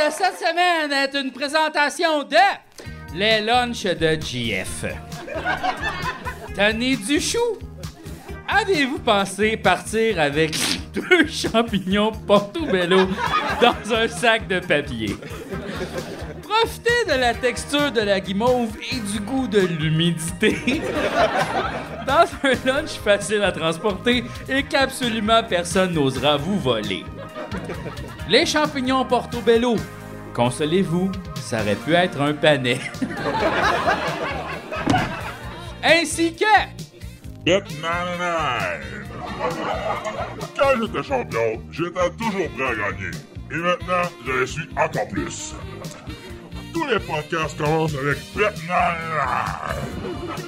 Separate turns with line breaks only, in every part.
euh, cette semaine est une présentation de les lunchs de JF. Tenez du chou. Avez-vous pensé partir avec deux champignons portobello dans un sac de papier? Profitez de la texture de la guimauve et du goût de l'humidité dans un lunch facile à transporter et qu'absolument personne n'osera vous voler. Les champignons portobello, consolez-vous, ça aurait pu être un panais. Ainsi que
Batman Live. Quand j'étais champion, j'étais toujours prêt à gagner. Et maintenant, je le suis encore plus. Tous les podcasts commencent avec Batman Live.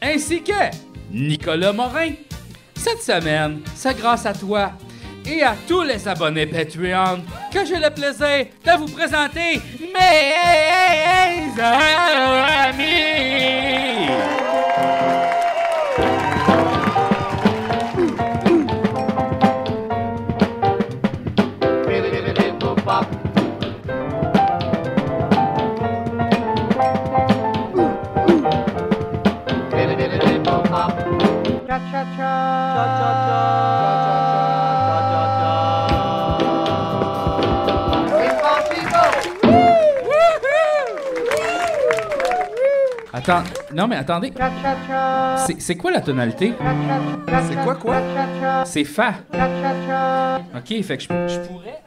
ainsi que Nicolas Morin. Cette semaine, c'est grâce à toi et à tous les abonnés Patreon que j'ai le plaisir de vous présenter mes amis. Attends, non mais attendez. C'est- C'est quoi la tonalité?
C'est quoi, quoi?
C'est fa. Ok, fait que je, je pourrais.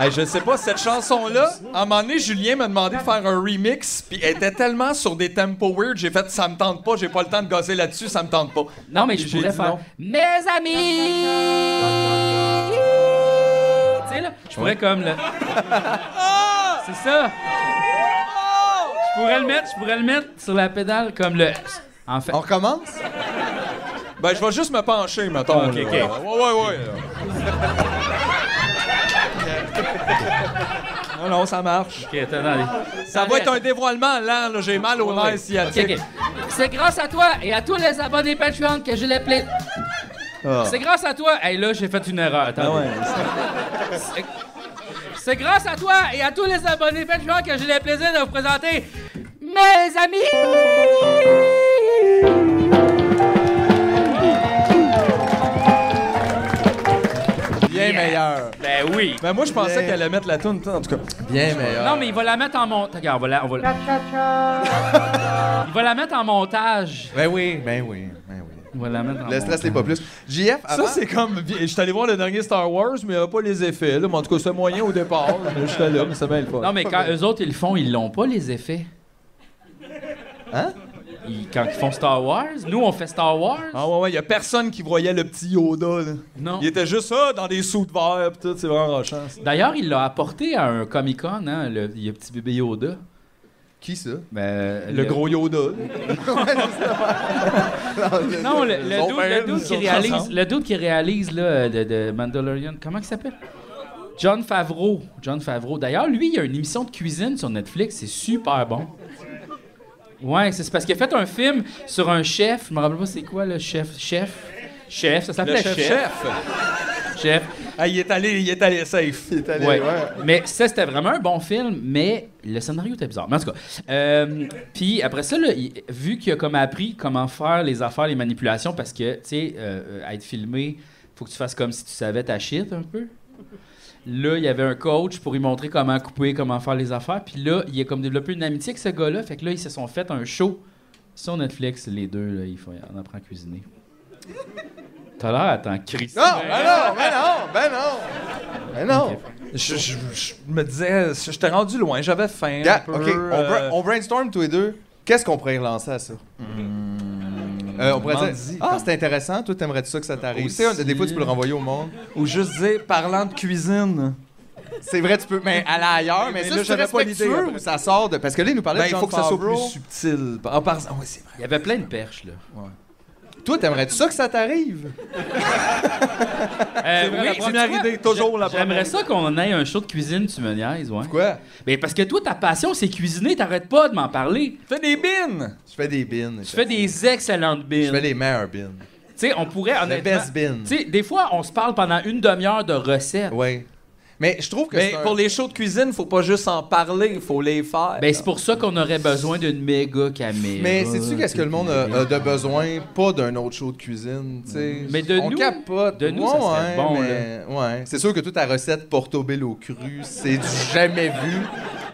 Hey, je sais pas, cette chanson-là, à un moment donné, Julien m'a demandé de faire un remix, puis elle était tellement sur des tempos weird, j'ai fait ça me tente pas, j'ai pas le temps de gazer là-dessus, ça me tente pas.
Non mais je
J'ai
pourrais
dit
faire.
non.
Mes amis. Tu sais là, je pourrais comme là. C'est ça. Je pourrais le mettre, je pourrais le mettre sur la pédale comme le. En fait.
On recommence? Ben, je vais juste me pencher, mettons.
Ah, Ok,
là.
ok.
Ouais, ouais, ouais. là. Non, non, ça marche.
Ok, attends, attendez.
Ça va être un dévoilement lent, là. J'ai mal au nerf
Ok, ok.
sciatique.
C'est grâce à toi et à tous les abonnés Patreon que je l'ai plaidé.
Ah.
C'est grâce à toi. Hey, là, j'ai fait une erreur. Attendez. C'est- C'est grâce à toi et à tous les abonnés Patreon que j'ai le plaisir de vous présenter mes amis.
Bien meilleur.
Ben oui.
Ben, moi, je pensais qu'elle allait mettre la toune, en tout cas. Bien meilleur.
Non, mais il va la mettre en montage. Regarde, on va la- on va la- il va la mettre en montage.
Ben oui, ben oui, ben oui.
Il va la mettre en
Le
montage.
stress n'est pas plus. JF, avant...
Ça, c'est comme. Je suis allé voir le dernier Star Wars, mais il n'y a pas les effets. Là. Mais en tout cas, c'est moyen au départ. Mais J'étais là, mais ça mêle pas.
Non, mais quand eux autres, ils le font, ils l'ont pas, les effets.
Hein?
Ils- quand ils font Star Wars, nous, on fait Star Wars.
Ah ouais, ouais, il n'y a personne qui voyait le petit Yoda. Là.
Non.
Il était juste ça, dans des sous de verre, pis tout. C'est vraiment rochant. ça.
D'ailleurs, il l'a apporté à un Comic-Con, hein, le, il y a petit bébé Yoda.
Qui, ça?
Ben,
Le gros Yoda.
Non, le, le
Ils ont
dude,
fait
le dude
une
qui
autre
réalise,
ensemble.
le dude qui réalise là, de, de Mandalorian, comment il s'appelle? John Favreau. John Favreau. D'ailleurs, lui, il y a une émission de cuisine sur Netflix, c'est super bon. Ouais, c'est c'est parce qu'il a fait un film sur un chef, je me rappelle pas c'est quoi le chef, chef, chef, ça
Le
s'appelait
chef-chef.
chef, chef.
Ah, il est allé, il est allé safe.
Il est allé,
Ouais.
ouais.
Mais ça, c'était vraiment un bon film, mais le scénario était bizarre. Mais en tout cas, euh, puis après ça, là, il- vu qu'il a comme appris comment faire les affaires, les manipulations, parce que, tu sais, euh, euh, à être filmé, faut que tu fasses comme si tu savais ta shit un peu. Là, il y avait un coach pour lui montrer comment couper, comment faire les affaires. Puis là, il a comme développé une amitié avec ce gars-là. Fait que là, ils se sont fait un show sur Netflix, les deux. Là, ils font, on apprend à cuisiner. T'as l'air à t'en crisser.
Ah!
Non, ben non, ben non, ben non! Ben non!
Je, je- je me disais, je t'ai rendu loin, j'avais faim. un
Gars,
peu,
OK, on, bra-
euh,
on brainstorm tous les deux. Qu'est-ce qu'on pourrait relancer à ça?
Hmm,
Euh, on pourrait
Mandy,
dire, ah, c'est intéressant, toi, t'aimerais ça que ça t'arrive. Tu sais, un- des fois, tu peux le renvoyer au monde.
Ou juste dire, parlant de cuisine.
C'est vrai, tu peux, mais à l'ailleurs, mais,
Mais là,
ça, c'est
j'avais pas l'idée,
respectueux
après.
ou ça sort de... Parce que là, il nous parlait
Ben,
de
il
John
faut que ça soit
Favreau.
plus subtil. Ah, par... ah ouais, c'est vrai.
Il y avait plein de perches, là.
Toi, t'aimerais-tu ça que ça t'arrive?
Euh,
C'est vrai,
oui,
la première
sais-tu quoi?
idée, toujours la première
J'aimerais ça qu'on ait un show de cuisine, tu me niaises, ouais.
Quoi?
Mais parce que toi, ta passion, c'est cuisiner, t'arrêtes pas de m'en parler.
Fais des bines!
Je fais des bins.
Tu fais des excellentes
Je fais
bines. Tu
les meilleurs bins.
sais, on pourrait,
Le
honnêtement...
best bin.
Tu sais, des fois, on se parle pendant une demi-heure de recettes.
Ouais. Mais je trouve que
Mais
c'est un-
pour les shows de cuisine, faut pas juste en parler, faut les faire.
Ben, c'est pour ça qu'on aurait besoin d'une méga caméra.
Mais sais-tu qu'est-ce que le monde a, a de besoin? Pas d'un autre show de cuisine, tu
Mm.
sais.
Mais de
On
nous-
capote.
de nous, ça serait
ouais,
bon,
mais- Ouais. C'est sûr que toute ta recette portobello cru, c'est du jamais vu.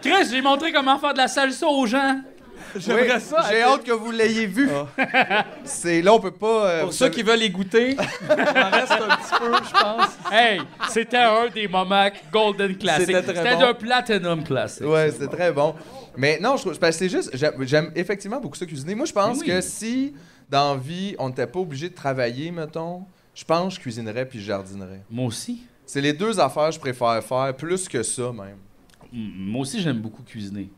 Chris, j'ai montré comment faire de la salsa aux gens.
J'aimerais
Oui,
ça.
J'ai hâte que vous l'ayez vu. C'est là, on peut pas... euh,
Ah. Pour
vous
ceux
savez-
qui veulent les goûter, il en reste un petit peu, je pense.
Hey, c'était un des moments golden classique.
C'était très
C'était
bon.
un platinum classique.
Ouais, c'est très bon. Mais non, je trouve parce que c'est juste, j'aime- j'aime effectivement beaucoup ça cuisiner. Moi, je pense
Mais oui.
que si dans vie on n'était pas obligé de travailler, mettons, je pense que je cuisinerais puis je jardinerais.
Moi aussi.
C'est les deux affaires que je préfère faire, plus que ça même.
M- Moi aussi, j'aime beaucoup cuisiner.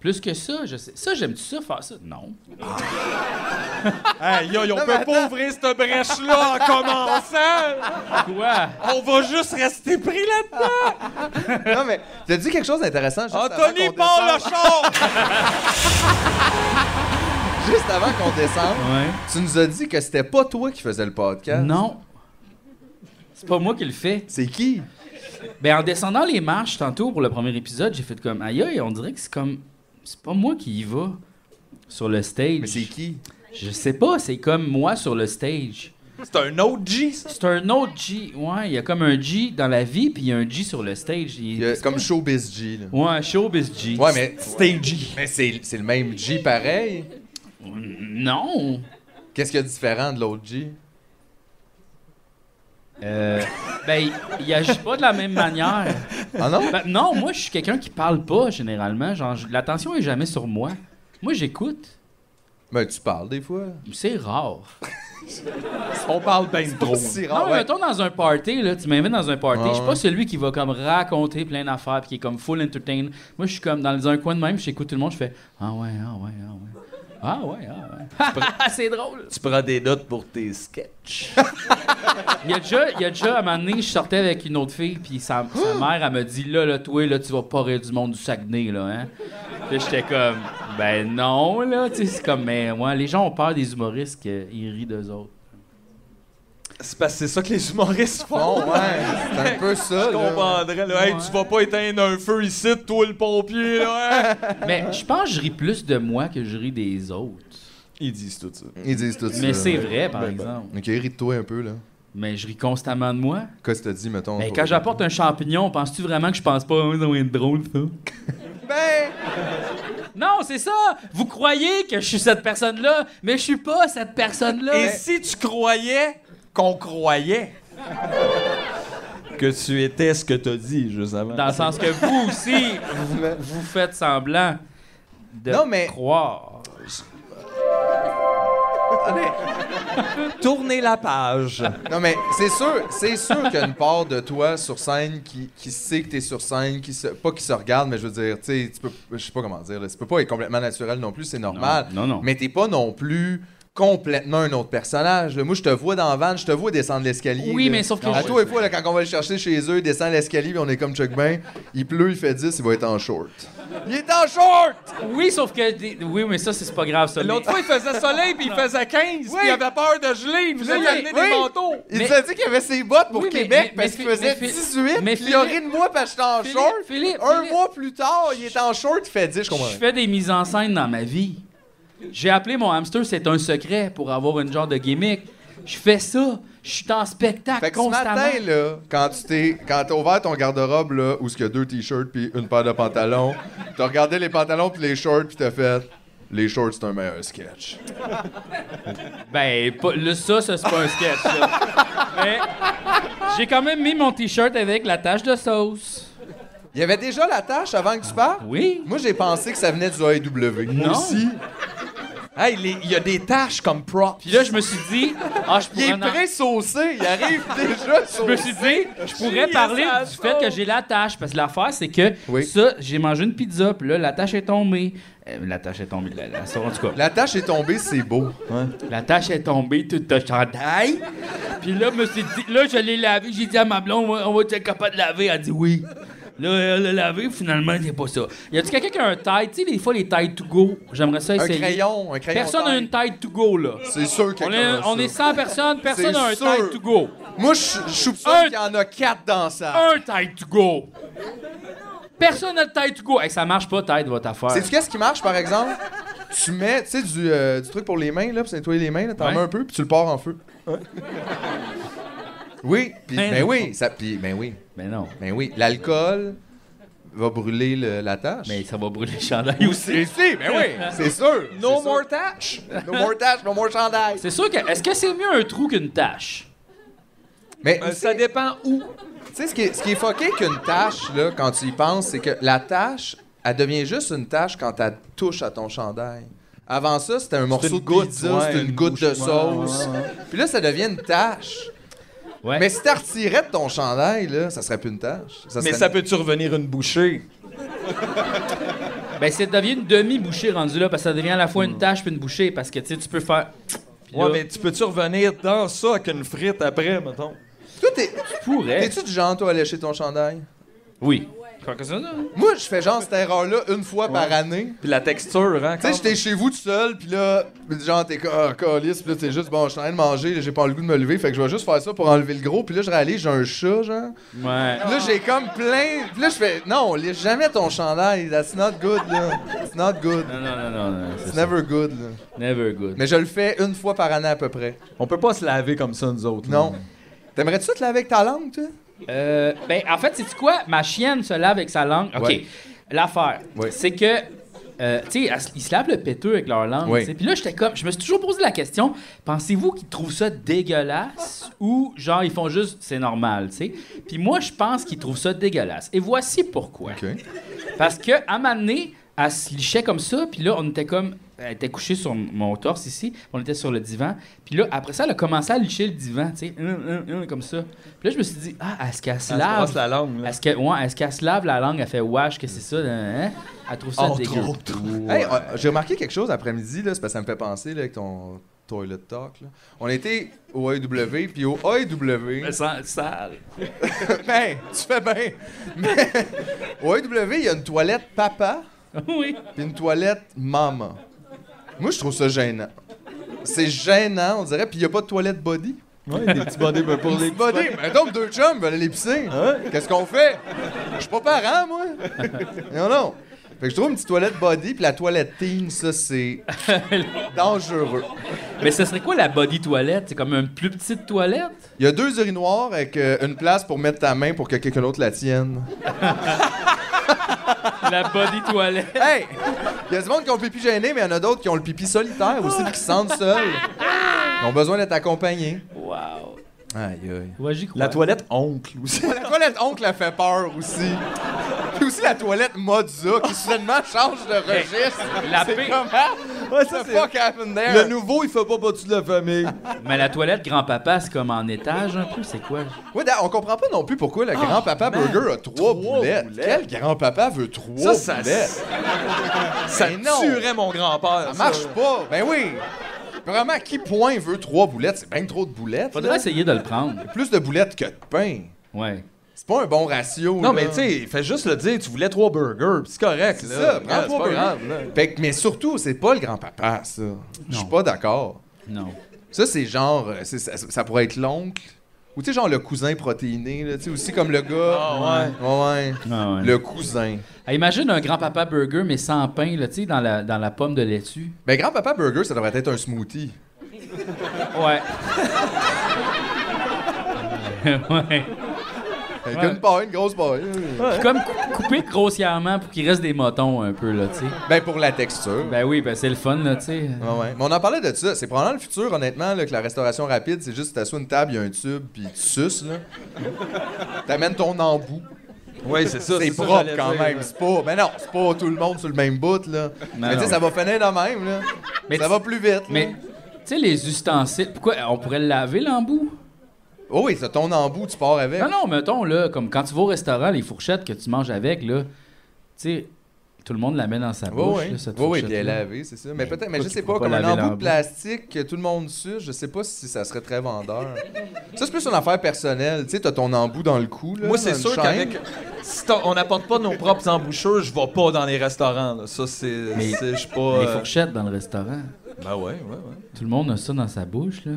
Plus que ça, je sais. Ça, j'aime-tu ça faire ça? Non.
Aïe, aïe, on peut pas ouvrir cette brèche-là en commençant.
Ah!
Quoi?
On va juste rester pris là-dedans.
non, mais t'as dit quelque chose d'intéressant juste,
Anthony,
avant qu'on
pars le
descende,
char!
juste avant qu'on descende.
Ouais.
Tu nous as dit que c'était pas toi qui faisais le podcast.
Non. C'est pas moi qui le fais.
C'est qui?
Ben, en descendant les marches tantôt pour le premier épisode, j'ai fait comme aïe aïe, on dirait que c'est comme. C'est pas moi qui y va sur le stage.
Mais c'est qui?
Je sais pas, c'est comme moi sur le stage.
C'est un OG, ça.
C'est un autre G. Ouais, il y a comme un G dans la vie, puis il y a un G sur le stage. Il-
Il y a- Euh, comme Showbiz G. Là.
Ouais, showbiz G.
Ouais, mais,
C'était un G.
mais c'est c'est le même G pareil.
Non!
Qu'est-ce qu'il y a de différent de l'autre G?
Euh, ben, il agit pas de la même manière.
Ah non?
Ben, non, moi, je suis quelqu'un qui parle pas, généralement. Genre, je- l'attention est jamais sur moi. Moi, j'écoute.
Mais tu parles des fois.
C'est rare.
On parle bien trop.
Si
non,
rare,
mais
Ah ouais.
mettons dans un party, là, tu m'invites dans un party,
Ouais,
je suis pas
ouais.
celui qui va comme raconter plein d'affaires puis qui est comme full entertain. Moi, je suis comme dans un coin de même, j'écoute tout le monde, je fais Ah ouais, ah ouais, ah ouais. Ah ouais, ah ouais. c'est drôle.
Tu prends des notes pour tes sketchs.
Il y a déjà, il y a déjà, à un moment donné, je sortais avec une autre fille, puis sa, sa mère, elle me dit Là, là, toi, là, tu vas pas rire du monde du Saguenay, là, hein. Puis j'étais comme Ben non, là, tu sais, c'est comme Mais ouais, les gens ont peur des humoristes qu'ils rient d'eux autres.
C'est parce que c'est ça que les humoristes font.
Bon, ouais, c'est un peu ça.
Je
là.
comprendrais, là. Hey, tu vas pas éteindre un feu ici, toi le pompier, là. hein?
Mais je pense que je ris plus de moi que je ris des autres.
Ils disent tout ça.
Ils disent tout ça.
Euh,
Mais c'est
ouais.
vrai, par
Ben, ben.
exemple.
Ok, ris de toi un peu, là.
Mais je ris constamment de moi.
Oh,
Qu'est-ce que t'as dit, mettons?
Mais
pour-
quand j'apporte un champignon, penses-tu vraiment que je pense pas Oui, ça va être drôle, ça?
Ben!
Non, c'est ça! Vous croyez que je suis cette personne-là, mais je suis pas cette personne-là!
Et si tu croyais qu'on croyait que tu étais ce que t'as dit juste avant.
Dans le sens que vous aussi, vous, vous faites semblant de
Non, mais-
croire.
Tournez la page.
Non, mais c'est sûr, c'est sûr qu'il y a une part de toi sur scène qui, qui sait que t'es sur scène, qui se, pas qui se regarde, mais je veux dire, tu sais, tu peux, je sais pas comment dire, là, tu peux pas être complètement naturel non plus, c'est normal.
Non, non, non.
Mais t'es pas non plus complètement un autre personnage. là. Moi, je te vois dans la van, je te vois descendre l'escalier.
Oui,
là.
mais sauf que
À
je-
toi et fois, là, quand on va le chercher chez eux, il descend l'escalier, puis on est comme Chuck Ben, il pleut, il fait 10, il va être en short. Il est en short!
Oui, sauf que. des- Oui, mais ça, c'est pas grave, ça.
L'autre fois, il faisait soleil puis il faisait 15 puis il avait peur de geler. Puis là, il a amené
oui.
des manteaux.
Il
Mais-
nous a dit qu'il avait ses bottes pour
Oui, mais-
Québec
mais-
parce qu'il
mais-
faisait
mais-
18.
mais-
Mais il a ri de moi parce que j'étais en
Philippe,
short.
Philippe,
un
Philippe.
mois plus tard, il est en short, il fait 10. Je comprends.
Je fais des mises en scène dans ma vie. J'ai appelé mon hamster, c'est un secret pour avoir une genre de gimmick. Je fais ça. Je suis en spectacle
Fait que ce
constamment.
matin, là, quand tu t'es, quand t'as ouvert ton garde-robe, là, où ce qu'il y a deux t-shirts puis une paire de pantalons, t'as regardé les pantalons puis les shorts puis t'as fait, les shorts c'est un meilleur sketch.
Ben, pas- le, ça, ça, c'est pas un sketch, ça. Mais j'ai quand même mis mon t-shirt avec la tache de sauce.
Il y avait déjà la tâche avant que tu partes?
Oui.
Moi, j'ai pensé que ça venait du AEW. Moi
Non.
aussi.
Hey, les- il y a des tâches comme prop.
Puis là, je me suis dit, ah, je
Il
pourrais.
est
en-
pré-saucé. Il arrive déjà saucé.
Je me suis dit, je pourrais
Chier
parler
sa
du fait que j'ai la tâche. Parce que l'affaire, c'est que
Oui.
ça, j'ai mangé une pizza, puis là, la tâche est tombée. Euh, la tâche est tombée, la, la, en tout cas.
La tâche est tombée, c'est beau.
La tâche est tombée, tout le chandail. Puis là, je me suis dit, là, je l'ai lavé. J'ai dit à ma blonde, on va- on va être capable de laver. Elle a dit oui. Là, euh, le laver, finalement, c'est pas ça. Y a-tu quelqu'un qui a un tide? Tu sais, des fois, les tides to go, j'aimerais ça
Un
essayer.
crayon, un crayon.
Personne n'a
taille.
une tide to go, là.
C'est sûr que
On est, on est 100 personnes, personne n'a un
C'est sûr.
tide to go.
Moi, je je soupçonne
Un-
qu'il y en a quatre dans ça.
Un tide to go. Personne n'a de tide to go. Hey, ça marche pas, tide, votre affaire.
Sais-tu qu'est-ce qui marche, par exemple? Tu mets, tu sais, du, euh, du truc pour les mains, là, pour se nettoyer les mains, là, t'en
Ouais.
mets un peu, puis tu le pars en feu. oui, puis
Ben
ben
non.
oui, ça, puis ben oui,
Mais non.
ben oui. L'alcool va brûler le- la tâche.
Mais ça va brûler le chandail aussi.
C'est si, ben oui, c'est sûr.
No
c'est sûr.
more touch!
No more tâche, no more chandail.
C'est sûr que. Est-ce que c'est mieux un trou qu'une tâche?
Mais
Euh, ça dépend où.
Tu sais, ce qui est, ce qui est fucké qu'une tâche, là, quand tu y penses, c'est que la tâche, elle devient juste une tâche quand elle touche à ton chandail. Avant ça, c'était un morceau
une
de
goutte,
pizza,
ouais,
c'était une,
une
goutte de
bouche-
sauce. Puis là, ça devient une tâche.
Ouais.
Mais si t'as retiré de ton chandail, là, ça serait plus une tâche.
Mais
serait-
ça peut-tu revenir une bouchée?
Ben, ça devient une demi-bouchée rendue là, parce que ça devient à la fois une tâche puis une bouchée, parce que tu sais, tu peux faire. Puis
Ouais,
là,
mais tu peux-tu revenir dans ça avec une frite après, mettons?
Toi, t'es-
tu pourrais.
Eh.
t'es-tu du genre, toi, à lécher ton chandail?
Oui. Quoi que ça, là?
Moi, je fais genre cette erreur-là une fois par année.
Puis la texture, hein?
Tu sais, j'étais chez vous tout seul, puis là, genre, t'es comme, ah, calice, puis là, t'es juste, bon, je suis en train de manger, là, j'ai pas le goût de me lever, fait que je vais juste faire ça pour enlever le gros, puis là, je réalise, j'ai un chat, genre.
Ouais.
Puis là, j'ai comme plein. Puis là, je fais, non, on lèche jamais ton chandail, that's not good, là. It's not good.
Non, non, non, non, non.
It's
c'est
never good, là.
ça. Never good.
Mais je le fais une fois par année à peu près.
On peut pas se laver comme ça, nous autres.
Non. T'aimerais-tu te laver avec ta langue, toi?
Euh, ben, en fait, c'est quoi? Ma chienne se lave avec sa langue. OK.
Ouais.
L'affaire,
Ouais.
c'est que. euh, tu sais, elle se- ils se lavent le péteux avec leur langue.
Ouais.
tu sais. Puis là, j'étais comme, je me suis toujours posé la question, pensez-vous qu'ils trouvent ça dégueulasse ou genre ils font juste, c'est normal, tu sais? Puis moi, je pense qu'ils trouvent ça dégueulasse. Et voici pourquoi. Parce que à un moment donné, elle se lichait comme ça, puis là, on était comme. Elle était couchée sur mon torse ici, on était sur le divan. Puis là, après ça, elle a commencé à licher le divan, tu sais, hum, hum, hum, comme ça. Puis là, je me suis dit, ah, est-ce qu'elle se
Elle se
lave?
brosse la langue, là.
Est-ce que- ouais, est-ce qu'elle se lave la langue? Elle fait, wesh, que c'est ça? hein? Elle trouve ça
Oh,
Entre
dégueu.
autres.
Ouais.
Hey, on- j'ai remarqué quelque chose après-midi, là, c'est parce que ça me fait penser, là, avec ton toilet talk, là. On était au AEW, puis au AEW.
Elle sent sale.
Ben, tu fais bien. Mais au AEW, il y a une toilette papa
oui.
puis une toilette maman. Moi, je trouve ça gênant. C'est gênant, on dirait. Puis il n'y a pas de toilette body.
Ouais, des petits body pour les petits
Body,
body-
ben donc deux chums veulent aller pisser. Qu'est-ce qu'on fait? Je suis pas parent, moi. non, non. Fait que je trouve une petite toilette body, puis la toilette teen, ça, c'est dangereux.
Mais ce serait quoi la body toilette? C'est comme une plus petite toilette?
Il y a deux urinoirs avec euh, une place pour mettre ta main pour que quelqu'un d'autre la tienne.
La body toilette.
Hey! Il y a du monde qui ont le pipi gêné, mais il y en a d'autres qui ont le pipi solitaire aussi, puis qui se sentent seuls. Ils ont besoin d'être accompagnés.
Wow.
Aïe, aïe.
Ouais, j'y crois.
La toilette oncle aussi.
La toilette oncle a fait peur aussi. Puis aussi la toilette Mozza qui soudainement change de registre.
La
C'est
paix.
comme, ah,
Ouais,
what the fuck happened there?
Le nouveau, il fait pas partie de la famille.
Mais la toilette grand-papa, c'est comme en étage un peu, c'est quoi?
Ouais, d'ailleurs, on comprend pas non plus pourquoi le grand-papa Burger a Ah, trois, boulettes.
boulettes.
Quel grand-papa veut trois
Ça, ça,
boulettes?
ça
Mais non.
tuerait mon grand-père.
Ça marche pas. Ben oui. Vraiment, qui point veut trois boulettes? C'est bien trop de boulettes.
Faudrait
là.
essayer de le prendre.
Plus de boulettes que de pain.
Ouais.
C'est pas un bon ratio.
Non,
là.
mais tu sais, fais juste le dire, tu voulais trois burgers, pis c'est correct.
C'est
là.
ça,
Regarde,
prends
c'est
trois
pas
burgers.
grave, là.
Fait que- mais surtout, c'est pas le grand-papa, ça. Je suis
Non.
pas d'accord.
Non.
Ça, c'est genre. euh, c'est- ça, ça pourrait être l'oncle. Ou tu sais, genre le cousin protéiné, là. Tu sais, aussi comme le gars.
Ah,
ouais. Ouais,
Ah ouais.
Le cousin.
Hey, Imagine un grand-papa burger, mais sans pain, là, tu sais, dans la, dans la pomme de laitue.
Ben, grand-papa burger, ça devrait être un smoothie.
Ouais. ouais.
Avec
Ouais.
une paille, une grosse paille.
Puis Comme cou- coupé grossièrement pour qu'il reste des motons un peu, là, tu sais.
Ben, pour la texture.
Ben oui, ben c'est le fun, là, tu sais.
Ouais, ouais. Mais on en parlait de ça. C'est probablement le futur, honnêtement, là, que la restauration rapide, c'est juste t'assois une table, il y a un tube, puis tu suces, là. T'amènes ton embout.
Oui, c'est ça.
C'est
ça,
propre
j'allais
quand
dire,
même,
ouais.
c'est pas. Mais non, c'est pas tout le monde sur le même bout là.
Non,
mais tu
non.
sais, ça va finir de même là.
Mais
ça
tu-
va plus vite. là.
Mais, tu sais, les ustensiles, pourquoi on pourrait le laver, l'embout?
Oh oui, ça tourne en bout, tu pars avec.
Non, non, mettons, là, comme quand tu vas au restaurant, les fourchettes que tu manges avec, là, tu sais, Tout le monde la met dans sa
Oui,
bouche,
oui.
là, cette
Oui, oui,
fourchette-là.
puis elle est lavée, c'est ça. Mais peut-être, mais je
pourquoi
sais
tu
pas,
pourras
comme
pas
un
laver
embout de
l'embout?
plastique que tout le monde suce, je sais pas si ça serait très vendeur. ça, c'est plus une affaire personnelle. Tu sais, t'as ton embout dans le cou, là.
Moi, c'est
dans une
sûr
chaîne.
qu'avec. Si t'as- on n'apporte pas nos propres embouchures, je vais pas dans les restaurants. là. Ça, c'est.
Mais-
c'est- Je suis pas.
Les
euh,
fourchettes dans le restaurant.
Ben ouais, ouais, ouais.
Tout le monde a ça dans sa bouche, là.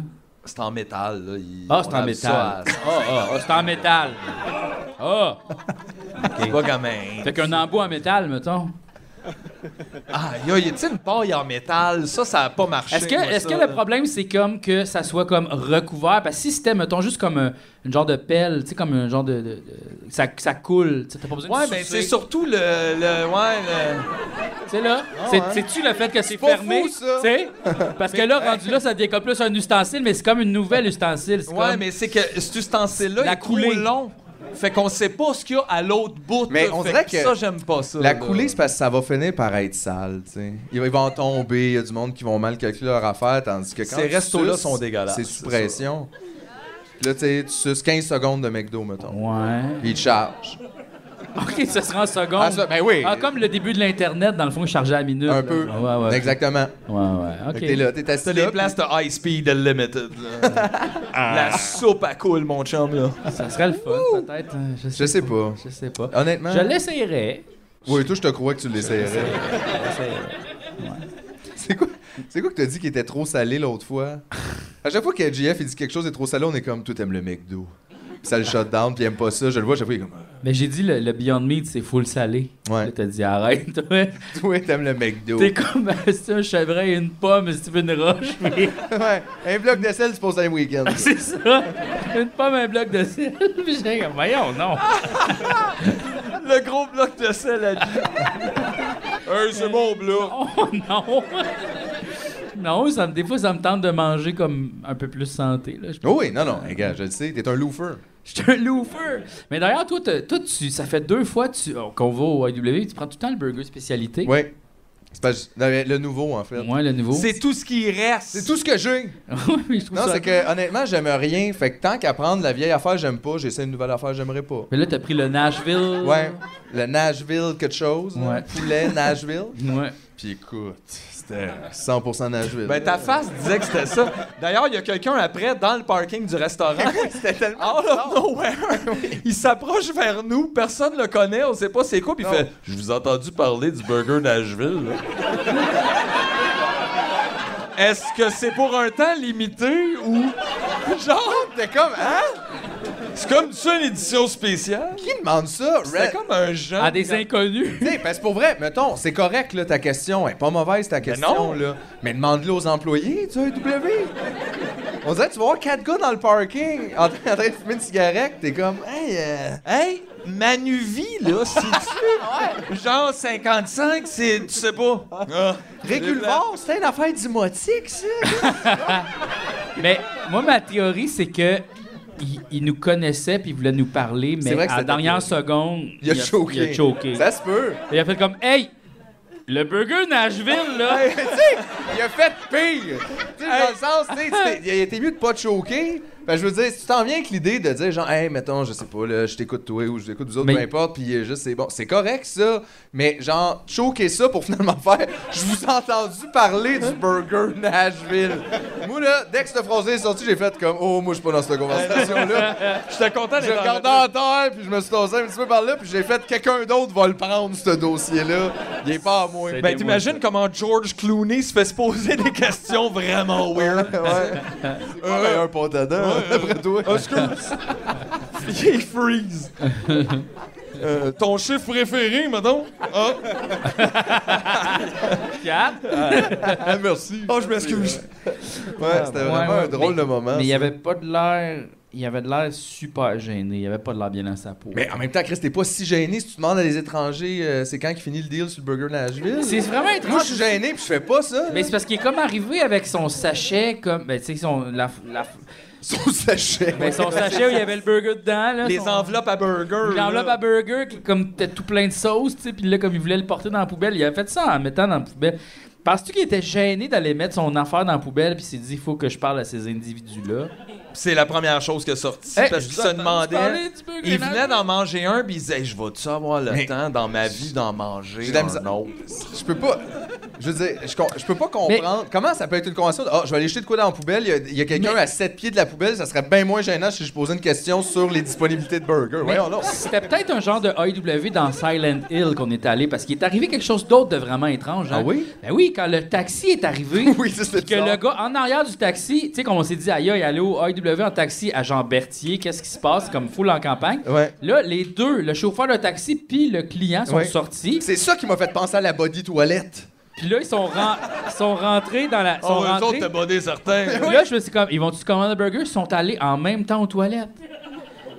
C'est en métal, là. il-
Ah, c'est
on
en
lave ça
métal. Ah, ah, ah, c'est en métal. Ah!
à- C'est pas comme un.
Fait qu'un embout en métal, mettons.
Ah, yo, y a-t-il une paille en métal? Ça, ça a pas marché.
Est-ce que,
moi,
est-ce
ça,
que
là.
le problème, c'est comme que ça soit comme recouvert? Parce que si c'était, mettons, juste comme un, une genre de pelle, tu sais, comme un genre de. de- de- ça, ça coule, tu sais, t'as pas besoin
Ouais,
de.
ben
sucer.
c'est surtout le. le ouais,
Tu
le-
sais, là,
ouais.
c'est- sais-tu le fait que Ah, hein. c'est
pas
fermé?
fou, ça.
Tu sais? Parce que là, rendu là, ça devient comme plus un ustensile, mais c'est comme une nouvelle ustensile. c'est
Ouais,
comme-
mais c'est que cet ustensile-là, il
La
est trop
coulée.
long. Fait qu'on sait pas ce qu'il y a à l'autre bout.
Mais
là.
on
Fait
dirait que
ça, j'aime pas ça.
La
là.
coulée, c'est parce que ça va finir par être sale, tu sais. Ils ils vont tomber, il y a du monde qui vont mal calculer leur affaire, tandis que quand
Ces
tu
restos-là
suces,
sont dégueulasses,
C'est sous
c'est
pression. Là, tu sais, tu suces 15 secondes de McDo, mettons.
Ouais.
Puis ils te chargent.
Ok, ça sera en seconde.
Ah, ça, ben oui.
Ah, comme le début de l'Internet, dans le fond, chargé à la minute.
Un
là.
peu.
Ouais, ouais.
Exactement.
Ouais, ouais. Ok.
Fait que T'es là, t'es assis
T'as
là,
les places de High Speed Limited. là.
Ah.
La soupe à coule, mon chum, là.
Ça serait le fun, peut-être.
Ah,
euh, Je sais,
Je sais pas.
Je sais pas.
Honnêtement.
Je l'essayerai.
Oui, toi, je te crois que tu l'essayerais. C'est quoi, c'est quoi que t'as dit qui était trop salé l'autre fois? À chaque fois que JF il dit quelque chose est trop salé, on est comme tout aime le McDo. Puis ça le shut down, puis il aime pas ça. Je le vois, à chaque fois, il est comme
Mais j'ai dit le, le Beyond Meat, c'est full salé.
Ouais.
Là, T'as dit arrête, toi.
Toi, t'aimes le McDo.
T'es comme c'est un chevreuil et une pomme, si tu veux une roche. mais-
Ouais, un bloc de sel, tu passes un week-end.
c'est ça. Une pomme, un bloc de sel. Puis j'étais comme voyons, non.
Le gros bloc de sel à Hey, c'est mon bloc.
Oh non. Non, ça me, des fois, ça me tente de manger comme un peu plus santé. Là. Je-
Oh oui, non, non, hey, gars, je le sais, t'es un loafer.
Je suis un loafer. Mais d'ailleurs, toi, t'as- toi tu, ça fait deux fois tu- oh, qu'on va au IW, tu prends tout le temps le burger spécialité.
Ouais. C'est pas non, mais le nouveau, en fait.
Moi, le nouveau.
C'est tout ce qui reste.
C'est tout ce que j'ai.
Oui, mais je trouve
Non,
ça-
c'est que honnêtement, j'aime rien. Fait que tant qu'à prendre la vieille affaire, j'aime pas, j'essaie une nouvelle affaire, j'aimerais pas.
Mais là, t'as pris le Nashville.
Ouais. Le Nashville quelque chose. là.
Ouais.
Poulet Nashville.
Ouais.
Puis écoute, c'était 100% Nashville.
Ben, ta face disait que c'était ça. D'ailleurs, il y a quelqu'un après dans le parking du restaurant. c'était tellement. Out of nowhere. il s'approche vers nous. Personne le connaît. On sait pas c'est quoi. Puis il
Non.
fait Je vous ai entendu parler du burger Nashville. là. Est-ce que c'est pour un temps limité ou. Genre,
T'es comme, hein?
c'est comme ça une édition spéciale?
Qui demande ça?
C'est
Red-
comme un genre.
À des inconnus.
T'sais, parce que pour vrai, mettons, c'est correct, Ah, là, ta question. Elle est pas mauvaise, ta
non.
question, là. Mais demande-le aux employés du AEW. On dirait que tu vas voir quatre gars dans le parking en, train en train de fumer une cigarette. T'es comme, hey, euh,
Hey, Manuvie, là, si tu. Genre 55, c'est. Tu sais pas. Ah.
Régulvore, c'est une affaire d'imotique, ça.
Mais moi, ma théorie, c'est que. Ils il nous connaissaient puis ils voulaient nous parler, mais
C'est vrai que
à la
c'était
dernière
ta
seconde,
Il a choqué.
Il a choqué.
Ça se peut.
Et il a fait comme Hey, le burger Nashville, là.
Hey, tu sais, il a fait pire. Tu sais, dans le sens, tu sais, tu t'es- il a été mieux de pas te choquer. Fait que je veux dire, si tu t'en viens avec l'idée de dire genre, hey, mettons, je sais pas, là, je t'écoute toi ou je t'écoute vous autres,
Mais-
peu importe, puis euh, juste c'est bon, c'est correct ça, mais genre, choquer ça pour finalement faire, je vous ai entendu parler du burger Nashville. moi là, dès que cette phrase est sortie, j'ai fait comme, oh, moi je suis pas dans cette conversation là.
J'étais content
J'ai
d'être en
regardé en terre, puis je me suis tossé un petit peu par là, puis j'ai fait, quelqu'un d'autre va le prendre, ce dossier-là. Il est pas à moi.
C'est-
Ben, t'imagines comment George Clooney se fait se poser des questions vraiment weird.
ouais. Ah, C'est quoi le meilleur pot dedans, d'après toi?
Il freeze. Euh, ton chiffre préféré, mettons? Ah,
Quatre.
Ah, merci.
oh, je m'excuse.
Ouais, c'était vraiment
Ouais, ouais.
un drôle
Mais-
de moment.
Mais il y
ça.
avait pas de l'air. Il avait de l'air super gêné. Il avait pas de l'air bien dans sa peau.
Mais en même temps, Chris, t'es pas si gêné si tu demandes à des étrangers euh, c'est quand qui finit le deal sur le burger Nashville.
C'est vraiment étrange.
Moi, je suis gêné puis je fais pas ça.
Mais c'est parce qu'il est comme arrivé avec son sachet, comme. Ben, tu sais, son. La, la-
Son sachet.
ben, son sachet où il y avait le burger dedans, là.
Les
son-
enveloppes à burger.
L'enveloppe
là.
à burger, qui, comme était tout plein de sauce, tu sais, puis là, comme il voulait le porter dans la poubelle, il avait fait ça en le mettant dans la poubelle. Penses-tu qu'il était gêné d'aller mettre son affaire dans la poubelle, puis s'est dit, il faut que je parle à ces individus-là?
C'est la première chose qui est sortie
Hey,
parce
je
qu'il
vous
se
entends
demandait.
parler du burger.
Il
là.
venait d'en manger un, puis il disait, je vais-tu avoir le
Mais-
temps dans ma vie d'en manger
J'ai de la
un
misère.
autre?
Je peux pas. Je veux dire, je, com- je peux pas comprendre. Comment ça peut être une convention de. Ah, je vais aller jeter de quoi dans la poubelle. Il y a, il y a quelqu'un
Mais-
à 7 pieds de la poubelle. Ça serait bien moins gênant si je posais une question sur les disponibilités de burgers.
Mais
Voyons donc.
C'était peut-être un genre de AEW dans Silent Hill qu'on est allé parce qu'il est arrivé quelque chose d'autre de vraiment étrange. hein.
Ah oui?
Ben oui, quand le taxi est arrivé.
Oui, ça, c'est
Que
bizarre.
le gars en arrière du taxi, tu sais, comme on s'est dit, aïe, aïe, allez au AEW en taxi à Jean Berthier, qu'est-ce qui se passe comme foule en campagne?
Ouais.
Là, les deux, le chauffeur de taxi puis le client sont
Ouais.
sortis.
C'est ça qui m'a fait penser à la body toilette.
Puis là, ils sont, ren- ils sont rentrés dans la. Sont
Oh, eux
rentrés.
autres, t'as bonné certain.
Là, je me suis comme, ils vont-tu commander un burger? Ils sont allés en même temps aux toilettes.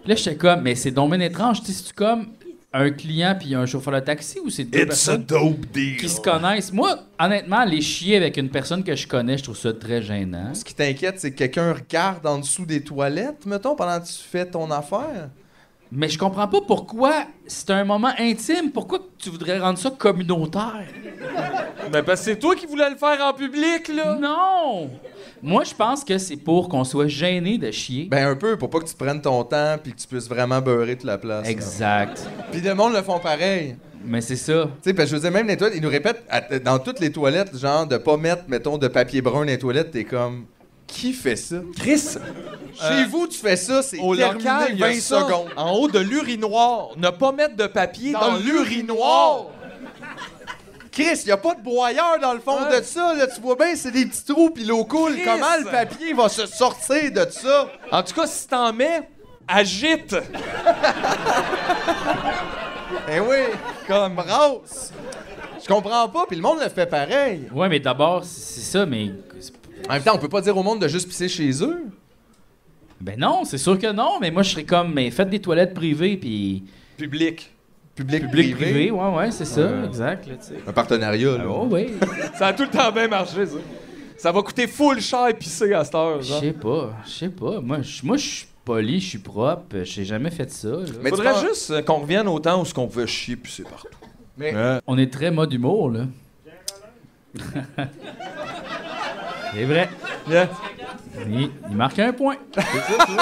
Là, j'étais comme, mais c'est donc bien étrange. Tu sais, c'est-tu comme un client puis un chauffeur de taxi ou c'est deux personnes
dope deal.
qui se connaissent? Moi, honnêtement, les chier avec une personne que je connais, je trouve ça très gênant.
Ce qui t'inquiète, c'est que quelqu'un regarde en dessous des toilettes, mettons, pendant que tu fais ton affaire.
Mais je comprends pas pourquoi c'est un moment intime. Pourquoi tu voudrais rendre ça communautaire?
Mais parce que c'est toi qui voulais le faire en public, là.
Non! Moi, je pense que c'est pour qu'on soit gêné de chier.
Ben, un peu, pour pas que tu prennes ton temps puis que tu puisses vraiment beurrer toute la place.
exact.
Puis le monde le font pareil.
Mais c'est ça.
Tu sais, parce que je veux dire, même les toilettes, ils nous répètent à- dans toutes les toilettes, genre, de pas mettre, mettons, de papier brun dans les toilettes, t'es comme. Qui fait ça?
Chris, euh,
Chez vous, tu fais ça, c'est
au
terminé
local, il y a
20
ça,
secondes.
En haut de l'urinoir. Ne pas mettre de papier dans,
Dans
l'urinoir.
Chris, y a pas de broyeur dans le fond
Ouais.
de ça, là, tu vois bien, c'est des petits trous pis l'eau coule.
Chris!
Comment le papier va se sortir de ça?
En tout cas, si t'en mets, agite.
Eh oui, comme rose. Je comprends pas, puis le monde le fait pareil.
Ouais, mais d'abord, c'est ça, mais. c'est-
En même temps, on peut pas dire au monde de juste pisser chez eux.
Ben non, c'est sûr que non, mais moi je serais comme, mais faites des toilettes privées puis
Public. Ah
Public,
public privé, ouais ouais, c'est ça, exact là, tu sais.
Un partenariat, là.
Oh oui,
Ça a tout le temps bien marché, ça. Ça va coûter full cher pisser à cette heure,
je
genre.
sais pas, je sais pas. Moi je moi je suis poli, je suis propre, euh, j'ai jamais fait ça. là.
Mais tu
Faudrait
penses-
juste euh, qu'on revienne au temps où ce qu'on veut chier pisser partout.
Mais-
Ouais.
On est très mode humour là. c'est vrai.
Yeah.
Il, il marque un point. Il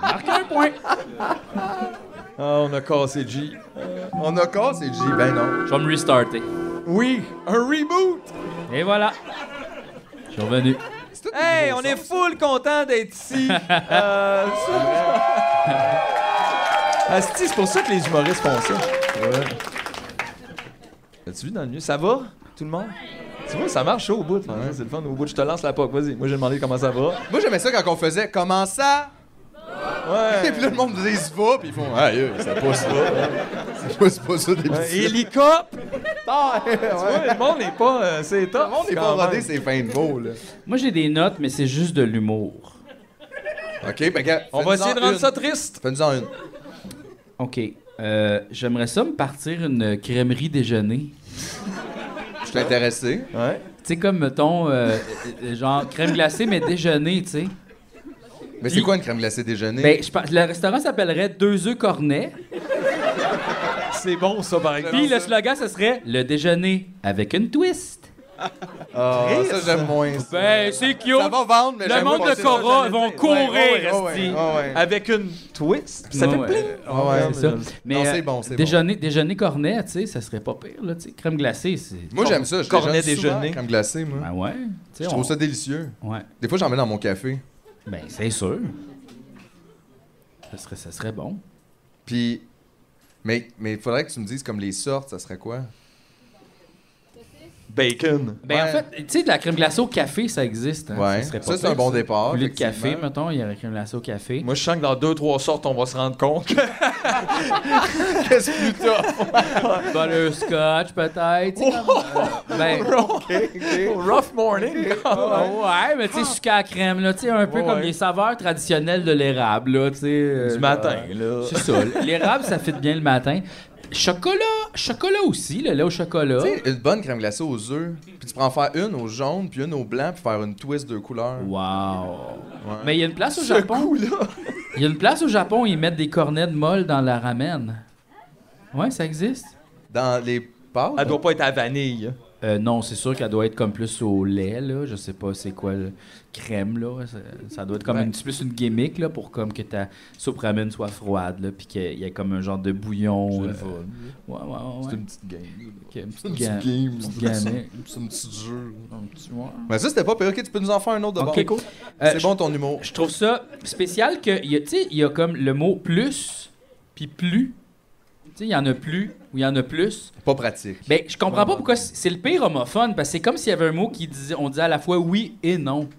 marque un point.
Ah, on a cassé G.
On a cassé le J, ben non.
Je vais me restarter.
Oui, un reboot.
Et voilà. Je suis revenu.
Hey, on est full
hein.
content d'être ici. Euh, Asti, c'est pour ça que les humoristes font ça. As-tu vu dans le mieux? Ça va, tout le monde? Tu vois, ça marche au bout. par exemple. C'est le fun. Au bout, je te lance la poque. Vas-y. Moi, j'ai demandé comment ça va.
Moi, j'aimais ça quand on faisait « Comment ça? » Et
Ouais.
puis là, le monde disait « Il se va », puis ils font « Aïe, ça pousse pas. Ça pousse pas ça des
Euh,
petits...
Hélicoptère!
Ouais.
Ouais, le monde n'est pas. euh, c'est top.
Le monde est pas rodé, c'est fin de mots, là.
Moi j'ai des notes mais c'est juste de l'humour.
OK, ben gars,
On va essayer de rendre
une.
ça triste.
Fais-nous-en une.
OK. Euh, J'aimerais ça me partir une crèmerie déjeuner.
Je suis intéressé.
Ouais.
Tu sais, comme, mettons, euh, euh, genre crème glacée, mais déjeuner, tu sais.
Mais c'est
Puis-
quoi une crème glacée déjeuner?
Ben, je pense- le restaurant s'appellerait Deux œufs cornets.
C'est bon, ça, par exemple.
Puis le slogan, ce serait Le déjeuner avec une twist.
Ah, ça, j'aime moins. ça.
Ben, c'est cute.
Ça va vendre, mais
Le
j'aime
monde
pas
de
ça.
Cora
j'allais
vont
dire.
courir,
Ouais, ouais,
esti.
ouais, ouais.
Avec une twist. Ça
Ouais,
fait
ouais. euh,
plein.
Ah ouais.
C'est ça. Mais
Non, c'est
euh,
bon, c'est bon.
déjeuner, déjeuner cornet, tu sais, ça serait pas pire, là, tu sais. Crème glacée, c'est.
Moi, j'aime ça. Je
Cornet
déjeune souvent,
déjeuner.
crème glacée, moi.
Ben ouais. tu sais,
Je
on-
trouve ça délicieux.
Ouais.
Des fois, j'en mets dans mon café.
Ben, c'est sûr. Ça serait, ça serait bon.
Puis... Mais il faudrait que tu me dises comme les sortes, ça serait quoi?
Bacon.
Ben,
Ouais.
en fait, tu sais, de la crème glacée au café, ça existe. hein.
Ouais.
serait pas
Ça, c'est
pire,
un bon départ,
Au lieu de café,
effectivement.
mettons, il y aurait crème glacée au café.
Moi, je sens que dans deux, trois sortes, on va se rendre compte.
Qu'est-ce plus tard?
Butterscotch, peut-être. tu sais, comme, euh, ben,
Rough morning.
ouais, mais tu sais, sucre à la crème, là, tu sais, un peu
Ouais,
comme
ouais.
les saveurs traditionnelles de l'érable, là, tu sais. euh,
Du matin, là.
C'est ça. L'érable, ça fit bien le matin. Chocolat, chocolat aussi, le lait au chocolat.
Tu sais, une bonne crème glacée aux œufs, puis tu prends en faire une au jaune, puis une au blanc, puis faire une twist de couleur.
Wow. Mais il y a une place au Japon. Il y a une place au Japon où ils mettent des cornets de molle dans la ramen. Ouais, ça existe.
Dans les pâtes.
Ah, Elle doit pas être à vanille. hein.
Euh, non, c'est sûr qu'elle doit être comme plus au lait, là. Je sais pas c'est quoi, le- crème, là. Ça, ça doit être comme une, plus une gimmick, là, pour comme que ta soupe ramen soit froide, là, puis qu'il y ait comme un genre de bouillon. euh, ouais, ouais, ouais. ouais.
C'est une petite game.
Ok, une petite
C'est une
ga-
petite game.
petite hein.
C'est
gamique.
une- c'est un petit jeu.
Un petit- ouais.
Mais ça, c'était pas pire. Ok, tu peux nous en faire un autre de
Ah,
Ok,
bon.
cool. Euh,
C'est bon ton humour.
Je trouve ça spécial que, y a- tu sais, il y a comme le mot plus, puis plus. Tu sais, il y en a plus, ou il y en a plus.
Pas pratique.
Ben, je comprends pas pourquoi c- c'est le pire homophone, parce que c'est comme s'il y avait un mot qui disait, on disait à la fois oui et non. Tu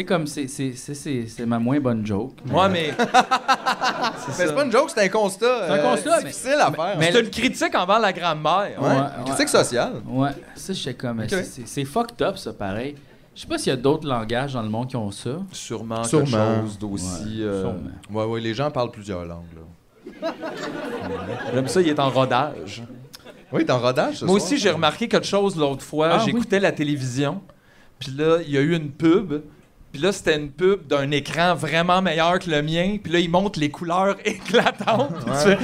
sais, comme c'est- c'est c'est- c'est- c'est ma moins bonne joke.
Moi, mais
Mais C'est pas une joke, c'est un constat.
C'est un
euh,
constat, mais-
difficile à faire.
mais-
c'est une critique envers la grand-mère.
Ouais,
Ouais,
une critique sociale.
Ouais, ça, je sais comme, c'est- c'est c'est fucked up, ça, pareil. Je sais pas s'il y a d'autres langages dans le monde qui ont ça.
Sûrement,
Sûrement.
quelque chose d'aussi... euh,
Sûrement.
Ouais, ouais, les gens parlent plusieurs langues. Là.
J'aime ça, il est en rodage.
Oui, t'es en rodage ce
Moi
soir.
aussi, j'ai remarqué quelque chose l'autre fois.
Ah,
J'écoutais la télévision, puis là, il y a eu une pub. Puis là, c'était une pub d'un écran vraiment meilleur que le mien. Puis là, ils montrent les couleurs éclatantes. Tu fais,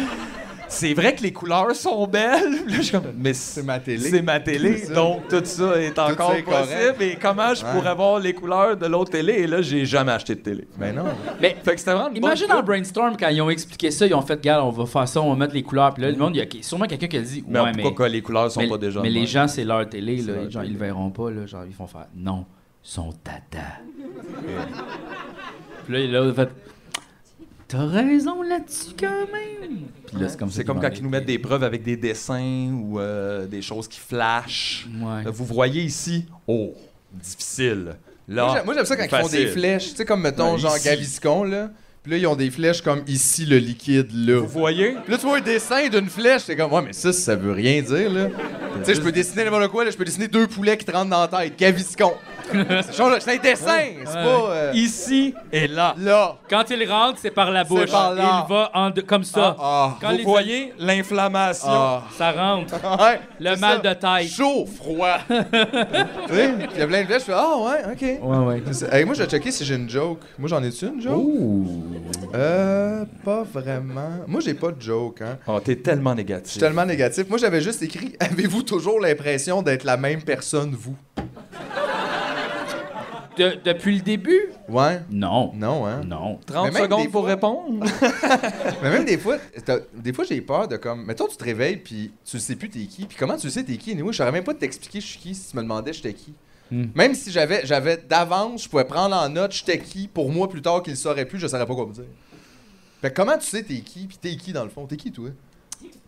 C'est vrai que les couleurs sont belles. Puis là, je suis comme, mais c'est
C'est ma télé.
C'est ma télé,
C'est ça.
donc tout ça est encore
ça est correct.
possible. Et comment je pourrais voir les couleurs de l'autre télé? Et là, j'ai jamais acheté de télé.
Mais Ben non.
Mais
Fait que c'était vraiment une Ben, bonne
Imagine
pub.
en brainstorm quand ils ont expliqué ça, ils ont fait, gars, on va faire ça, on va mettre les couleurs. Puis là, le monde, il y a sûrement quelqu'un qui a dit,
Mais
ouais, mais.
pourquoi que les couleurs sont
mais
pas déjà
mais
de
les
même?
gens, c'est leur télé, là.
leur
genre,
télé.
ils le verront pas, là. Genre, ils font faire, non, son tata. Puis là, il a fait, t'as raison là-dessus quand même. Puis là, c'est comme ça
C'est
qu'ils
comme
vont
quand
aller.
ils nous mettent des preuves avec des dessins ou euh, des choses qui flashent.
Ouais.
Vous voyez ici, oh, difficile.
Moi,
Là,
j'aime- moi, j'aime ça quand ils font
facile.
des flèches. Tu sais, comme mettons,
Ouais,
genre
ici.
Gaviscon, là. Puis là, ils ont des flèches comme ici, le liquide, là.
Vous voyez?
Puis là, tu vois un dessin d'une flèche, c'est comme, ouais, mais ça, ça veut rien dire, là. tu sais, je peux dessiner n'importe quoi, là. Je peux dessiner deux poulets qui te rentrent dans la tête. Gaviscon. Ça change- c'est un dessin. C'est pas. euh,
Ici et là.
Là.
Quand il rentre, c'est par la bouche.
par là.
Il va en deux- comme ça.
Ah,
quand
vous
les-
voyez l'inflammation.
Ah.
ça rentre.
Ouais,
Le
c'est
mal
ça.
de tête.
Chaud, froid. tu sais, puis il y a plein de flèches. Je fais, ah, ouais, ok.
Ouais, ouais.
C'est- Hey, moi, je vais checker si j'ai une joke. Moi, j'en ai-tu une joke?
Oh,
Euh, pas vraiment. Moi, j'ai pas de joke, hein.
Oh, t'es tellement
Je
négatif.
suis tellement négatif. Moi, j'avais juste écrit Avez-vous toujours l'impression d'être la même personne, vous
De- depuis le début?
Ouais.
Non.
Non, hein.
Non.
30
Mais même
secondes
des
pour
fois-
répondre.
Mais même des fois, t'as- des fois, j'ai peur de comme. Mettons, tu te réveilles, puis tu sais plus t'es qui. Puis comment tu sais t'es qui Nous, je saurais même pas t'expliquer je suis qui si tu me demandais j'étais qui.
Hmm.
Même si j'avais j'avais d'avance, je pouvais prendre en note j'étais qui pour moi plus tard qu'il saurait plus, je saurais pas quoi me dire. Fait que comment tu sais t'es qui, puis t'es qui dans le fond T'es qui, toi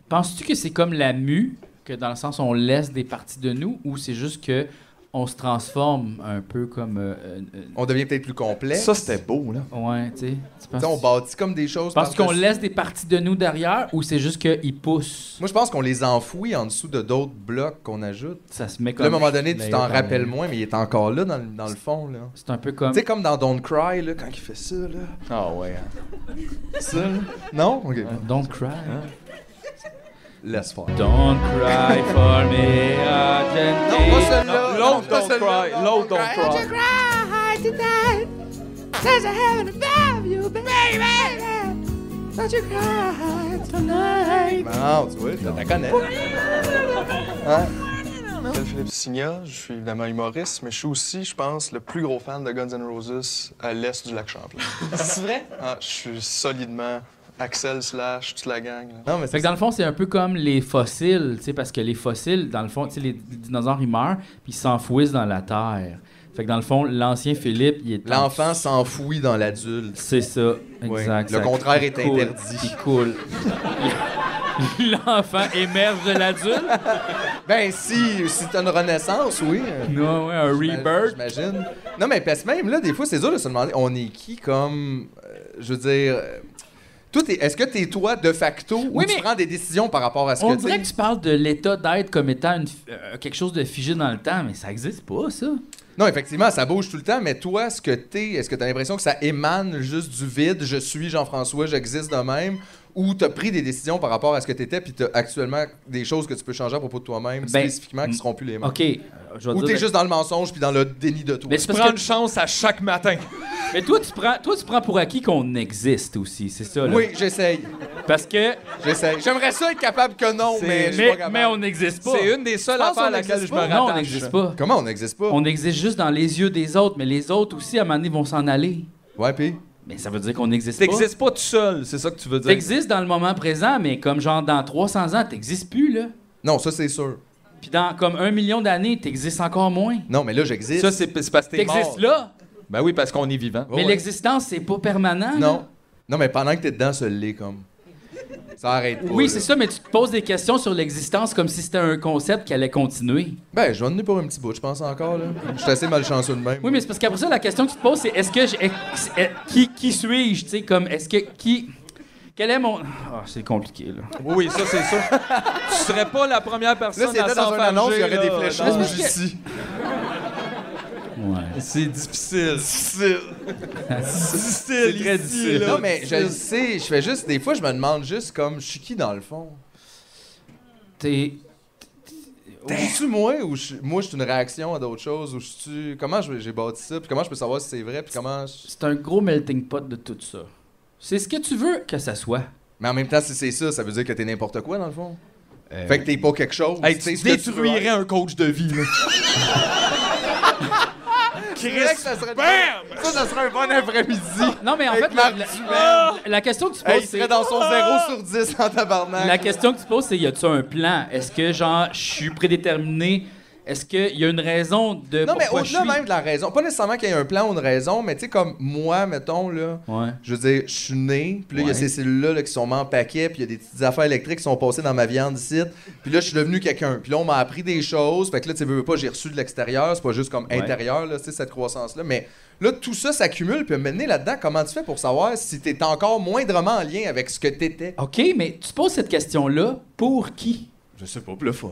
Penses-tu que c'est comme la mue, que dans le sens on laisse des parties de nous, ou c'est juste que on se transforme un peu comme. euh, euh, euh,
On devient peut-être plus complet.
Ça, c'était beau, là.
ouais, tu sais. Tu
Tu
penses-
sais, on bâtit comme des choses.
Penses-tu qu'on
par-dessus.
laisse des parties de nous derrière, ou c'est juste qu'ils poussent
Moi, je pense qu'on les enfouit en dessous de d'autres blocs qu'on ajoute.
Ça se met
Puis
comme.
là, à un moment donné, tu
Mais
t'en
quand
rappelles
même.
moins, mais il est encore là dans, le- dans le fond. là.
C'est un peu comme.
Tu sais, comme dans Don't Cry, là, quand il fait ça, là.
Ah ouais.
Ça, là. Non? OK.
Don't cry.
Hein? Laisse faire.
Don't cry for me, uh, Argentine.
Non, pas celle-là.
L'autre
pas
don't
celle-là.
cry.
Non,
L'autre don't cry.
cry.
cry tonight. Says I haven't above you, baby. Don't you cry tonight.
Non, tu vois, tu la connais. Hein?
m'appelle Philippe Signa, je suis évidemment humoriste, mais je suis aussi, je pense, le plus gros fan de Guns N' Roses à l'est du lac Champlain. C'est vrai? Ah, je suis solidement Axel slash toute la gang. là.
Non, mais
Fait
c'est
que dans le fond, c'est un peu comme les fossiles, tu sais, parce que les fossiles, dans le fond, tu sais, les dinosaures, ils meurent, puis ils s'enfouissent dans la terre. Fait que dans le fond, l'ancien Philippe, il est en-
L'enfant s'enfouit dans l'adulte.
C'est ça,
Ouais.
exact.
Le
Ça
contraire est
coule,
interdit.
Il coule. L'enfant émerge de l'adulte.
Ben, si, si t'as une renaissance, oui.
Non, ouais, un rebirth.
J'imagine. Non, mais parce que même là, des fois, c'est dur de se demander on est qui comme. euh, je veux dire. euh, toi, t'es- est-ce que t'es toi de facto ou
Oui,
tu
mais-
prends des décisions par rapport à ce
On
que
dirait que
t'es?
tu parles de l'état d'être comme étant une fi- euh, quelque chose de figé dans le temps, mais ça existe pas, ça.
Non, effectivement, ça bouge tout le temps, mais toi, ce que t'es, est-ce que t'as l'impression que ça émane juste du vide Je suis Jean-François, j'existe de même ou t'as pris des décisions par rapport à ce que t'étais, puis t'as actuellement des choses que tu peux changer à propos de toi-même
Ben,
spécifiquement qui seront plus les mêmes.
OK. euh, je vais
Ou
te
t'es
dire-
juste dans le mensonge puis dans le déni de toi.
Mais c'est parce
Prends
que-
une chance à chaque matin.
Mais toi, tu prends, toi, tu prends pour acquis qu'on existe aussi, c'est ça, là.
Oui, j'essaye.
Parce que.
J'essaye. J'aimerais ça être capable que non, mais je suis pas
Mais,
capable.
mais on n'existe pas.
C'est une des seules
penses
affaires à
qu'on
laquelle
existe
je me rattache.
Non, on n'existe pas.
Comment on n'existe pas?
On existe juste dans les yeux des autres, mais les autres aussi, à un moment donné, vont s'en aller.
Ouais, puis
Mais ça veut dire qu'on n'existe pas.
T'existes pas tout seul, c'est ça que tu veux dire.
T'existes dans le moment présent, mais comme genre dans 300 ans, t'existes plus, là.
Non, ça c'est sûr.
Puis dans comme un million d'années, t'existes encore moins.
Non, mais là j'existe.
Ça, c'est c'est parce que t'es mort.
T'existes là,
Ben oui, parce qu'on est vivant.
Oh,
mais
ouais.
l'existence, c'est pas permanent. là.
Non. Non, mais pendant que t'es dedans, ça l'est comme. Ça arrête pas.
Oui,
là.
c'est ça, mais tu te poses des questions sur l'existence comme si c'était un concept qui allait continuer.
Ben, je vais en donner pour un petit bout, je pense encore, là. Je suis assez malchanceux de même.
Oui, mais c'est parce qu'après ça, la question que tu te poses, c'est est-ce que je. ex- eh, Qui, qui suis-je? Tu sais, comme, est-ce que. Qui. Quel est mon. Ah, c'est compliqué, là.
Oui, oui, ça, c'est sûr. tu serais pas la première
Là,
personne à
c'était dans
s'en
une
faire
annonce, il y
juger,
aurait
là,
des flèches
Ah,
dans-
rouges ici.
Ouais.
C'est difficile. Difficile. difficile. C'est très difficile.
Non, mais je le sais, je fais juste. Des fois, je me demande juste comme, je suis qui dans le fond?
T'es.
suis-tu moi ou je suis- moi, je suis une réaction à d'autres choses? Ou je suis. Comment je- j'ai bâti ça? Puis comment je peux savoir si c'est vrai? Puis comment. je-
C'est un gros melting pot de tout ça. C'est ce que tu veux que ça soit.
Mais en même temps, si c'est ça, ça veut dire que t'es n'importe quoi, dans le fond.
Euh,
fait que t'es pas quelque chose.
Hey,
sais
tu
ce que tu veux
détruirais
être.
un coach de vie, là.
Direct, ça serait. Ça, ça serait un bon après-midi.
Non, mais en
Avec
fait, la,
Marc
la-
Duval.
Ah! la question que tu poses,
Hey, il
c'est.
serait dans son 0 sur 10 en tabarnak.
La question que tu poses, c'est y a-tu un plan? Est-ce que, genre, je suis prédéterminé? Est-ce qu'il y a une raison de.
Non, mais
pourquoi je
au-delà
suis?
même de la raison. Pas nécessairement qu'il y ait un plan ou une raison, mais tu sais, comme moi, mettons, là.
Ouais.
Je veux dire, je suis né, puis là, il y a
Ouais.
ces cellules-là là, qui sont mis en paquet, puis il y a des petites affaires électriques qui sont passées dans ma viande ici. Puis là, je suis devenu quelqu'un. Puis là, on m'a appris des choses. Fait que là, tu sais, veux veux pas, j'ai reçu de l'extérieur. C'est pas juste comme
Ouais.
intérieur, là, tu sais, cette croissance-là. Mais là, tout ça s'accumule. Puis mener là-dedans, comment tu fais pour savoir si t'es encore moindrement en lien avec ce que t'étais?
OK, mais tu poses cette question-là pour qui?
Je sais pas, pour le fun.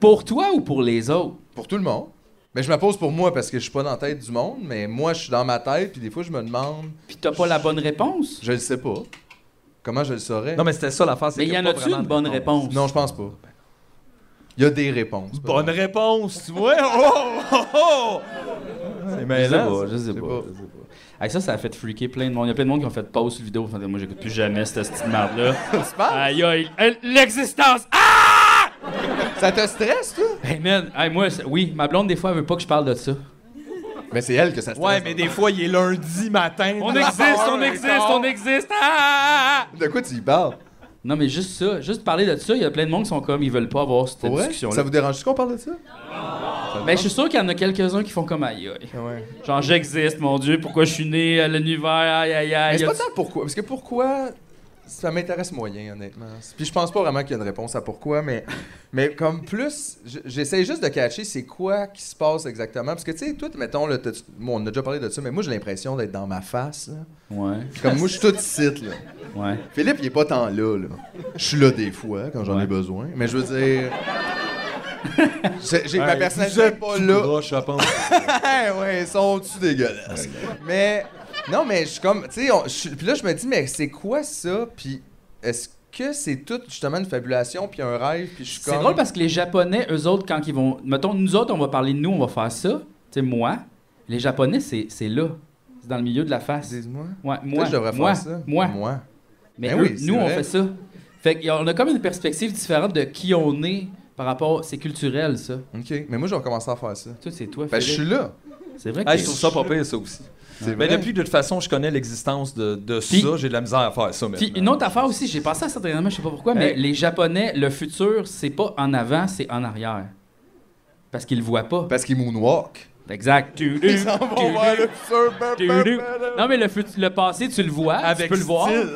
Pour toi ou pour les autres?
Pour tout le monde. Mais je me pose pour moi parce que je suis pas dans la tête du monde, mais moi, je suis dans ma tête, puis des fois, je me demande,
Puis t'as pas la bonne réponse?
je le sais pas. Comment je le saurais?
Non, mais c'était ça l'affaire. c'est
Mais
qu'il
y en
pas
a-tu
vraiment
une
de
bonne réponse?
Non, je pense pas. Il y a des réponses.
Bonne réponse, tu vois? Oh! oh, oh. C'est
Je sais
mêlant.
pas, je sais
sais
pas,
pas.
je sais pas. Hey, ça, ça a fait freaker plein de monde. Il y a plein de monde qui ont fait pause sur le vidéo. Enfin, moi, j'écoute plus jamais cette petite merde-là. Aïe, aïe, elle- l'existence! Ah!
Ça te stresse, toi?
Hey, man, hey, moi, c'est- oui, ma blonde, des fois, elle veut pas que je parle de ça.
Mais c'est elle que ça stresse. hein.
Ouais, mais des fois, il est lundi matin. Ah,
On existe, on existe, on existe! Ah!
De quoi tu y parles?
Non, mais juste ça, juste parler de ça, il y a plein de monde qui sont comme, ils veulent pas avoir cette
Pour vrai? Ça
discussion-là.
vous dérange-tu qu'on parle de ça?
Mais je suis sûr qu'il y en a quelques-uns qui font comme aïe, aïe.
Ouais.
Genre, j'existe, mon Dieu, pourquoi je suis né à l'univers, aïe, aïe, aïe.
Mais
Y
c'est
a-
pas tant pourquoi. Parce que pourquoi, ça m'intéresse moyen, honnêtement. Puis je pense pas vraiment qu'il y a une réponse à pourquoi, mais, mais comme plus, j- j'essaie juste de catcher c'est quoi qui se passe exactement. Parce que, tu sais, toi, mettons, là, t'as- bon, on a déjà parlé de ça, mais moi, j'ai l'impression d'être dans ma face. là.
Ouais,
Comme moi, je suis tout site, là.
ouais.
Philippe, il est pas tant là, là. Je suis là des fois, quand j'en
Ouais.
ai besoin. Mais je veux dire... J'ai j'ai- ma
personne
personnalité est
ah,
pas là.
je pense.
Hey, Eh ouais, ils sont-tu dégueulasses? mais, non, mais je suis comme, tu sais, on- je suis- puis là, je me dis, mais c'est quoi ça? Puis est-ce que c'est tout justement une fabulation, puis un rêve, puis je suis comme.
C'est drôle parce que les Japonais, eux autres, quand ils vont. Mettons, nous autres, on va parler de nous, on va faire ça. Tu sais, moi. Les Japonais, c'est c'est là. C'est dans le milieu de la face.
Dis-moi.
Ouais,
Moi,
moi.
je devrais
moi,
faire ça.
Moi.
Moi.
Mais
Ben
eux,
oui, c'est
nous, on
vrai.
fait ça. Fait qu'on a comme une perspective différente de qui on est par rapport. C'est culturel, ça.
OK. Mais moi, je vais recommencer à faire ça.
Toi, c'est toi,
Fait que Ben, je
Philippe.
suis là.
C'est vrai que.
je trouve ça pas pire, ça aussi.
C'est
Mais
vrai.
Eh ben, depuis, de toute façon, je connais l'existence de, de
Puis-
ça. J'ai de la misère à faire ça.
Puis
maintenant.
une autre affaire aussi, j'ai pensé à ça dernièrement, je sais pas pourquoi, mais
Hey.
les Japonais, le futur, c'est pas en avant, c'est en arrière. Parce qu'ils le voient pas.
Parce qu'il moonwalk.
Exact.
Ils s'en vont voir le futur. ben, ba, ba,
Tudu.
ba, ba.
Non, mais le, fut- le passé, tu le vois, tu
Avec
peux le voir.
style.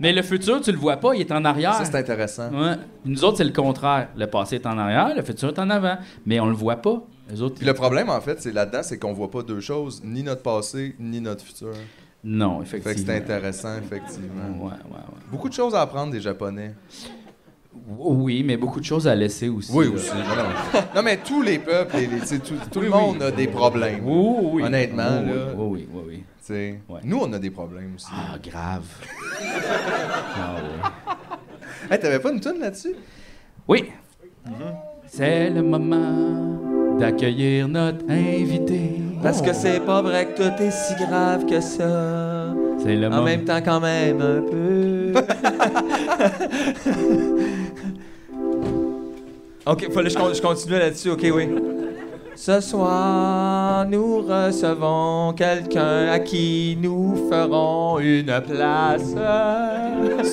Mais le futur, tu le vois pas, il est en arrière.
Ça, c'est intéressant.
Ouais. Nous autres, c'est le contraire. Le passé est en arrière, le futur est en avant. Mais on le voit pas. Les autres,
Puis le problème, en fait, c'est là-dedans, c'est qu'on voit pas deux choses, ni notre passé, ni notre futur.
Non,
Fait que c'est
effectivement.
intéressant,
Ouais,
effectivement.
ouais, ouais.
Beaucoup de choses à apprendre des Japonais.
Oui, mais beaucoup de choses à laisser aussi.
Oui,
là.
aussi. Non, euh, non. Non, mais tous les peuples, les- les- tu sais, tout, tout
Oui,
le monde
oui.
a des problèmes.
Oui, oui, oui.
Oh,
Honnêtement,
Oui, Ah,
là.
Oui, oui, oui, oui.
tu sais.
Ouais.
Ah.
Nous, on a des problèmes aussi.
Ah, grave.
Hey, t'avais pas une tune là-dessus?
Oui. C'est le moment d'accueillir notre invité.
Parce que c'est pas vrai que tout est si grave que ça.
C'est le
En
moment.
même temps, quand même, un peu. ok, fallait que je con- je continue là-dessus, ok, oui. Ce soir, nous recevons quelqu'un à qui nous ferons une place.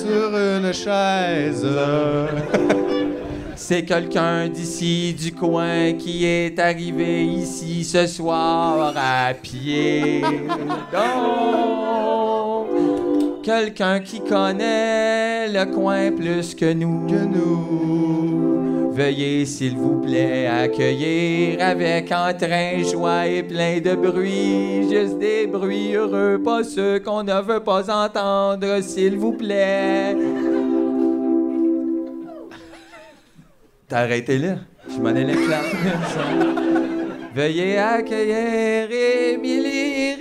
Sur une chaise.
C'est quelqu'un d'ici du coin qui est arrivé ici ce soir à pied. Donc, quelqu'un qui connaît le coin plus que nous. Que nous. Veuillez, s'il vous plaît, accueillir avec entrain, joie et plein de bruit. Juste des bruits heureux, pas ceux qu'on ne veut pas entendre, s'il vous plaît. T'as arrêté là? Je m'en allais clair. Veuillez accueillir Émilie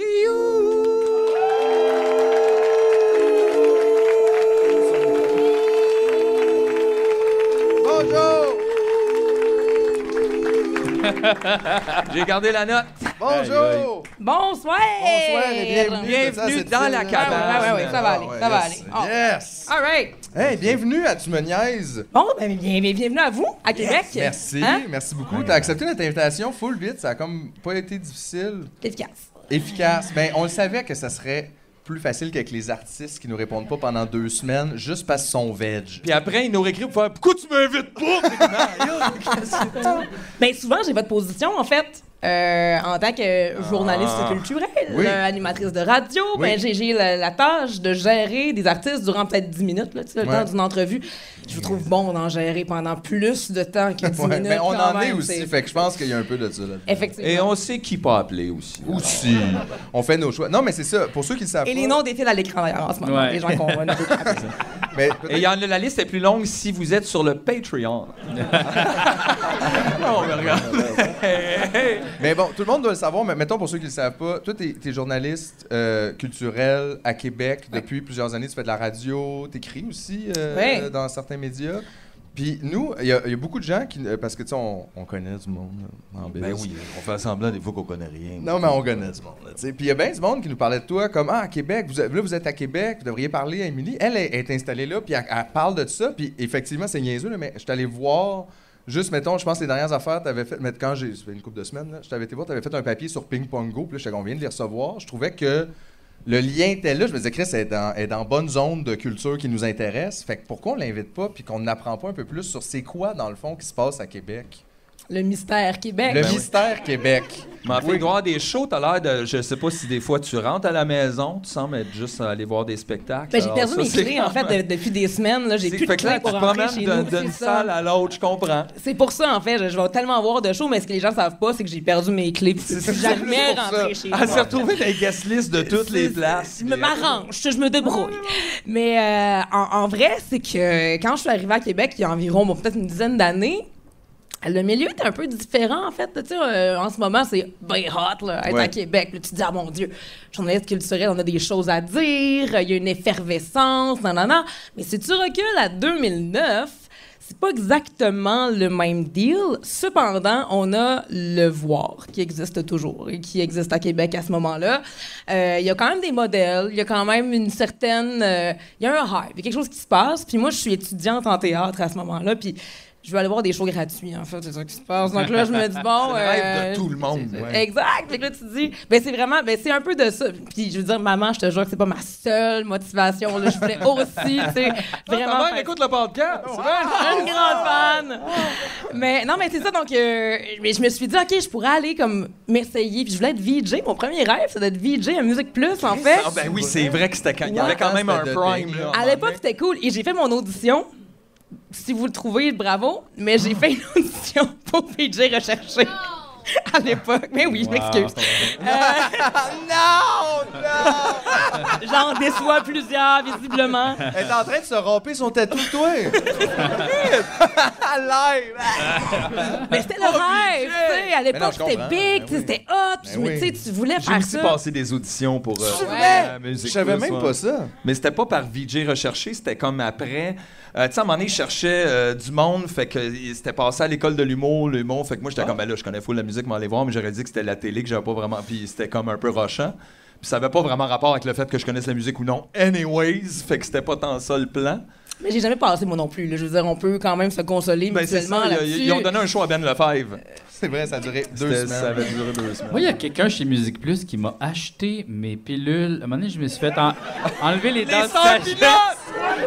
Bonjour!
J'ai gardé la note.
Bonjour!
Bonsoir!
Bonsoir et bienvenue.
Bienvenue dans la cabane.
Ah ouais, ouais, ouais, ça va aller, ça va
yes.
aller. Oh.
Yes!
All right.
Hey, bienvenue à Tu me niaises.
Bon, ben, bien, bien- bienvenue à vous, à Québec.
Merci,
Hein?
merci beaucoup. T'as accepté notre invitation full vite, ça a comme pas été difficile.
C'est efficace.
Efficace. Ben, on le savait que ça serait plus facile qu'avec les artistes qui nous répondent pas pendant deux semaines juste parce qu'ils sont veg.
Puis après, ils nous réécrivent pour faire Pourquoi tu m'invites pas?
Ben, souvent, j'ai votre position, en fait. euh, en tant que journaliste culturelle,
Ah. Oui.
euh, animatrice de radio, ben, j'ai- j'ai la, la tâche de gérer des artistes durant peut-être 10 minutes, là, tu sais, le
Ouais.
temps d'une entrevue. Je vous trouve bon d'en gérer pendant plus de temps que 10
Ouais,
minutes.
mais on
quand
en est
même,
aussi,
c'est-
fait que je pense qu'il y a un peu de ça là.
Effectivement.
Et
Et,
on sait qui pas appeler aussi.
Aussi. On fait nos choix. Non, mais c'est ça. Pour ceux qui le savent
les
pas,
noms défilent à l'écran d'ailleurs en ce moment,
Ouais.
les gens qu'on va noter.
mais
Et il y en a, la liste est plus longue si vous êtes sur le Patreon. Oh, on me regarde.
Mais bon, tout le monde doit le savoir, mais mettons pour ceux qui le savent pas, toi, t'es es journaliste euh, culturel à Québec depuis plusieurs années. Tu fais de la radio, t'écris aussi euh,
Ouais.
euh, dans certains médias. Puis nous, il y, a il y a beaucoup de gens qui. euh, Parce que tu sais, on, on connaît du monde là, en
ben
Belgique.
oui, on fait semblant des fois qu'on connaît rien.
Non, mais on connaît du monde. là, tu sais. Puis il y a bien du monde qui nous parlait de toi, comme Ah, à Québec, vous, êtes- là, vous êtes à Québec, vous devriez parler à Émilie. Elle est, est installée là, puis elle, elle parle de ça. Puis effectivement, c'est niaiseux, là, mais je suis allé voir, juste mettons, je pense les dernières affaires, t'avais fait, mais quand j'ai, ça fait une couple de semaines, là, je t'avais été voir, t'avais fait un papier sur Ping Pong Go, puis là, je sais qu'on vient de les recevoir. Je trouvais que. Le lien était là, je me disais, Chris, elle est dans, elle est dans bonne zone de culture qui nous intéresse. Fait que pourquoi on l'invite pas puis qu'on n'apprend pas un peu plus sur c'est quoi, dans le fond, qui se passe à Québec?
Le mystère Québec. Ben,
Le mystère Québec.
Mais en fait, voir des shows, t'as l'air de. Je sais pas si des fois tu rentres à la maison, tu sembles être juste aller voir des spectacles.
Ben, j'ai
Alors,
perdu
ça,
mes
c'est
clés,
quand
en fait,
même-
de- depuis des semaines. là. J'ai
C'est-
plus de
fait que
clés
là,
pour
tu
rentrer
promènes
chez
d'un-
nous.
d'une
c'est
salle
ça.
à l'autre, je comprends.
C'est pour ça, en fait. Je, je vais tellement avoir de shows, mais ce que les gens savent pas, c'est que j'ai perdu mes clés. puis Je suis jamais
pour ça.
rentrée chez
Elle s'est
nous.
retrouvée dans les guest list de toutes les Ah. places.
Je me m'arrange, je me débrouille. Mais euh, en, en vrai, c'est que quand je suis arrivée à Québec, il y a environ bon, peut-être une dizaine d'années, le milieu est un peu différent, en fait. Tu sais, euh, en ce moment, c'est bien hot, là, être
Ouais.
à Québec. Là, tu te dis, ah mon Dieu, journaliste culturel, on a des choses à dire, euh, il y a une effervescence, non, non, non. Mais si tu recules à 2009, c'est pas exactement le même deal. Cependant, on a le voir qui existe toujours et qui existe à Québec à ce moment-là. Euh, Il y a quand même des modèles, il y a quand même une certaine. euh, Il y a un hype, il y a quelque chose qui se passe. Puis moi, je suis étudiante en théâtre à ce moment-là. Puis je vais aller voir des shows gratuits, en fait, c'est ça qui se passe. Donc là, je me dis, bon.
C'est le rêve de
euh,
tout le monde,
c'est-
ouais.
Exact. Fait que là, tu dis, ben c'est vraiment, ben c'est un peu de ça. Puis je veux dire, maman, je te jure que c'est pas ma seule motivation. là. Je voulais aussi, tu sais,
Vraiment,
vraiment. faire-
écoute le podcast. Ah! tu vois?
une grande fan. Mais non, mais c'est ça. Donc, euh, mais je me suis dit, OK, je pourrais aller comme m'essayer. Puis je voulais être VJ. Mon premier rêve, c'est d'être VJ à Musique Plus, en fait.
Ah, ben oui, c'est vrai que c'était quand. Il y avait quand
Ouais.
même un
C'était de
prime,
thé.
là.
À l'époque, c'était cool. Et j'ai fait mon audition. Si vous le trouvez, bravo. Mais j'ai fait une audition pour VJ recherché. à l'époque. Mais oui, je m'excuse.
Non! Non!
J'en déçois plusieurs, visiblement.
Elle est en train de se romper son tatou, toi! Live!
Mais c'était le rêve, tu sais. À
non,
l'époque,
je
c'était
comprends.
big, tu sais,
Ben oui.
c'était hot.
Ben
mais
oui.
tu sais, tu voulais
J'ai
faire
aussi
ça.
passé des auditions pour. euh,
Tu
Ouais.
venais?
musique
Je savais
plus,
même
ouais.
pas ça.
Mais c'était pas par VJ recherché, c'était comme après. Euh, tu sais, à un moment donné, je cherchais euh, du monde, fait que il- c'était passé à l'école de l'humour, l'humour. Fait que
Ah.
moi, j'étais comme, ben là, je connais full la musique, m'en aller voir, mais j'aurais dit que c'était la télé, que j'avais pas vraiment. Puis c'était comme un peu rochant. Puis ça avait pas vraiment rapport avec le fait que je connaisse la musique ou non. Anyways, fait que c'était pas tant ça le plan.
Mais j'ai jamais passé, moi non plus. là. Je veux dire, on peut quand même se consoler
Ben c'est
mutuellement
ça, ils-
là-dessus.
ils ont donné un show à Ben Lefebvre.
C'est vrai, ça a duré deux
C'était-
semaines.
Ça avait duré deux semaines.
Moi, il y a quelqu'un chez Musique Plus qui m'a acheté mes pilules. À un moment donné, je me suis fait en- enlever les dents de sagesse.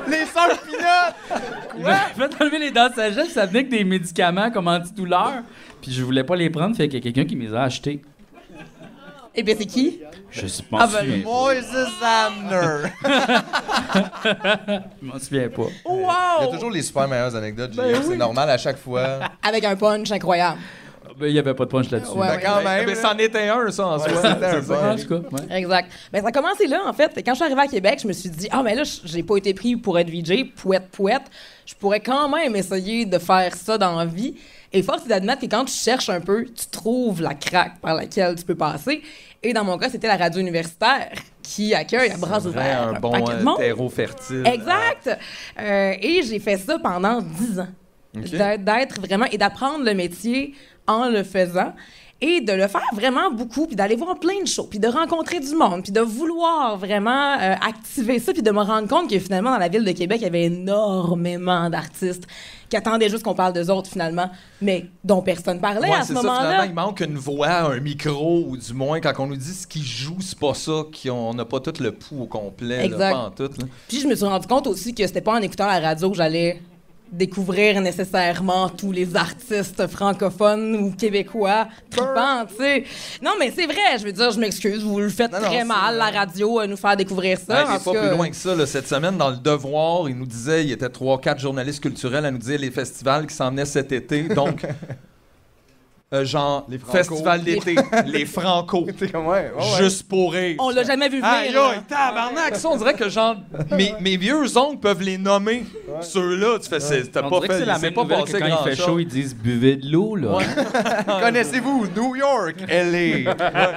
Les sœurs pinottes!
Je me suis fait enlever les dents de sagesse. Ça venait que des médicaments comme antidouleurs. Puis je voulais pas les prendre, fait qu'il y a quelqu'un qui me les a achetés.
Eh bien, c'est qui?
Je suis m'en
Ah ben,
souviens pas.
Moses Amner!
Je m'en souviens pas.
Il y a
Wow!
toujours les super meilleures anecdotes, Julien.
Ben
C'est normal à chaque fois.
Ah
Avec un punch incroyable.
Ben, il y avait pas de punch là-dessus.
Ouais.
Ben, quand
Ben,
même.
mais c'en était un, ça, en soi.
c'était un
C'est
bon.
En tout cas, ouais.
Exact. Mais ça a commencé là, en fait. Et Quand je suis arrivée à Québec, je me suis dit, ah, mais là, j'ai pas été pris pour être VJ, pouette, pouette. Je pourrais quand même essayer de faire ça dans la vie. Et force est d'admettre que quand tu cherches un peu, tu trouves la craque par laquelle tu peux passer. Et dans mon cas, c'était la radio universitaire qui accueille à bras
Vrai,
ouverts
un bon
paquet de
euh,
monde.
terreau fertile.
Exact. Euh, et j'ai fait ça pendant 10 ans. D'être- D'être vraiment et d'apprendre le métier en le faisant et de le faire vraiment beaucoup, puis d'aller voir plein de shows, puis de rencontrer du monde, puis de vouloir vraiment euh, activer ça, puis de me rendre compte que finalement, dans la ville de Québec, il y avait énormément d'artistes qui attendaient juste qu'on parle d'eux autres, finalement, mais dont personne parlait
Ouais,
à ce
c'est ça, finalement,
moment-là.
il manque une voix, un micro, ou du moins, quand on nous dit ce qu'ils jouent, c'est pas ça, qu'on n'a pas tout le pouls au complet, là,
Exact.
pas en tout. là.
Puis je me suis rendu compte aussi que c'était pas en écoutant la radio que j'allais découvrir nécessairement tous les artistes francophones ou québécois tripants, tu sais. Non, mais c'est vrai, je veux dire, je m'excuse, vous le faites
Non, non,
très
c'est-
mal, la radio, à nous faire découvrir ça.
Hey,
en
c'est
tout
pas
cas.
plus loin que ça. là. Cette semaine, dans Le Devoir, il nous disait, il y était trois, quatre journalistes culturels à nous dire les festivals qui s'en venaient cet été. Donc, euh, genre, les
Franco.
festivals d'été, les Franco.
T'es comme, ouais, ouais, ouais.
Juste pour rire.
On l'a jamais vu venir. hein.
Aïe,
là.
aïe, tabarnak! Ça, on dirait que genre, mes, mes vieux oncles peuvent les nommer. Ceux-là, tu fais, c'est- t'as
On
pas
dirait que
fait,
c'est la
il s'est
même
pas
nouvelle
passé
que quand il fait
grand-chose.
chaud, ils disent buvez de l'eau, là.
Connaissez-vous New York, LA?
euh,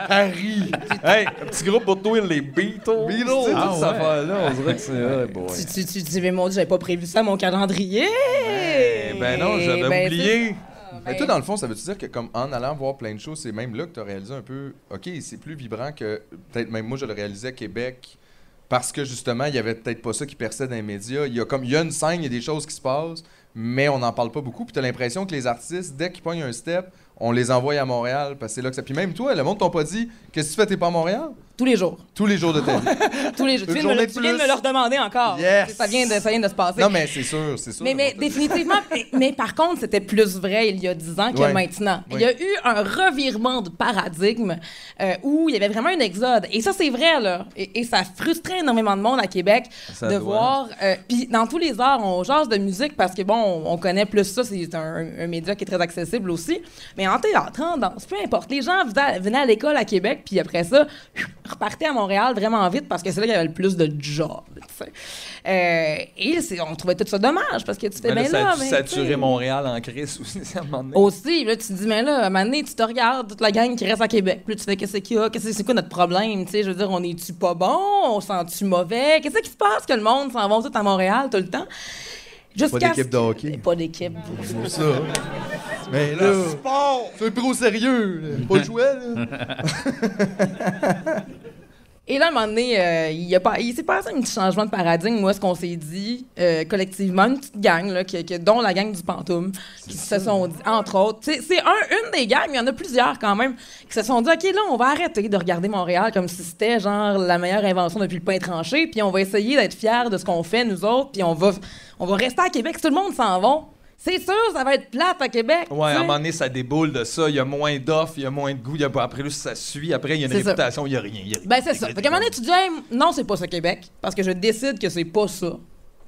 Harry! hey, un petit groupe pour toi, les Beatles.
Beatles.
tu sais,
Ah
toute cette
ouais.
affaire-là, on dirait que c'est. ouais, boy.
Tu, tu, tu dis, mais mon Dieu, j'avais pas prévu ça, à mon calendrier.
Eh ben Ah, non, j'avais
Ben,
oublié. Eh ben.
Mais toi, dans le fond, ça veut-tu dire que, comme en allant voir plein de choses, c'est même là que t'as réalisé un peu, OK, c'est plus vibrant que. Peut-être même moi, je le réalisais à Québec. Parce que justement, il y avait peut-être pas ça qui perçait dans les médias. Il y a comme il y a une scène, il y a des choses qui se passent, mais on n'en parle pas beaucoup. Puis t'as l'impression que les artistes, dès qu'ils pognent un step, on les envoie à Montréal. Parce que c'est là que ça. Puis même toi, le monde t'a pas dit Qu'est-ce que tu fais, t'es pas à Montréal?
Tous les jours.
Tous les jours de ta vie.
Tous les jours. Tu viens, de
Une
me,
journée
le-
de
tu viens de
plus.
me le redemander encore.
Yes.
Ça vient de, ça vient de se passer.
Non, mais c'est sûr, c'est sûr.
Mais, mais définitivement, mais, mais par contre, c'était plus vrai il y a 10 ans que
Ouais.
maintenant.
Oui.
Il y a eu un revirement de paradigme euh, où il y avait vraiment un exode. Et ça, c'est vrai, là. Et, et ça frustrait énormément de monde à Québec
Ça
de
doit.
voir. euh, Puis dans tous les arts, on jase de musique parce que, bon, on, on connaît plus ça. C'est un, un média qui est très accessible aussi. Mais en théâtre, en danse, peu importe. Les gens venaient à- venaient à l'école à Québec, puis après ça, repartaient à Montréal vraiment vite parce que c'est là qu'il y avait le plus de jobs. tu sais. Euh, et c'est- on trouvait tout ça dommage parce que tu fais
Mais Ben
bien
là, ça
là,
a dû
mais, tu
saturer
sais.
Montréal en crise aussi, à un moment donné.
Aussi, là, tu te dis, mais là, à un moment donné, tu te regardes toute la gang qui reste à Québec. Puis là, tu fais, qu'est-ce qu'il y a? Qu'est-ce que c'est quoi notre problème? Tu sais, je veux dire, on est-tu pas bon? On sent-tu mauvais? Qu'est-ce qui se passe que le monde s'en va tout à Montréal tout le temps? Jusqu'à
d'équipe
ce-
de hockey.
Pas d'équipe.
ça. Mais là, c'est pro sérieux. là. Pas jouer, là.
Et là, à un moment donné, euh, il, y a pas, il s'est passé un petit changement de paradigme. Moi, ce qu'on s'est dit euh, collectivement, une petite gang, là, que- que- dont la gang du Pantoum, qui se sont dit, entre autres, c'est c'est un, une des gangs, mais il y en a plusieurs quand même, qui se sont dit, OK, là, on va arrêter de regarder Montréal comme si c'était genre la meilleure invention depuis le pain tranché, puis on va essayer d'être fiers de ce qu'on fait, nous autres, puis on va, on va rester à Québec si tout le monde s'en va. C'est sûr, ça va être plate à Québec.
Ouais,
tu
à un
sais.
moment donné, ça déboule de ça. Il y a moins d'offres, il y a moins de goût. il Y a... pas- Après, là, ça suit. Après, il y a une
C'est ça.
réputation, il y a rien. il y a rien.
Ben, c'est ça. Fait qu'à un moment donné, tu dis, Hey, non, c'est pas ça, Québec, parce que je décide que c'est pas ça.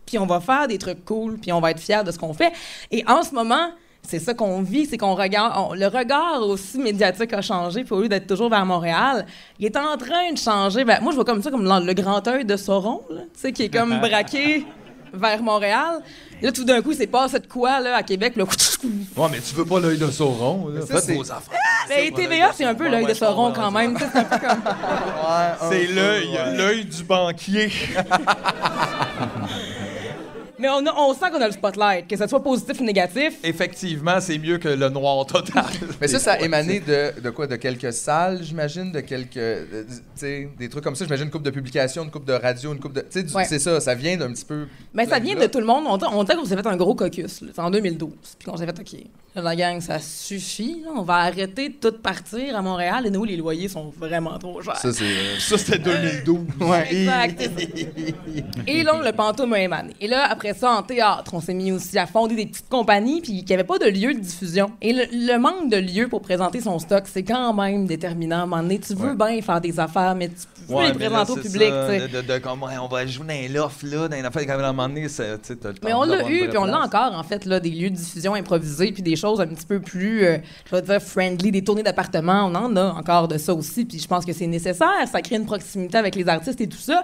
Puis on va faire des trucs cool, puis on va être fiers de ce qu'on fait. Et en ce moment, c'est ça qu'on vit, c'est qu'on regarde. on- le regard aussi médiatique a changé. Puis au lieu d'être toujours vers Montréal, il est en train de changer. vers- moi, je vois comme ça, comme l'en- le grand œil de Sauron, là, tu sais, qui est comme braqué vers Montréal. Là, tout d'un coup, c'est passé de quoi, là, à Québec. Là,
Ouais, mais tu veux pas l'œil de Sauron. là.
Mais ça,
Faites
c'est-
vos affaires.
mais TVA, c'est un peu l'œil de Sauron quand même. tu sais, c'est un peu comme-
C'est l'œil, l'œil du banquier.
Mais on, a- on sent qu'on a le spotlight, que ce soit positif ou négatif.
Effectivement, c'est mieux que le noir total.
Mais ça, ça a émané de, de quoi De quelques salles, j'imagine, de quelques. euh, tu sais, des trucs comme ça. J'imagine une coupe de publication, une coupe de radio, une coupe de. Tu sais, du-
Ouais.
c'est ça, ça vient d'un petit peu.
Mais ça
plein
vient
Ben là.
de tout le monde. On dit- On dit qu'on s'est fait un gros caucus là. C'est en 2012. Puis qu'on s'est fait OK. là, la gang, ça suffit. là. On va arrêter de tout partir à Montréal. Et nous, les loyers sont vraiment trop chers.
Ça, c'est. euh,
Ça, c'était 2012.
Exact. Et là, le pantoum a émané. Et là, après ça, en théâtre, on s'est mis aussi à fonder des petites compagnies puis qu'il n'y avait pas de lieu de diffusion. Et le, le manque de lieu pour présenter son stock, c'est quand même déterminant. À un moment donné, tu veux bien faire des affaires, mais tu peux les présenter au public. tu sais.
de, de comme, ouais, on va jouer dans les lofts, là, dans les affaires, quand même, à un moment donné, c'est- tu sais, t'as le temps
Mais on l'a
d'avoir une
eu,
vraie
puis on l'a
place.
encore, en fait, là, des lieux de diffusion improvisés, puis des choses un petit peu plus, euh, je vais dire, friendly, des tournées d'appartements. On en a encore de ça aussi, puis je pense que c'est nécessaire. Ça crée une proximité avec les artistes et tout ça.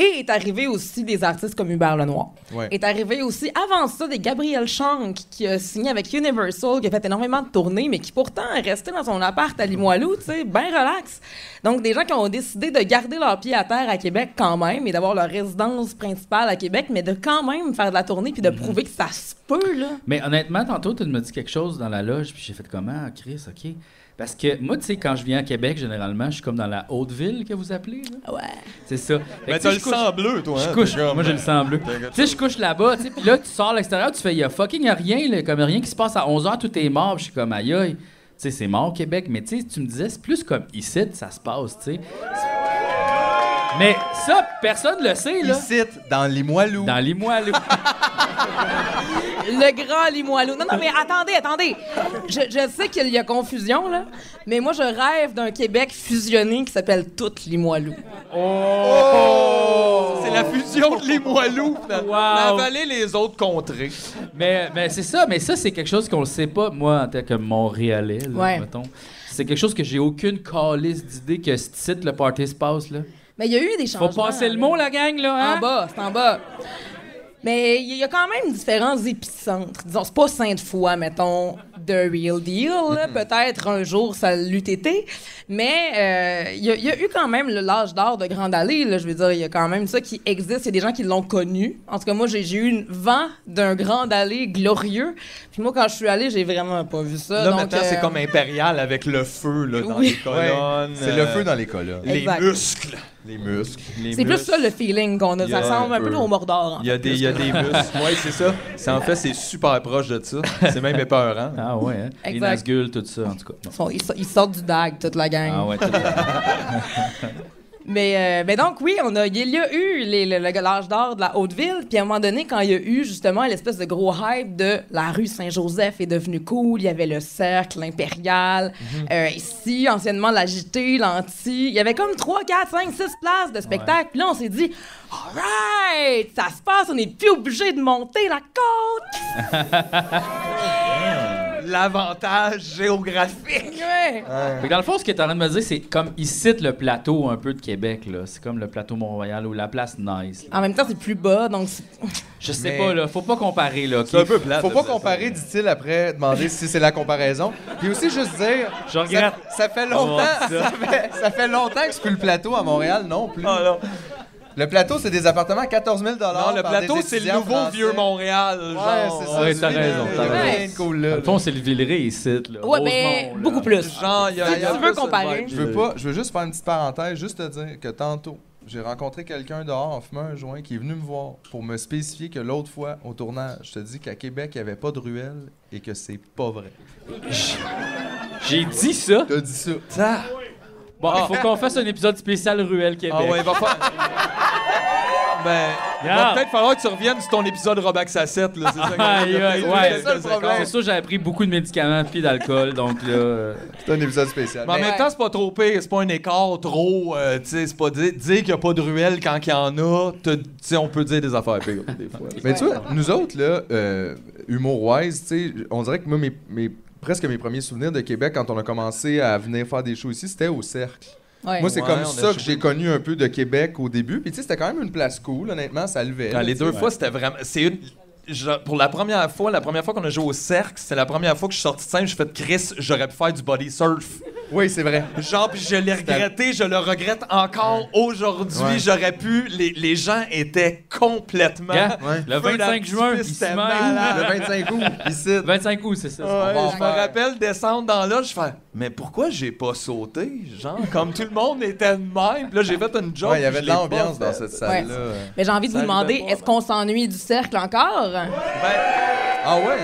Et est arrivé aussi des artistes comme Hubert Lenoir.
Ouais.
Est arrivé aussi, avant ça, des Gabriel Shank, qui a signé avec Universal, qui a fait énormément de tournées, mais qui pourtant est resté dans son appart à Limoilou, tu sais, bien relax. Donc, des gens qui ont décidé de garder leurs pieds à terre à Québec quand même et d'avoir leur résidence principale à Québec, mais de quand même faire de la tournée puis de prouver que ça se peut, là.
Mais honnêtement, tantôt, tu m'as dit quelque chose dans la loge, puis j'ai fait comment, ah, Chris, OK. Parce que moi, tu sais, quand je viens à Québec, généralement, je suis comme dans la haute ville que vous appelez. là.
Ouais.
C'est ça. Fait que,
Ah. Mais
tu sais,
t'as le
je couche-
sang bleu, toi.
Je
hein,
couche,
t'es comme-
moi j'ai le sang bleu. Tu sais, je couche là-bas, tu sais, puis là, tu sors à l'extérieur, tu fais, il y a fucking rien, là, comme rien qui se passe à 11h, tout est mort, puis je suis comme, aïe aïe. Tu sais, c'est mort Québec, mais tu sais, tu me disais, c'est plus comme ici, ça se passe, tu sais. Mais ça, personne le sait, là.
Ici, dans les moilous.
Dans les mois, là.
Le grand Limoilou. Non, non, mais attendez, attendez. Je, je sais qu'il y a confusion, là, mais moi, je rêve d'un Québec fusionné qui s'appelle tout Limoilou.
C'est la fusion de les moelleux. finalement.
Wow.
Avaler les autres contrées.
Mais, mais c'est ça, mais ça, c'est quelque chose qu'on ne sait pas, moi, en tant que Montréalais, là,
Ouais.
mettons. C'est quelque chose que j'ai aucune calice d'idée que ce titre, le party se passe, là.
Mais il y a eu des changements.
Faut passer le
là.
mot, la gang, là, hein?
En bas, c'est en bas. Mais il y a quand même différents épicentres. Disons, c'est pas Sainte-Foy, mettons, The Real Deal. là. Peut-être un jour, ça l'eût été. Mais euh, il y, a- il y a eu quand même le l'âge d'or de Grande Allée. là. Je veux dire, il y a quand même ça qui existe. Il y a des gens qui l'ont connu. En tout cas, moi, j'ai j'ai eu une vent d'un Grande Allée glorieux. Puis moi, quand je suis allée, j'ai vraiment pas vu ça.
Là,
Donc,
maintenant, c'est
euh,
comme impérial avec le feu là, dans
Oui.
les colonnes.
C'est le
euh,
feu dans les colonnes.
les
Exact.
muscles.
Les muscles.
Les
C'est plus
muscles.
ça le feeling qu'on a.
Il y a
Ça ressemble un peu
un-
au Mordor. en
Il y a des, il y a des muscles. Oui, c'est ça. C'est- en fait, c'est super proche de ça. C'est même épeurant.
Ah ouais, hein? Les
Exact.
Nazgûl, tout ça, en tout cas. Bon.
Ils, sont- ils so- ils sortent du dag, toute la gang.
Ah ouais, tout ça.
Mais, euh, mais donc, oui, on a, il y a eu les- le, le- l'âge d'or de la Haute-Ville. Puis à un moment donné, quand il y a eu justement l'espèce de gros hype de la rue Saint-Joseph est devenue cool, il y avait le cercle, l'impérial,
Mhm.
euh, ici, anciennement l'agité, l'anti. Il y avait comme 3, 4, 5, 6 places de spectacle. Puis là, on s'est dit, alright, ça se passe, on n'est plus obligé de monter la côte.
L'avantage géographique.
Ouais.
Fait que dans le fond, ce que tu en train de me dire, c'est comme ici, le plateau un peu de Québec, là. C'est comme le plateau Mont-Royal ou la place Nice. là.
En même temps, c'est plus bas, donc c'est-
Je sais
Mais-
pas, là. Faut pas comparer, là.
C'est un
ok?
peu plat.
Faut pas comparer, dit-il, après demander si c'est la comparaison. Puis aussi juste dire.
Je
Ça,
regrette.
ça fait longtemps.
Oh,
ça. fait, ça fait longtemps que c'est plus le plateau à Montréal non plus.
Ah, non.
Le plateau, c'est des appartements à 14 000
non, le plateau, c'est le nouveau vieux Montréal.
Ouais,
genre.
c'est ça.
Ouais,
tu
t'as
vis dans-
raison, t'as
Ouais,
raison.
cool, là.
Dans le fond, c'est le Villeray ici, là.
Ouais, mais
Rosemont, là.
beaucoup plus.
Genre, il y a-
Si
il y a
tu
un
veux
peu ça de
comparer.
vibe.
Je veux pas, je veux juste faire une petite parenthèse, juste te dire que tantôt, j'ai rencontré quelqu'un dehors en fumant un joint qui est venu me voir pour me spécifier que l'autre fois au tournage, je te dis qu'à Québec, il n'y avait pas de ruelle et que c'est pas vrai.
J'ai dit ça.
T'as dit ça.
Ça.
Ah
Bon, faut qu'on fasse un épisode spécial Ruelle Québec.
Ah ouais, il va faire. ben, Il va peut-être falloir que tu reviennes sur ton épisode Robax à 7, là. C'est ça que-
Ah,
Aïe, aïe, ouais.
C'est ça le
ben.
problème.
C'est sûr, j'avais pris beaucoup de médicaments puis d'alcool, donc là. euh,
C'est un épisode spécial.
Mais en
Mais-
même temps, c'est pas trop pire, c'est pas un écart trop. euh, tu sais, c'est pas dire, dire qu'il n'y a pas de ruelle quand il y en a. te- Tu sais, on peut dire des affaires pires, des fois.
Mais tu vois, nous autres, là, euh, humour-wise, tu sais, on dirait que moi, mes, mes- presque mes premiers souvenirs de Québec, quand on a commencé à venir faire des shows ici, c'était au cercle.
Ouais.
Moi, c'est
Ouais,
comme
on a
ça que
joué.
j'ai connu un peu de Québec au début. Puis, tu sais, c'était quand même une place cool, honnêtement, ça levait.
Dans
là,
Ah, les
tu
deux
sais.
fois, c'était vraiment. C'est une. je- pour la première fois, la première fois qu'on a joué au cercle, c'est la première fois que je suis sorti de scène, j'ai fait Chris, j'aurais pu faire du body surf.
Oui, c'est vrai.
Genre, puis je l'ai regretté, je le regrette encore aujourd'hui.
Ouais.
J'aurais pu. Les, les gens étaient complètement.
gars,
Ouais.
le
Ben, Feu
25 juin,
d'artifice,
ici
c'était
même.
malade. Ah.
Le 25 août, ici.
25 août, c'est ça.
Ouais,
va en
je me
faire.
rappelle descendre dans là, je fais mais pourquoi j'ai pas sauté genre comme tout le monde était de même, Puis là j'ai fait une joke.
Ouais, il y avait
je
de
l'ai pas
l'ambiance dans
faite.
cette salle-là.
Mais j'ai envie de
Ça
vous demander,
arrivait pas,
est-ce qu'on s'ennuie du cercle encore?
Ben,
Ah ouais, hein?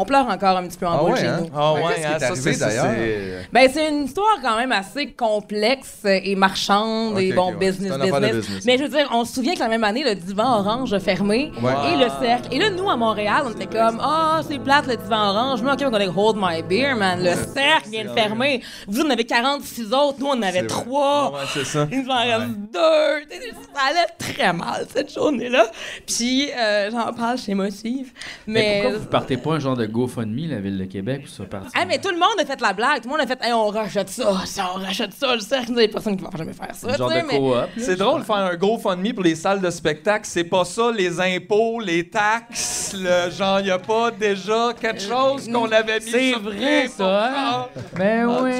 On pleure encore un petit peu en
Ah
bas
ouais,
chez
hein?
nous.
ah ouais,
Qu'est-ce qui
hein,
est
ça
arrivé
c'est
d'ailleurs?
d'ailleurs.
Ben, c'est une histoire quand même assez complexe et marchande
Ok,
et bon,
ok, ouais.
business,
C'est une affaire de
business.
business.
Mais je veux dire, on se souvient que la même année, le divan orange a fermé
Ouais.
et le cercle. Et là, nous, à Montréal, on était comme, ah, c'est plate le divan orange. Moi, OK, on connaît Hold My Beer, man. Le cercle vient de fermer. Vous en avez 46 autres. Nous, on en avait
vrai.
trois.
Ouais, c'est ça.
Il nous en reste deux. Tu sais, Ça allait très mal cette journée-là. Puis, euh, j'en parle, je suis émotive.
Mais
Mais. euh,
pourquoi vous partez pas un genre de GoFundMe, la ville de Québec, pour ça partir?
Ah, mais tout le monde a fait la blague. Tout le monde a fait, hey, on rachète ça, ça, on rachète ça. Le cercle, il y a des personnes qui vont jamais faire ça.
Un genre
tu
de
sais, mais...
coop. là.
C'est drôle de faire un GoFundMe pour les salles de spectacle, c'est pas ça les impôts, les taxes, le genre y a pas déjà quelque chose qu'on avait mis
C'est
sur
vrai,
pied pour
ça, hein?
faire.
Mais
En tout
oui.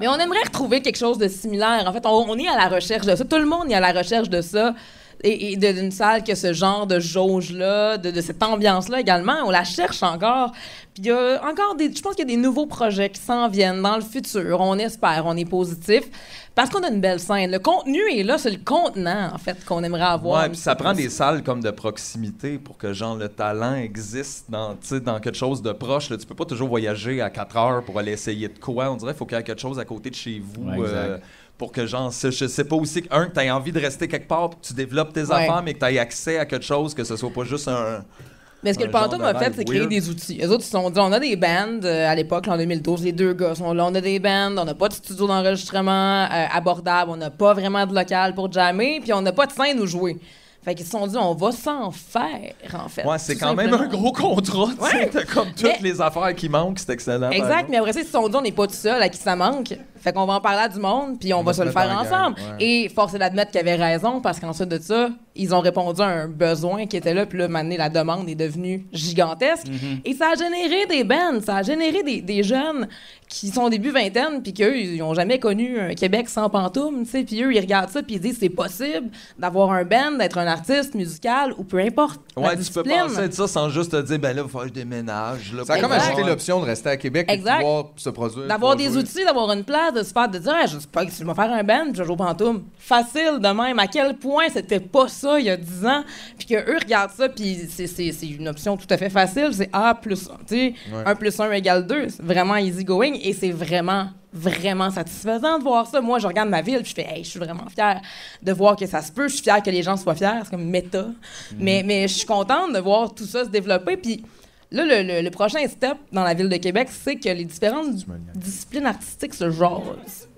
mais on aimerait retrouver quelque chose de similaire. En fait, on, on est à la recherche de ça. Tout le monde est à la recherche de ça. Et, et de- d'une salle qui a ce genre de jauge-là, de, de cette ambiance-là également. On la cherche encore. Puis il y a encore des. Je pense qu'il y a des nouveaux projets qui s'en viennent dans le futur. On espère, on est positif. Parce qu'on a une belle scène. Le contenu est là, c'est le contenant, en fait, qu'on aimerait avoir.
Ouais, puis ça prend des salles comme de proximité pour que genre le talent existe dans, tu sais, dans quelque chose de proche. Là. Tu peux pas toujours voyager à 4 heures pour aller essayer de quoi. On dirait qu'il faut qu'il y ait quelque chose à côté de chez vous.
Ouais, exact.
euh, pour que genre, c'est- je sais pas aussi, que, un, que tu envie de rester quelque part, puis que tu développes tes
Ouais.
affaires, mais que tu aies accès à quelque chose, que ce soit pas juste un.
Mais ce que
Un
le
genre
Pantome
de
a fait,
vibe
c'est créer
weird.
des outils. Les autres, ils se sont dit, on a des bands euh, à l'époque, là, en 2012, les deux gars sont là, on a des bands, on n'a pas de studio d'enregistrement euh, abordable, on n'a pas vraiment de local pour jammer, puis on n'a pas de scène où jouer. Fait qu'ils se sont dit, on va s'en faire, en fait.
Ouais, c'est
tout
quand même un
simplement.
gros contrat, tu sais.
Ouais.
T'as comme toutes
Mais-
les affaires qui manquent, c'est excellent. par
Exact,
exemple.
mais après ça, ils se sont dit, on n'est pas tout seul, à qui ça manque. Fait qu'on va en parler à du monde, puis on, va
se
se le
mettre
faire
en gang,
ensemble.
ouais.
Et force est d'admettre qu'ils avaient raison, parce qu'ensuite de ça, ils ont répondu à un besoin qui était là, puis là, maintenant, la demande est devenue gigantesque. Et ça a généré des bands, ça a généré des, des jeunes qui sont début vingtaine, puis qu'eux, ils n'ont jamais connu un Québec sans pantoum, tu sais, puis eux, ils regardent ça, puis ils disent, c'est possible d'avoir un band, d'être un artiste musical, ou peu importe. la
Ouais, tu peux
discipline.
penser à ça sans juste te dire, ben là, il faut que je déménage. Là,
Ça a
pour
comme ajouté
voir.
l'option de rester à Québec et de
Exact.
pouvoir se produire.
D'avoir
pouvoir
des
jouer.
outils, d'avoir une place, de se faire de dire, Ah, je sais pas, si je vais faire un band, je joue au pantoum. Facile de même. À quel point c'était pas ça il y a 10 ans, puis que eux regardent ça, puis c'est- c'est c'est une option tout à fait facile. C'est A plus 1. Tu sais, 1 plus 1 égale 2. C'est vraiment easy going et c'est vraiment, vraiment satisfaisant de voir ça. Moi, je regarde ma ville, puis je fais, hey, je suis vraiment fière de voir que ça se peut. Je suis fière que les gens soient fiers. C'est comme méta. Mais, mais je suis contente de voir tout ça se développer, puis. Là, le, le- le prochain step dans la ville de Québec, c'est que les différentes disciplines artistiques se jasent.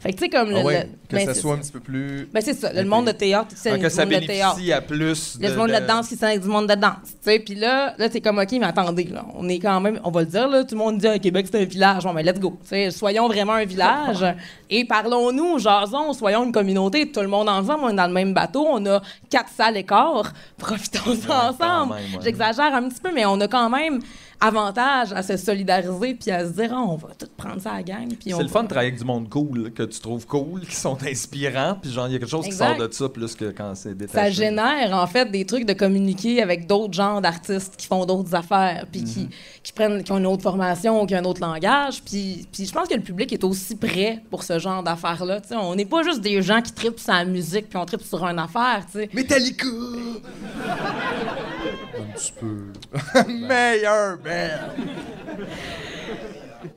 Fait que tu sais, comme
Ah
le-
ouais,
le-
que
ben,
ça
c'est
soit un petit peu plus.
ben, c'est ça, le monde de théâtre, tu sais,
Fait
le
Ah, que ça
monde de théâtre.
bénéficie à plus.
Le monde de la danse qui s'en avec du monde de danse. Tu sais, puis là, là t'es comme, OK, mais attendez, là, on est quand même, on va le dire, là, tout le monde dit, Ah, Québec, c'est un village. Bon, mais let's go. Tu sais, soyons vraiment un village et parlons-nous, jasons, soyons une communauté, tout le monde ensemble, on est dans le même bateau, on a quatre salles et quart, profitons-en ensemble.
même, ouais.
J'exagère un petit peu, mais on a quand même avantage à se solidariser puis à se dire, Ah, on va tout prendre ça à la gang. puis on
C'est le
va-
fun de travailler avec du monde cool, là, que tu trouves cool, qui sont inspirants, puis genre, il y a quelque chose
Exact.
qui sort de ça plus que quand c'est détaché.
ça génère en fait des trucs de communiquer avec d'autres genres d'artistes qui font d'autres affaires puis qui,
Mhm.
qui prennent qui ont une autre formation qui ont un autre langage puis puis je pense que le public est aussi prêt pour ce genre d'affaires là on n'est pas juste des gens qui tripent sur la musique puis on tripe sur une affaire tu sais
Metallica! un petit peu. Meilleur band!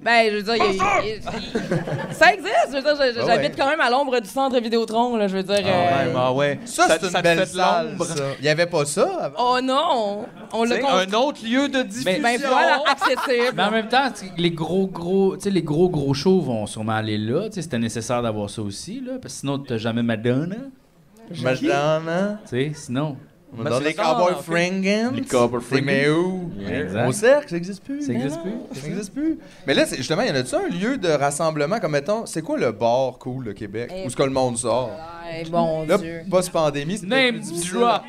Ben, je veux dire, il y a- il y a- ça existe. Je veux dire, je-
Ah
je-
ouais.
j'habite quand même à l'ombre du centre Vidéotron, là, je veux dire. euh,
Même, ah ouais.
Ça, c'est
te
une belle
fait de
salle,
l'ombre.
ça. Il y avait pas ça avant.
Oh non, on l'a
T'sais,
construit.
Un autre lieu de diffusion.
Ben voilà, accessible.
Mais en même temps, tu- les gros gros, tu sais, les gros gros shows vont sûrement aller là. Tu sais, c'était nécessaire d'avoir ça aussi là, parce que sinon t'as jamais Madonna.
Madonna.
Tu sais, sinon.
hein. On
hein.
dans
Ben, c'est
les
ça,
Cowboy
ok.
Fringans.
Les Cowboy
C'est Mais où?
Exact.
Au cercle, ça n'existe plus.
Ça existe plus.
Ça n'existe plus. Mais là, c'est- justement, y en a-tu un lieu de rassemblement comme mettons, c'est quoi le bar cool au Québec?
Eh,
Où ce que le monde sort?
Eh, bon
Là,
Dieu.
post-pandémie, c'est peut-être
Name
plus difficile.
drop.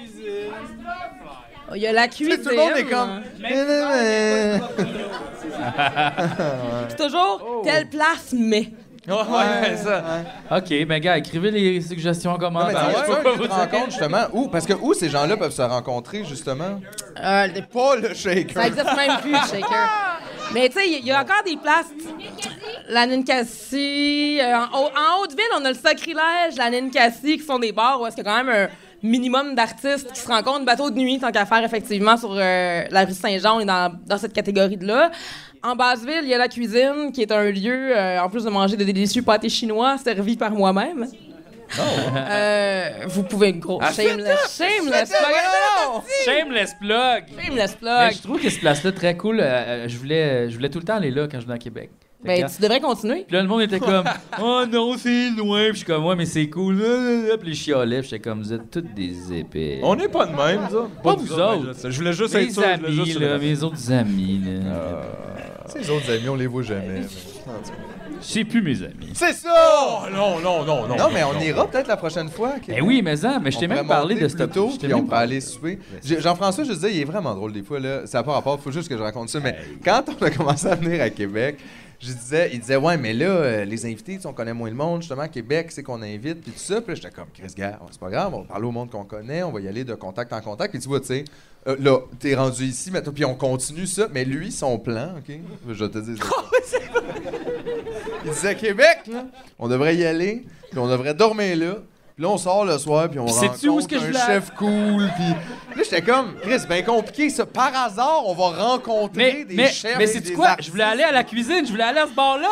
Il y a la cuisine.
Tout le monde est comme.
C'est toujours telle place, mais.
Ouais, ouais, ça.
Ok, ben gars, écrivez les suggestions en
Non, mais
commentaire.
tu sais,
Je sais pas
y a-tu un
quoi
lieu
vous
de
dire.
rencontre, justement, où? Parce que où ces gens-là peuvent se rencontrer, justement?
Euh, le-
Pas le
ça
shaker.
existe même plus, le shaker. Mais tu sais, il y a encore des places. La Ninkasi. euh, en, haut- en Haute-Ville, on a le Sacrilège, la Ninkasi, qui sont des bars où est-ce qu'il y a quand même un minimum d'artistes qui se rencontrent. Bateau de nuit, tant qu'à faire, effectivement, sur euh, la rue Saint-Jean, on est dans, dans cette catégorie-là. En Basse-Ville, il y a la cuisine, qui est un lieu, euh, en plus de manger de délicieux pâtés chinois servis par moi-même.
Oh.
Euh, vous pouvez gros
Ah,
shameless, shameless
faites-le,
plug. Non!
Shameless plug.
Shameless
Mais
plug.
je trouve que cette place-là très cool. euh, euh, je voulais, je voulais tout le temps aller là quand je venais à Québec. Fait que,
Ben, tu devrais continuer.
Puis là, le monde était comme Oh non, c'est loin. Puis je suis comme Ouais, mais c'est cool. Là, là, là. Puis les chialets. Puis j'étais comme Vous êtes toutes des épées.
On n'est pas de même, ça.
Pas
nous
vous
mais
autres.
je- Je voulais juste être
mes
sûr. je voulais
amis,
juste-
là, mes autres amis. Là.
Ces autres amis, on les voit jamais. mais-
C'est plus mes amis.
C'est ça!
Oh non, non, non, non.
Non, mais on ira peut-être la prochaine fois.
Ben oui, mais ça, mais je t'ai même parlé de ce
cette tôt, puis on peut aller souper. J'ai- Jean-François, je disais, il est vraiment drôle des fois, là. Ça n'a pas rapport, faut juste que je raconte ça. Mais quand on a commencé à venir à Québec, je disais, il disait, ouais, mais là, euh, les invités, tu sais, on connaît moins le monde, justement, Québec, c'est qu'on invite, puis tout ça. Puis là, j'étais comme, Chris, gars, c'est pas grave, on va parler au monde qu'on connaît, on va y aller de contact en contact. Puis tu vois, tu sais, euh, là, t'es rendu ici, maintenant, puis on continue ça. Mais lui, son plan, OK? Je vais te dis. Il disait Québec, là, on devrait y aller, puis on devrait dormir là. Puis là, on sort le soir, puis on
Puis
rencontre
sais-tu où est-ce que je
un
voulais-
chef cool. Puis là, j'étais comme, Chris, c'est bien compliqué ça. Par hasard, on va rencontrer
Mais,
des
mais,
chefs
mais
et
c'est
des
quoi?
artistes.
Je voulais aller à la cuisine, je voulais aller à ce bar-là.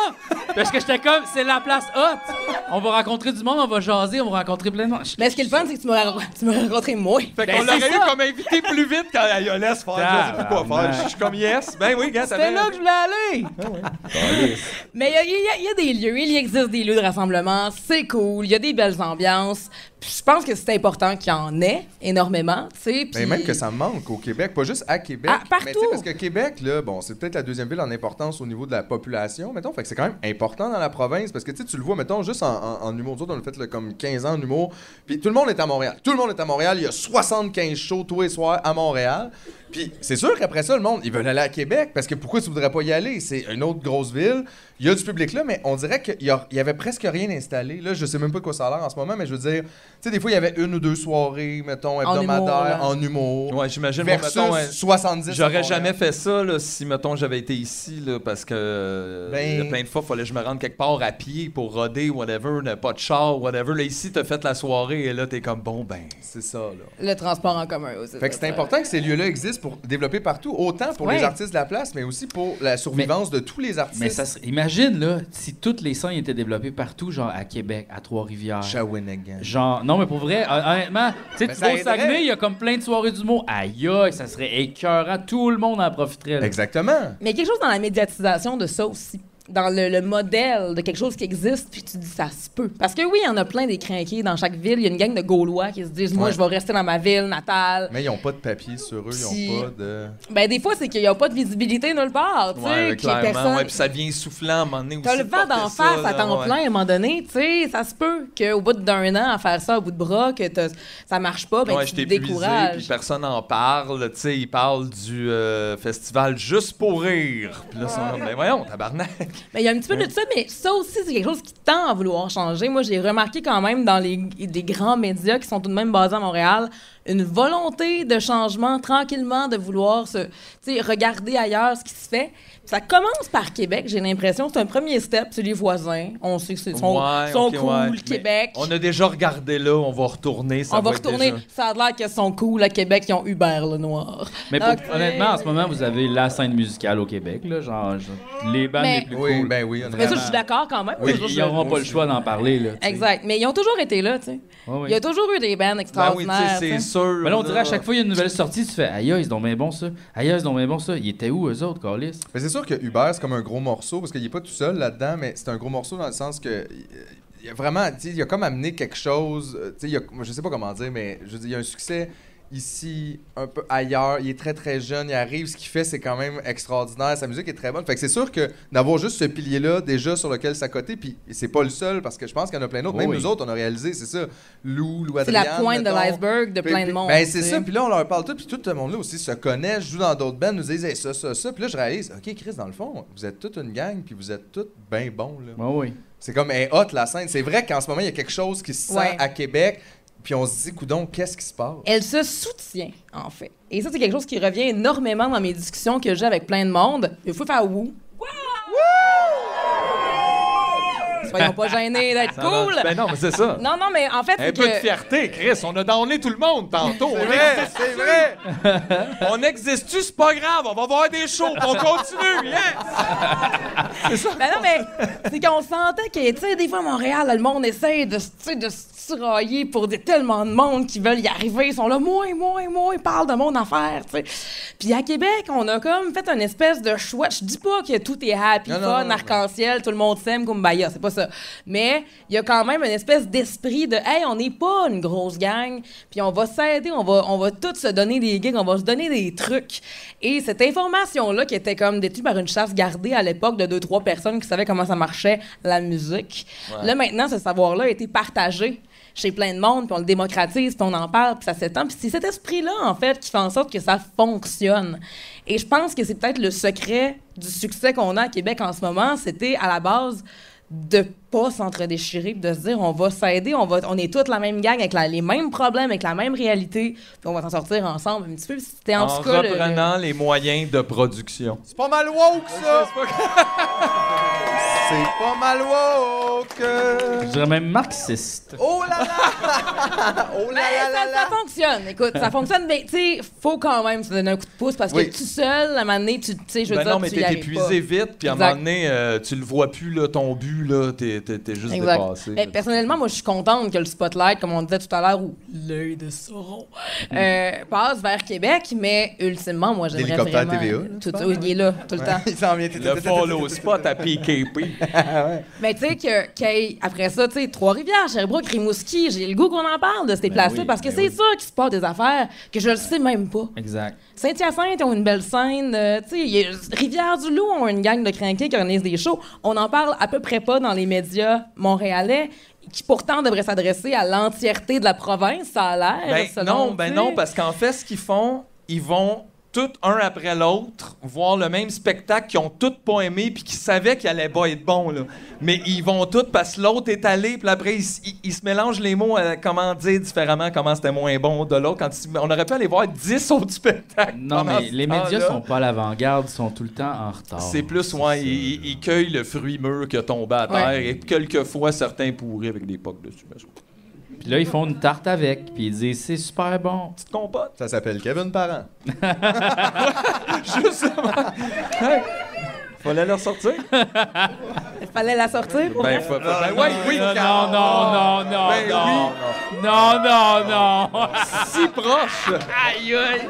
Parce que j'étais comme, c'est la place haute. On va rencontrer du monde, on va jaser, on va rencontrer plein de monde. Je-
Mais ce qui est le fun, c'est que tu m'aurais tu m'aurais rencontré moi.
Fait
Ben,
qu'on l'aurait
c'est
eu
ça.
comme invité plus vite quand elle a laissé faire. Je sais plus quoi
Tabarnak.
faire. Je suis comme yes. Ben oui, gars, ça
C'est
fait.
là que je voulais aller.
Ah
Mais il y a- il y, a- il y a des lieux, il existe des lieux de rassemblement, c'est cool, il y a des belles ambiances. Puis je pense que c'est important qu'il y en ait énormément, tu sais.
Mais
puis-
même que ça manque au Québec, pas juste à Québec.
Ah, partout.
Mais tu sais, parce que Québec, là, bon, c'est peut-être la deuxième ville en importance au niveau de la population, mettons. Fait que c'est quand même important dans la province. Parce que tu sais, tu le vois, mettons, juste en, en, en humour. Nous autres, on a fait là, comme 15 ans en humour. Puis tout le monde est à Montréal. Tout le monde est à Montréal. Il y a 75 shows tous les soirs à Montréal. Puis c'est sûr qu'après ça, le monde, ils veulent aller à Québec. Parce que pourquoi tu voudrais pas y aller? C'est une autre grosse ville. Il y a du public là, mais on dirait qu'il y, a- il y avait presque rien installé. Là, je sais même pas de quoi ça a l'air en ce moment, mais je veux dire, tu sais, des fois, il y avait une ou deux soirées, mettons,
humour,
hebdomadaires,
là.
en humour.
Ouais, j'imagine. moi,
Versus
mettons, hein,
70. à
J'aurais
Montréal.
jamais fait ça là, si, mettons, j'avais été ici, là, parce que euh,
Ben-
il y a plein de fois, il fallait que je me rende quelque part à pied pour roder, whatever, n'a pas de char, whatever. Là, ici, t'as fait la soirée et là, t'es comme, bon, ben...
C'est ça, là.
Le transport en commun aussi. Euh,
Fait que c'est important que ces lieux-là existent pour développer partout, autant pour les
Ouais.
artistes de la place, mais aussi pour la survivance de tous les artistes.
Mais ça serait- imagine, là, si toutes les scènes étaient développées partout, genre à Québec, à Trois-Rivières.
Shawinigan.
Genre, non, mais pour vrai, hon- honnêtement, tu sais,
Mais
tu
ça
vas au
aiderait.
Saguenay, il y a comme plein de soirées d'humour. Aïe, aïe, ça serait écœurant, tout le monde en profiterait. là.
Exactement.
Mais quelque chose dans la médiatisation de ça aussi. Dans le, le modèle de quelque chose qui existe, puis tu dis ça se peut. Parce que oui, il y en a plein des crinqués dans chaque ville. Il y a une gang de Gaulois qui se disent Moi,
Ouais.
je vais rester dans ma ville natale.
Mais ils n'ont pas de papier sur eux, ils
Si-
n'ont pas de.
Ben, des fois, c'est qu'il n'y a pas de visibilité nulle part. Tu sais,
Ouais,
qu'il y ait
clairement.
personne.
Ouais, puis ça devient soufflant à un moment donné aussi.
T'as le
de
vent
porter
d'en
ça,
face à
là,
temps
ouais.
plein à un moment donné, tu sais, ça se peut qu'au bout d'un an à faire ça, au bout de bras, que t'as- ça marche pas, ben
Ouais,
tu
je
te
t'ai épuisé, puis
décourages.
personne n'en parle. Tu sais, ils parlent du euh, festival Juste pour rire. Puis là, c'est comme, ben voyons, tabarnak.
Mais Ben, il y a un petit peu de ça, mais ça aussi, c'est quelque chose qui tend à vouloir changer. Moi, j'ai remarqué quand même dans les, des grands médias qui sont tout de même basés à Montréal, une volonté de changement, tranquillement, de vouloir se, tu sais, regarder ailleurs ce qui se fait. Ça commence par Québec, j'ai l'impression. C'est un premier step, c'est les voisins. On sait que c'est sont,
Ouais,
sont
ok,
cool,
ouais. Mais
Québec.
On a déjà regardé là, on va retourner. Ça
on va
être
retourner.
déjà-
Ça a l'air qu'ils sont cool à Québec, ils ont Uber le noir.
Mais pour-
Donc,
honnêtement, en ce moment, vous avez la scène musicale au Québec, là, genre, genre, les bandes
Mais-
les plus
Oui, oui,
cool.
ben oui,
Mais ça,
honnêtement.
je suis d'accord quand même.
Ils- Ils n'auront pas le choix d'en parler. Là, tu sais.
Exact. Mais ils ont toujours été là, tu sais.
Ouais, ouais.
Il y a toujours eu des bands
Ben oui, tu sais,
extraordinaires.
c'est
tu sais.
sûr.
Mais là, on dirait à chaque fois, il y a une nouvelle sortie, tu fais Aïe, ils sont bien bons ça. Aïe, ils sont bien bons ça. Ils étaient où, eux autres, Carlis
Mais c'est sûr que Uber, c'est comme un gros morceau, parce qu'il est pas tout seul là-dedans, mais c'est un gros morceau dans le sens que. euh, Il a vraiment. tu sais, Il a comme amené quelque chose. euh, tu sais, Il a, moi, je sais pas comment dire, mais je veux dire, il y a un succès ici, un peu ailleurs. Il est très, très jeune. Il arrive. Ce qu'il fait, c'est quand même extraordinaire. Sa musique est très bonne. Fait que c'est sûr que d'avoir juste ce pilier-là, déjà sur lequel s'accoter, puis c'est pas le seul, parce que je pense qu'il y en a plein d'autres.
Oh
même
oui.
nous autres, on a réalisé, c'est ça. Lou, Lou
C'est
Adrien.
la pointe de
mettons.
l'iceberg de
Puis-
plein de
puis-
monde.
Ben,
tu
c'est
sais.
ça. Puis là, on leur parle tout. Puis tout ce monde-là aussi se connaît, joue dans d'autres bands, nous disent Hey, ça, ça, ça. Puis là, je réalise OK, Chris, dans le fond, vous êtes toute une gang, puis vous êtes toutes bien bons. Là.
Oui, oui.
C'est comme hey, hot la scène. C'est vrai qu'en ce moment, il y a quelque chose qui se sent
Ouais.
à Québec. Puis on se dit Coudon, qu'est-ce qui se passe
Elle se soutient, en fait. Et ça, c'est quelque chose qui revient énormément dans mes discussions que j'ai avec plein de monde. Il faut faire wouh. Soyons pas gênés d'être cool.
Ben non, mais c'est ça.
Non, non, mais en fait,
Un
c'est
peu de
que-
fierté, Chris. On a donné tout le monde tantôt. On existe-
c'est vrai
On existe-tu? C'est pas grave. On va voir des shows. On continue. Yes!
Ben non, mais c'est qu'on sentait que, tu sais, des fois, à Montréal, là, le monde essaie de, se- tu sais, de se tirailler pour des, tellement de monde qui veulent y arriver. Ils sont là, moi, moi, moi, ils parlent de mon affaire, tu sais. Puis à Québec, on a comme fait une espèce de choix. Je dis pas que tout est happy,
Non, non,
fun,
non, non.
arc-en-ciel, tout le monde s'aime, kumbaya, c'est pas ça. Mais il y a quand même une espèce d'esprit de, hey, on n'est pas une grosse gang, puis on va s'aider, on va, on va tous se donner des gigs, on va se donner des trucs. Et cette information-là, qui était comme détenue par une chasse gardée à l'époque de deux, trois personnes qui savaient comment ça marchait, la musique, là, maintenant, ce savoir-là a été partagé chez plein de monde, puis on le démocratise, puis on en parle, puis ça s'étend. Puis c'est cet esprit-là, en fait, qui fait en sorte que ça fonctionne. Et je pense que c'est peut-être le secret du succès qu'on a à Québec en ce moment. C'était à la base de pas s'entre-déchirer, puis de se dire on va s'aider, on, va, on est toutes la même gang, avec la- les mêmes problèmes, avec la même réalité, puis on va s'en sortir ensemble un petit peu. C'était en,
En
tout cas le- le-
reprenant les moyens de production.
C'est pas mal woke, ça C'est pas mal woke
Je dirais même marxiste.
Oh là là Oh là
Ben,
là là
ça,
là
ça fonctionne, écoute, ça fonctionne, mais tu sais, faut quand même se donner un coup de pouce parce que
Oui.
tout seul, à un moment donné, tu tu sais, je veux
Ben
dire,
non, mais
tu y
t'es
arrives
épuisé
pas.
vite, puis à un
Exact.
moment donné, euh, tu le vois plus, là, ton but, là, t'es, t'es- t'es juste
Exact.
dépassé.
Ben, personnellement, moi, je suis contente que le spotlight, comme on disait tout à l'heure, ou l'œil de Sauron,
Hmm.
euh, passe vers Québec, mais ultimement, moi, j'aimerais
L'hélicoptère
vraiment...
TVA, là, tu
Tout- oui, il est là, tout le temps.
Il s'en vient.
le follow spot à PKP.
Mais tu sais que qu'il- après ça, tu sais, Trois-Rivières, Sherbrooke, Rimouski, j'ai le goût qu'on en parle de ces places-là
oui,
parce que
ben
c'est
oui.
ça qui se passe des affaires que je le sais même pas.
Exact.
Saint-Hyacinthe ont une belle scène. euh, tu sais, y a- Rivière-du-Loup ont une gang de crinqués qui organisent des shows. On en parle à peu près pas dans les médias montréalais, qui pourtant devraient s'adresser à l'entièreté de la province, ça a l'air.
Ben
selon,
non,
tu
ben
sais.
non, parce qu'en fait, ce qu'ils font, ils vont tout un après l'autre voir le même spectacle qu'ils ont toutes pas aimé puis qu'ils savaient qu'il allait pas être bon, là. Mais ils vont toutes parce que l'autre est allé, puis après, ils, s- ils- ils se mélangent les mots à comment dire différemment comment c'était moins bon de l'autre. Quand ils- on aurait pu aller voir 10 autres spectacles.
Non,
pendant
mais
ce
les médias
temps-là.
sont pas à l'avant-garde, sont tout le temps en retard.
C'est plus, ouais, ils, ils- ils cueillent le fruit mûr qui a tombé à terre
Ouais.
et quelquefois certains pourris avec des pocs dessus. mais je-
Puis là, ils font une tarte avec, puis ils disent c'est super bon.
Petite compote.
Ça s'appelle Kevin Parent.
Fallait leur sortir.
Fallait la sortir. pour
Ben,
vrai.
fa- fa- ben, ouais, oui,
non,
car-
non, non, non,
Ben
non, non, non, non.
si proche. Aïe, aïe.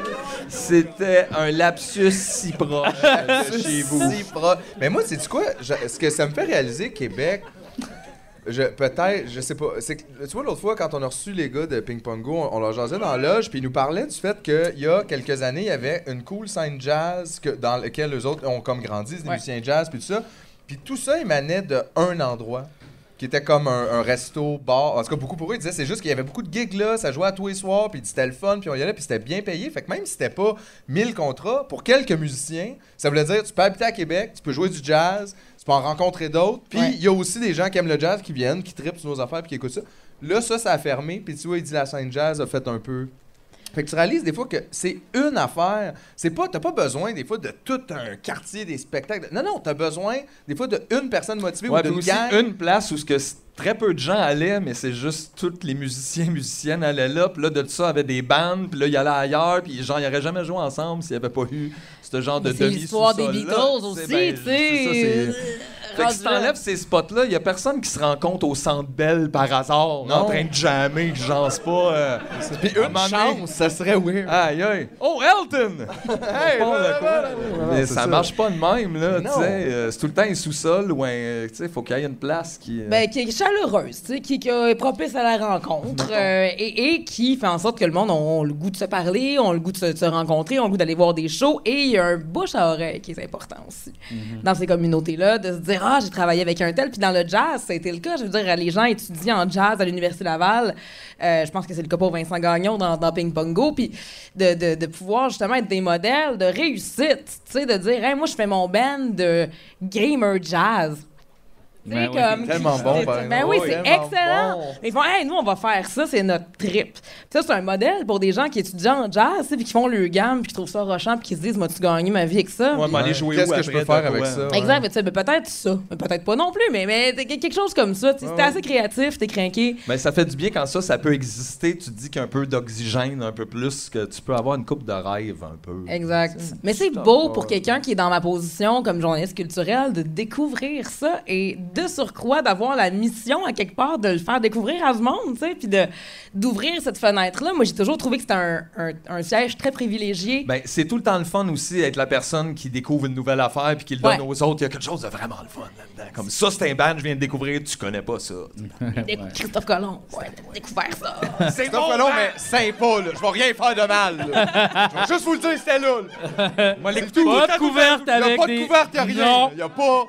C'était un lapsus si proche de chez vous.
Si pro- Mais moi, c'est du quoi? Je- ce que ça me fait réaliser, Québec, je, peut-être, je sais pas. c'est que- tu vois, l'autre fois, quand on a reçu les gars de Ping Pong Go, on, on leur jasait dans la loge, puis ils nous parlaient du fait qu'il y a quelques années, il y avait une cool scène jazz que, dans laquelle les autres ont comme grandi, des
Ouais.
musiciens jazz, puis tout ça. Puis tout ça émanait d'un endroit qui était comme un, un resto, bar. En tout cas, beaucoup pour eux, ils disaient c'est juste qu'il y avait beaucoup de gigs là, ça jouait à tous les soirs, puis c'était le fun, puis on y allait, puis c'était bien payé. Fait que même si c'était pas 1000 contrats, pour quelques musiciens, ça voulait dire tu peux habiter à Québec, tu peux jouer du jazz, tu peux en rencontrer d'autres. Puis il
Ouais.
y a aussi des gens qui aiment le jazz, qui viennent, qui tripent sur nos affaires, puis qui écoutent ça. Là, ça, ça a fermé, puis tu vois, il dit la scène jazz a fait un peu. Fait que tu réalises des fois que c'est une affaire. C'est pas, t'as pas besoin des fois de tout un quartier des spectacles. Non, non, t'as besoin des fois de une personne motivée
Ouais,
ou
puis
d'une
aussi
gang.
une place où ce que s- très peu de gens allaient, mais c'est juste tous les musiciens musiciennes allaient là, puis là de ça avait des bandes, puis là ils allaient ailleurs, puis genre ils auraient jamais joué ensemble s'il n'y avait pas eu ce genre de ben,
Mais c'est
demi
l'histoire des Beatles aussi, tu sais.
Euh,
Fait que si
Rendu là.
t'enlèves ces spots-là, il y a personne qui se rencontre au centre belle par hasard, en train de jammer, que j'en sais pas. euh,
Puis
à un
une
moment donné-
chance, ça serait weird.
Aïe, aïe. Oh, Elton!
Hey,
Bon,
là,
de quoi,
là,
là?
là,
Mais
c'est
ça
ça.
marche pas de même, là. Tu
Non.
sais, euh, c'est tout le temps un sous-sol ou un. euh, Tu sais, faut qu'il y ait une place qui. euh,
Ben, qui est chaleureuse, tu sais, qui, qui est propice à la rencontre euh, et, et qui fait en sorte que le monde a le goût de se parler, on le goût de se, de se rencontrer, on le goût d'aller voir des shows et il y a un bouche à oreille qui est important aussi dans ces communautés-là, de se dire Ah, j'ai travaillé avec un tel. Puis dans le jazz, ça a été le cas. Je veux dire, les gens étudient en jazz à l'Université Laval. Euh, je pense que c'est le cas pour Vincent Gagnon dans, dans Ping Pong Go. Puis de, de- de pouvoir justement être des modèles de réussite, tu sais, de dire Hey, moi, je fais mon band de gamer jazz. Tu sais,
Ben oui.
comme-
Tellement bon, par
ben
exemple.
oui,
Oh,
c'est
tellement
excellent.
bon.
Ils font, hey, nous, on va faire ça, c'est notre trip. Puis ça, c'est un modèle pour des gens qui étudient en jazz, tu sais, puis qui font le gamme, puis qui trouvent ça rochant, puis qui se disent, moi, tu gagné ma vie avec ça.
Ouais, Ah, mais aller jouer
Qu'est-ce
où
que je
après,
peux faire
de
avec
quoi?
ça? ouais.
Exact, mais tu sais, ben, peut-être ça, mais peut-être pas non plus, mais, mais t'es- quelque chose comme ça. tu sais, Si t'es assez créatif, t'es craqué.
Ben, ça fait du bien quand ça, ça peut exister. Tu te dis qu'il y a un peu d'oxygène, un peu plus, que tu peux avoir une coupe de rêve un peu.
Exact. Mais c'est
t'en
beau
vas.
pour quelqu'un qui est dans ma position comme journaliste culturel de découvrir ça et de surcroît d'avoir la mission à quelque part de le faire découvrir à ce monde, tu sais, puis de d'ouvrir cette fenêtre-là. Moi, j'ai toujours trouvé que c'était un, un- un siège très privilégié.
Ben, c'est tout le temps le fun aussi d'être la personne qui découvre une nouvelle affaire puis qui le donne
Ouais.
aux autres. Il y a quelque chose de vraiment le fun là-dedans. Comme ça, c'est un band, je viens de découvrir, tu connais pas ça.
Dé- Christophe Colomb, ouais, t'as découvert ça.
c'est
C'est pas
bon,
long,
man!
hein?
mais sympa, là. Je vais rien faire de mal, là. Je vais juste vous le dire, c'était là. là.
Moi, les-
Pas de couverte
Il y a
avec
pas
des-
de couverte, il y a rien.
Non.
là. Il y a pas...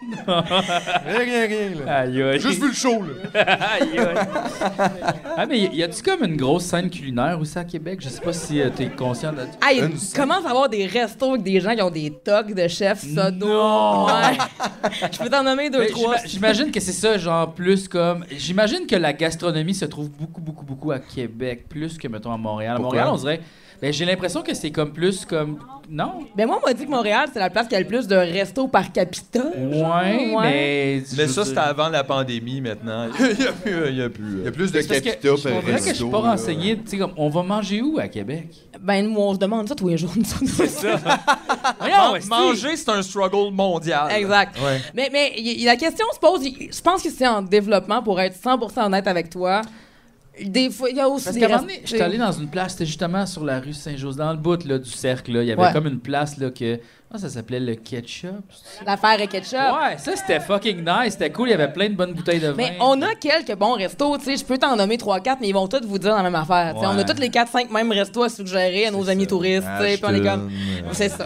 Rien, rien, rien, là.
Aïe, aïe.
Juste vu le show, là.
Aïe, aïe. ah, mais y a-tu comme une grosse scène culinaire aussi à Québec? Je sais pas si euh, t'es conscient de...
Ah, il
Une scène.
commence à avoir des restos avec des gens qui ont des tocs de chef sodo.
Non!
Ouais. Je peux t'en nommer deux,
Mais
trois.
j'ima- J'imagine que c'est ça, genre, plus comme... J'imagine que la gastronomie se trouve beaucoup, beaucoup, beaucoup à Québec, plus que, mettons, à Montréal. À
Pourquoi?
Montréal, on dirait... Ben, j'ai l'impression que c'est comme plus comme... Non?
Ben moi, on m'a dit que Montréal, c'est la place qui a le plus de restos par capita.
Ben Ouais,
Ouais.
mais...
Mais
je
ça,
veux
c'était
dire-
avant la pandémie maintenant. Il y a plus. euh, Il y a plus. euh.
Il y a plus de euh,
C'est parce que
capitaux
je comprends que je suis pas renseigné, tu sais, comme, on va manger où à Québec?
Ben nous, on se demande ça tous les jours. nous autres.
Voyons,
Man-
esti.
Ah, manger, c'est un struggle mondial.
exact.
Ouais.
Mais, mais y- y- la question se pose, y- je pense que c'est en développement, pour être 100% honnête avec toi. Des fois, il y a aussi
Parce
des
qu'à un moment
restes-
donné, j'étais allé dans une place, c'était justement sur la rue Saint-Joseph, dans le bout là, du cercle. là. Il y avait
Ouais.
comme une place là, que. Ah, ça s'appelait le ketchup.
L'affaire est ketchup.
Ouais, ça c'était fucking nice, c'était cool, il y avait plein de bonnes bouteilles de vin.
Ah. Mais on a quelques bons restos, tu sais, je peux t'en nommer 3-4, mais ils vont tous vous dire la même affaire. tu sais. On a
Ouais.
tous les 4-5 mêmes restos à suggérer à nos amis touristes, tu sais, puis on est comme...
euh,
C'est ça.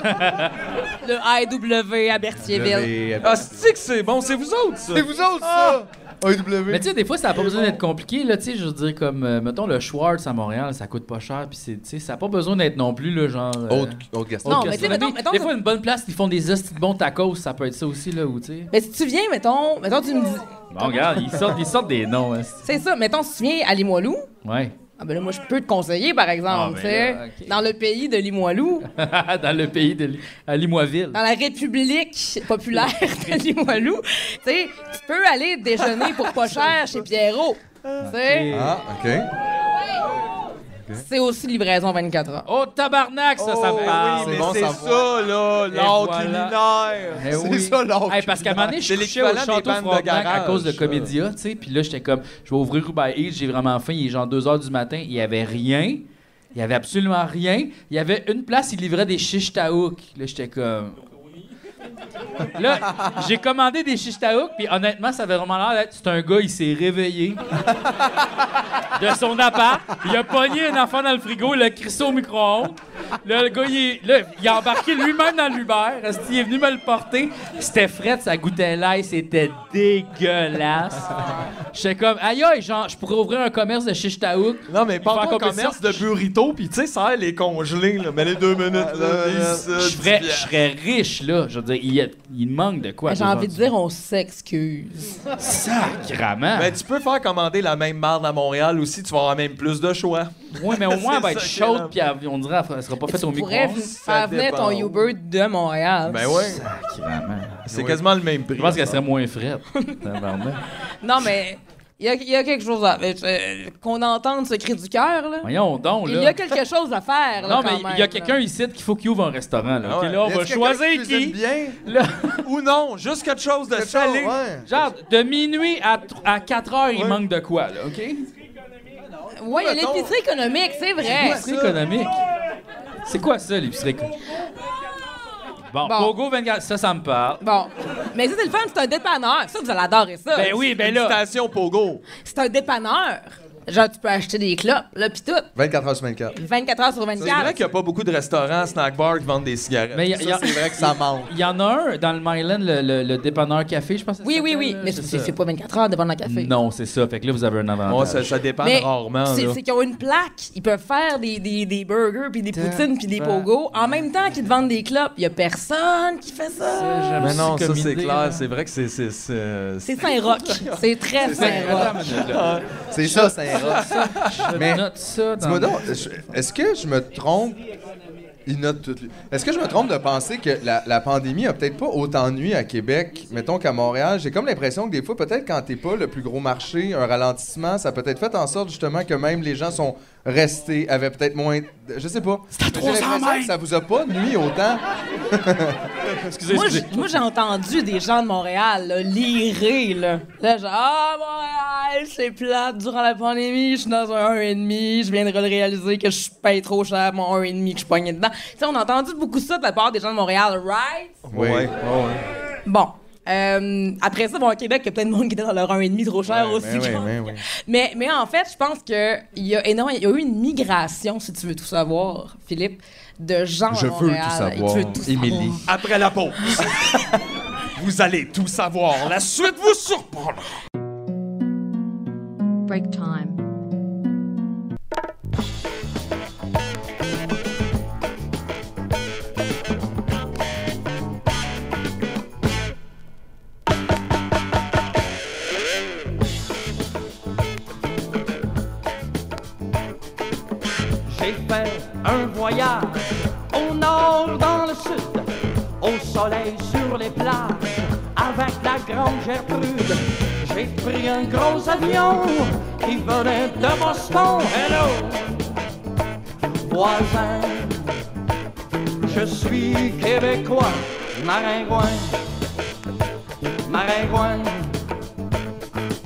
Le AEW à Berthierville.
Ah, c'est que c'est bon, c'est vous autres, ça.
C'est vous autres, ça!
Ah!
AEW.
Mais tu sais, des fois, ça n'a pas besoin d'être compliqué. Là, tu sais, je veux dire, comme, euh, mettons, le Schwartz à Montréal, ça coûte pas cher. Puis, c'est- tu sais, ça n'a pas besoin d'être non plus, là, genre. euh,
Autre, autre gaston.
haute
Non, mais tu sais,
gastronomie.
mettons- mettons-
Des fois, une bonne place, ils font des hosties de bons tacos, ça peut être ça aussi, là, ou tu sais.
Mais si tu viens, mettons, mettons, tu me dis...
Bon, regarde, ils sortent, ils sortent des noms. hein.
C'est ça, mettons, si tu viens à Limoilou,
Ouais.
ah ben là, moi, je peux te conseiller, par
Ah,
exemple,
ben
tu sais,
là, ok.
dans le pays de Limoilou,
dans le pays de. Li- à Limoisville.
dans la République populaire de Limoilou, tu sais, tu peux aller déjeuner pour pas cher chez Pierrot, tu sais.
Ah, OK.
C'est aussi livraison 24 heures.
Oh, tabarnak, ça, ça me parle.
c'est bon
ça, là, l'art
voilà.
culinaire.
Eh
C'est
oui.
ça, l'or.
Hey, parce qu'à un moment donné, je
C'est
couchais au
l'équivalent des
château
bandes de
Frontenac à
garage,
cause de
ça.
Comédia, tu sais. Puis là, j'étais comme, je vais ouvrir Uber Eats, j'ai vraiment faim. Il est genre 2 h du matin, il y avait rien. Il y avait absolument rien. Il y avait une place, il livrait des shish taouk. Là, j'étais comme. Là, j'ai commandé des shish taouk, puis honnêtement, ça avait vraiment l'air d'être. C'est un gars, il s'est réveillé de son appart. Il a pogné un enfant dans le frigo, il l'a crissé au micro-ondes. Là, le gars, il, est- là, il a embarqué lui-même dans l'Uber. Esti, Il est venu me le porter. C'était fret, ça goûtait l'ail, c'était dégueulasse. J'étais comme, aïe, aïe, genre, je pourrais ouvrir un commerce de shish taouk.
Non, mais pas
Faire
en
compétition.
commerce de burrito, puis tu sais, ça elle est congelée, là. Mais les deux minutes, là,
là,
dix, euh,
Je ferais-
dix,
je serais riche, là. Je veux dire, il, y a- il manque de quoi.
J'ai envie de dire, on s'excuse.
Sacrament.
Ben, tu peux faire commander la même marde à Montréal aussi, tu vas avoir même plus de choix.
oui, mais au moins, elle va être
C'est ça qui est
chaude,
là.
puis elle- on dirait qu'elle sera pas faite au
Tu
micro
pourrais v-
ça
faire venir ton
dépend.
Uber de Montréal.
Ben ouais,
Sacrament.
Ben
c'est quasiment le même prix.
Je pense qu'elle
ça.
serait moins frette. Tabarnak.
Non, mais Il y a, il y a quelque chose à. euh, euh, Qu'on entende ce cri du cœur, là.
Voyons donc, là.
Il y a quelque chose à faire, là.
non,
quand
mais il y a
même,
quelqu'un
là.
ici qu'il faut qu'il ouvre un restaurant. Là,
Ah ouais.
Puis là, on
Est-ce
va
quelqu'un
choisir
cuisine
qui.
bien?
Là,
Ou non, juste quelque chose de
Quelque
salé.
chose, ouais.
genre, de minuit à, tr- à 4 heures, il manque de quoi, là, OK?
Ouais, il y a
mettons-
l'épicerie économique, c'est vrai.
L'épicerie économique. C'est quoi ça, l'épicerie économique? Bon,
Bon.
Pogo 24, ça, ça me parle.
Bon. Mais ça, c'est le fun, c'est un dépanneur. Ça, vous allez adorer ça.
Ben oui, ben là.
Station Pogo.
C'est un dépanneur. Genre, tu peux acheter des clopes, là, pis tout.
24 heures sur 24.
24 heures sur
C'est vrai
24.
qu'il n'y a pas beaucoup de restaurants, snack bar qui vendent des cigarettes.
Mais il y, a-
Ça,
il y a-
c'est vrai que ça manque.
il y en a un dans le Myland, le, le- le dépanneur café, je pense. que ça
Oui, oui,
s'appelle,
oui.
là,
Mais
c'est
c'est
ça.
c'est pas 24 heures dépendant d'un café.
Non, c'est ça. Fait que là, vous avez un
Ouais,
avantage.
Ah, ça, ça dépend
Mais
rarement.
c'est
là.
c'est qu'ils ont une plaque. Ils peuvent faire des, des, des burgers, puis des poutines, puis des pogos. En même temps qu'ils te vendent des clopes, il y a personne qui fait ça.
J'aime
Mais non, ça
comme
c'est
idée,
clair,
là.
c'est vrai que c'est. c'est- c'est-
C'est Saint-Roch. C'est très Saint-Roch.
C'est ça, c'est un rock.
Je
Mais-
note ça dans...
Dis-moi donc, je- est-ce que je me trompe? Il note tout. lui. Est-ce que je me trompe de penser que la, la pandémie a peut-être pas autant nuit à Québec, mettons qu'à Montréal? J'ai comme l'impression que des fois, peut-être quand t'es pas le plus gros marché, un ralentissement, ça a peut-être fait en sorte justement que même les gens sont restés, avaient peut-être moins. de- Je sais pas. C'est à 300 mètres! Ça vous a pas nuit autant?
Excusez,
Moi,
excusez.
j'ai- Moi, j'ai entendu des gens de Montréal là, lirer, là. Là, genre, ah, Montréal, c'est plate durant la pandémie, je suis dans un 1,5, je viens de le réaliser que je paye trop cher mon 1,5 que je pognais dedans. Tu sais, on a entendu beaucoup ça de la part des gens de Montréal, right?
Oui.
Bon. euh, après ça, bon, au Québec, il y a plein de monde qui était dans leur 1,5 trop cher
Ouais,
aussi.
mais oui,
quand-
mais oui.
mais, mais en fait, je pense qu'il y, a énorme- il y a eu une migration, si tu veux tout savoir, Philippe, de gens
Je
à
veux tout
Montréal.
savoir,
Et tu veux tout
Émilie.
savoir.
Après la pause, vous allez tout savoir. La suite vous surprend.
Break time.
J'ai fait un voyage au nord dans le sud, au soleil sur les plages, avec la grande Gertrude. J'ai pris un gros avion qui venait de Boston. Hello, voisin, je suis québécois, maringouin, maringouin.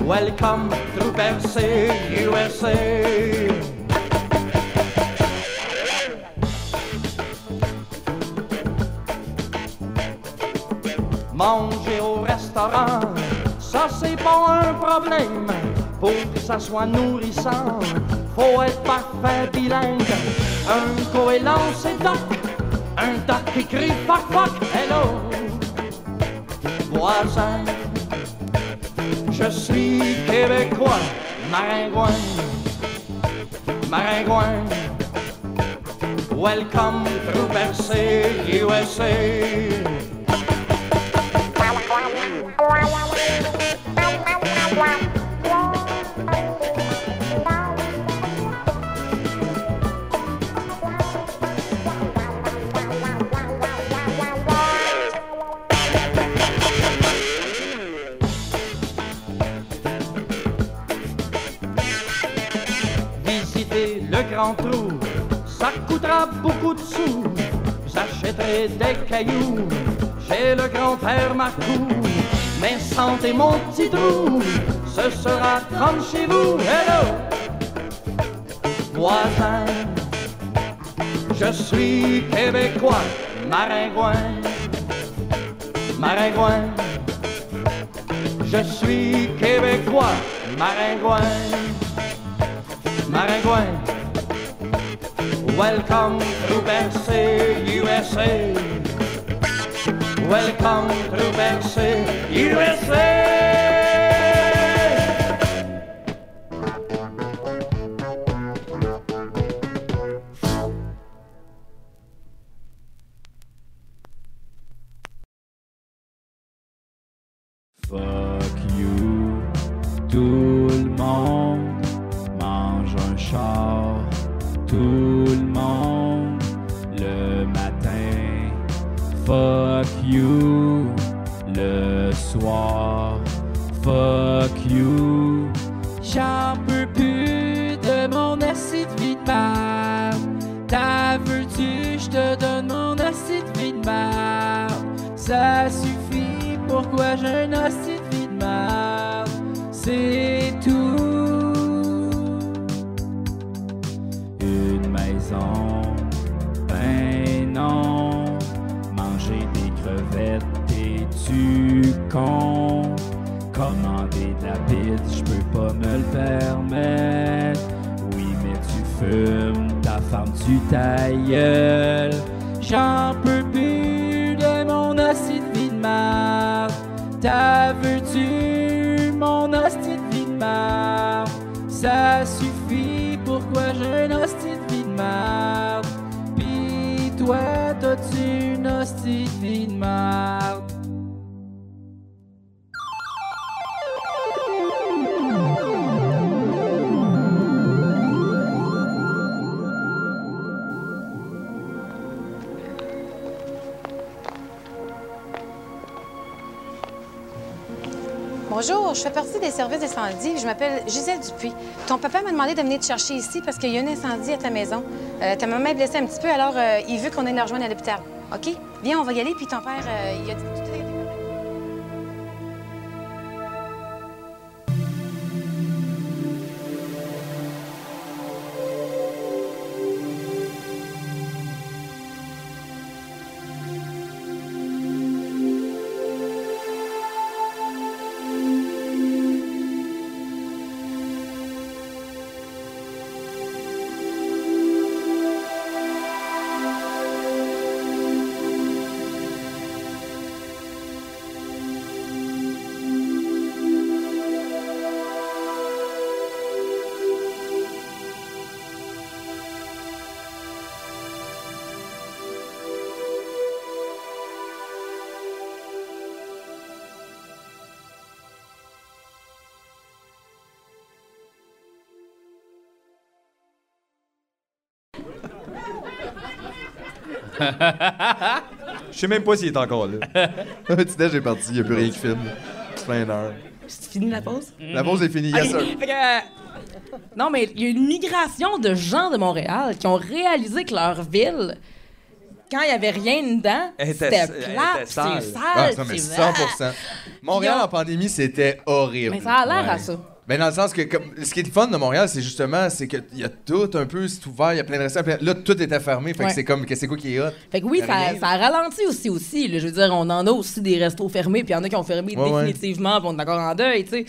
Welcome to Pepsi, USA. Manger au restaurant, ça c'est pas un problème. Pour que ça soit nourrissant, faut être parfait bilingue. Un coélan c'est doc, un doc qui crie fuck fuck, hello. Voisin, je suis québécois, maringouin, maringouin. Welcome to Bercy, USA. Visitez le grand trou, ça coûtera beaucoup de sous. Vous achèterez des cailloux chez le grand-père Marcou. Mais sentez mon petit trou, ce sera comme chez vous. Hello! Voisin, je suis québécois, maringouin, maringouin. Je suis québécois, maringouin. Maringouin. Welcome to Bercy, USA. Welcome to Bercy, USA.
Fuck you, tout le monde mange un char, tout le monde le matin. Fuck you, le soir. Fuck you, J'en peux plus de mon acide vie de marde. T'as veux-tu, je te donne mon acide vie de marde. Ça suffit, pourquoi j'ai un acide vie de marde? C'est tout. Une maison, ben non. Manger des crevettes, t'es-tu con? Commander de la pizza, je peux pas me le permettre. Oui, mais tu fumes, ta femme, tu ta gueule. J'en peux plus de mon acide vie de marde. T'as veux-tu mon acide vie de marde? Ça suffit, pourquoi j'ai une hostie de vie de marde? Pis toi, t'as-tu une hostie de vie de marde?
Bonjour, je fais partie des services d'incendie. Je m'appelle Gisèle Dupuis. Ton papa m'a demandé de venir te chercher ici parce qu'il y a eu un incendie à ta maison. Euh, ta maman est blessée un petit peu, alors euh, il veut qu'on aille la rejoindre à l'hôpital. OK? Viens, on va y aller, puis ton père, euh, il a dit...
Je sais même pas s'il est encore là.
Un petit déj est parti, il n'y a plus rien qui filme. Plein d'heures.
C'est fini la pause?
La pause est finie, yes sir.
Fait que, euh, Non, mais il y a une migration de gens de Montréal qui ont réalisé que leur ville, quand il n'y avait rien dedans,
Elle était-
c'était
elle était
plate, c'est
sale.
sale.
Ah, ça, mais
c'est
100 Montréal
Ils ont-
en pandémie, c'était horrible.
Mais ça a l'air à
Ouais.
ça.
Ben dans le sens que comme- ce qui est fun de Montréal, c'est justement c'est que il y a tout un peu, c'est ouvert, il y a plein de restaurants. plein- Là, tout était fermé, fait
Ouais.
que c'est comme que c'est quoi qui est hot.
Fait que oui,
Y a
ça,
rien.
ça a ralenti aussi, aussi. là. Je veux dire, on en a aussi des restos fermés, puis il y en a qui ont fermé
Ouais, ouais.
définitivement, puis on est encore en deuil, tu sais.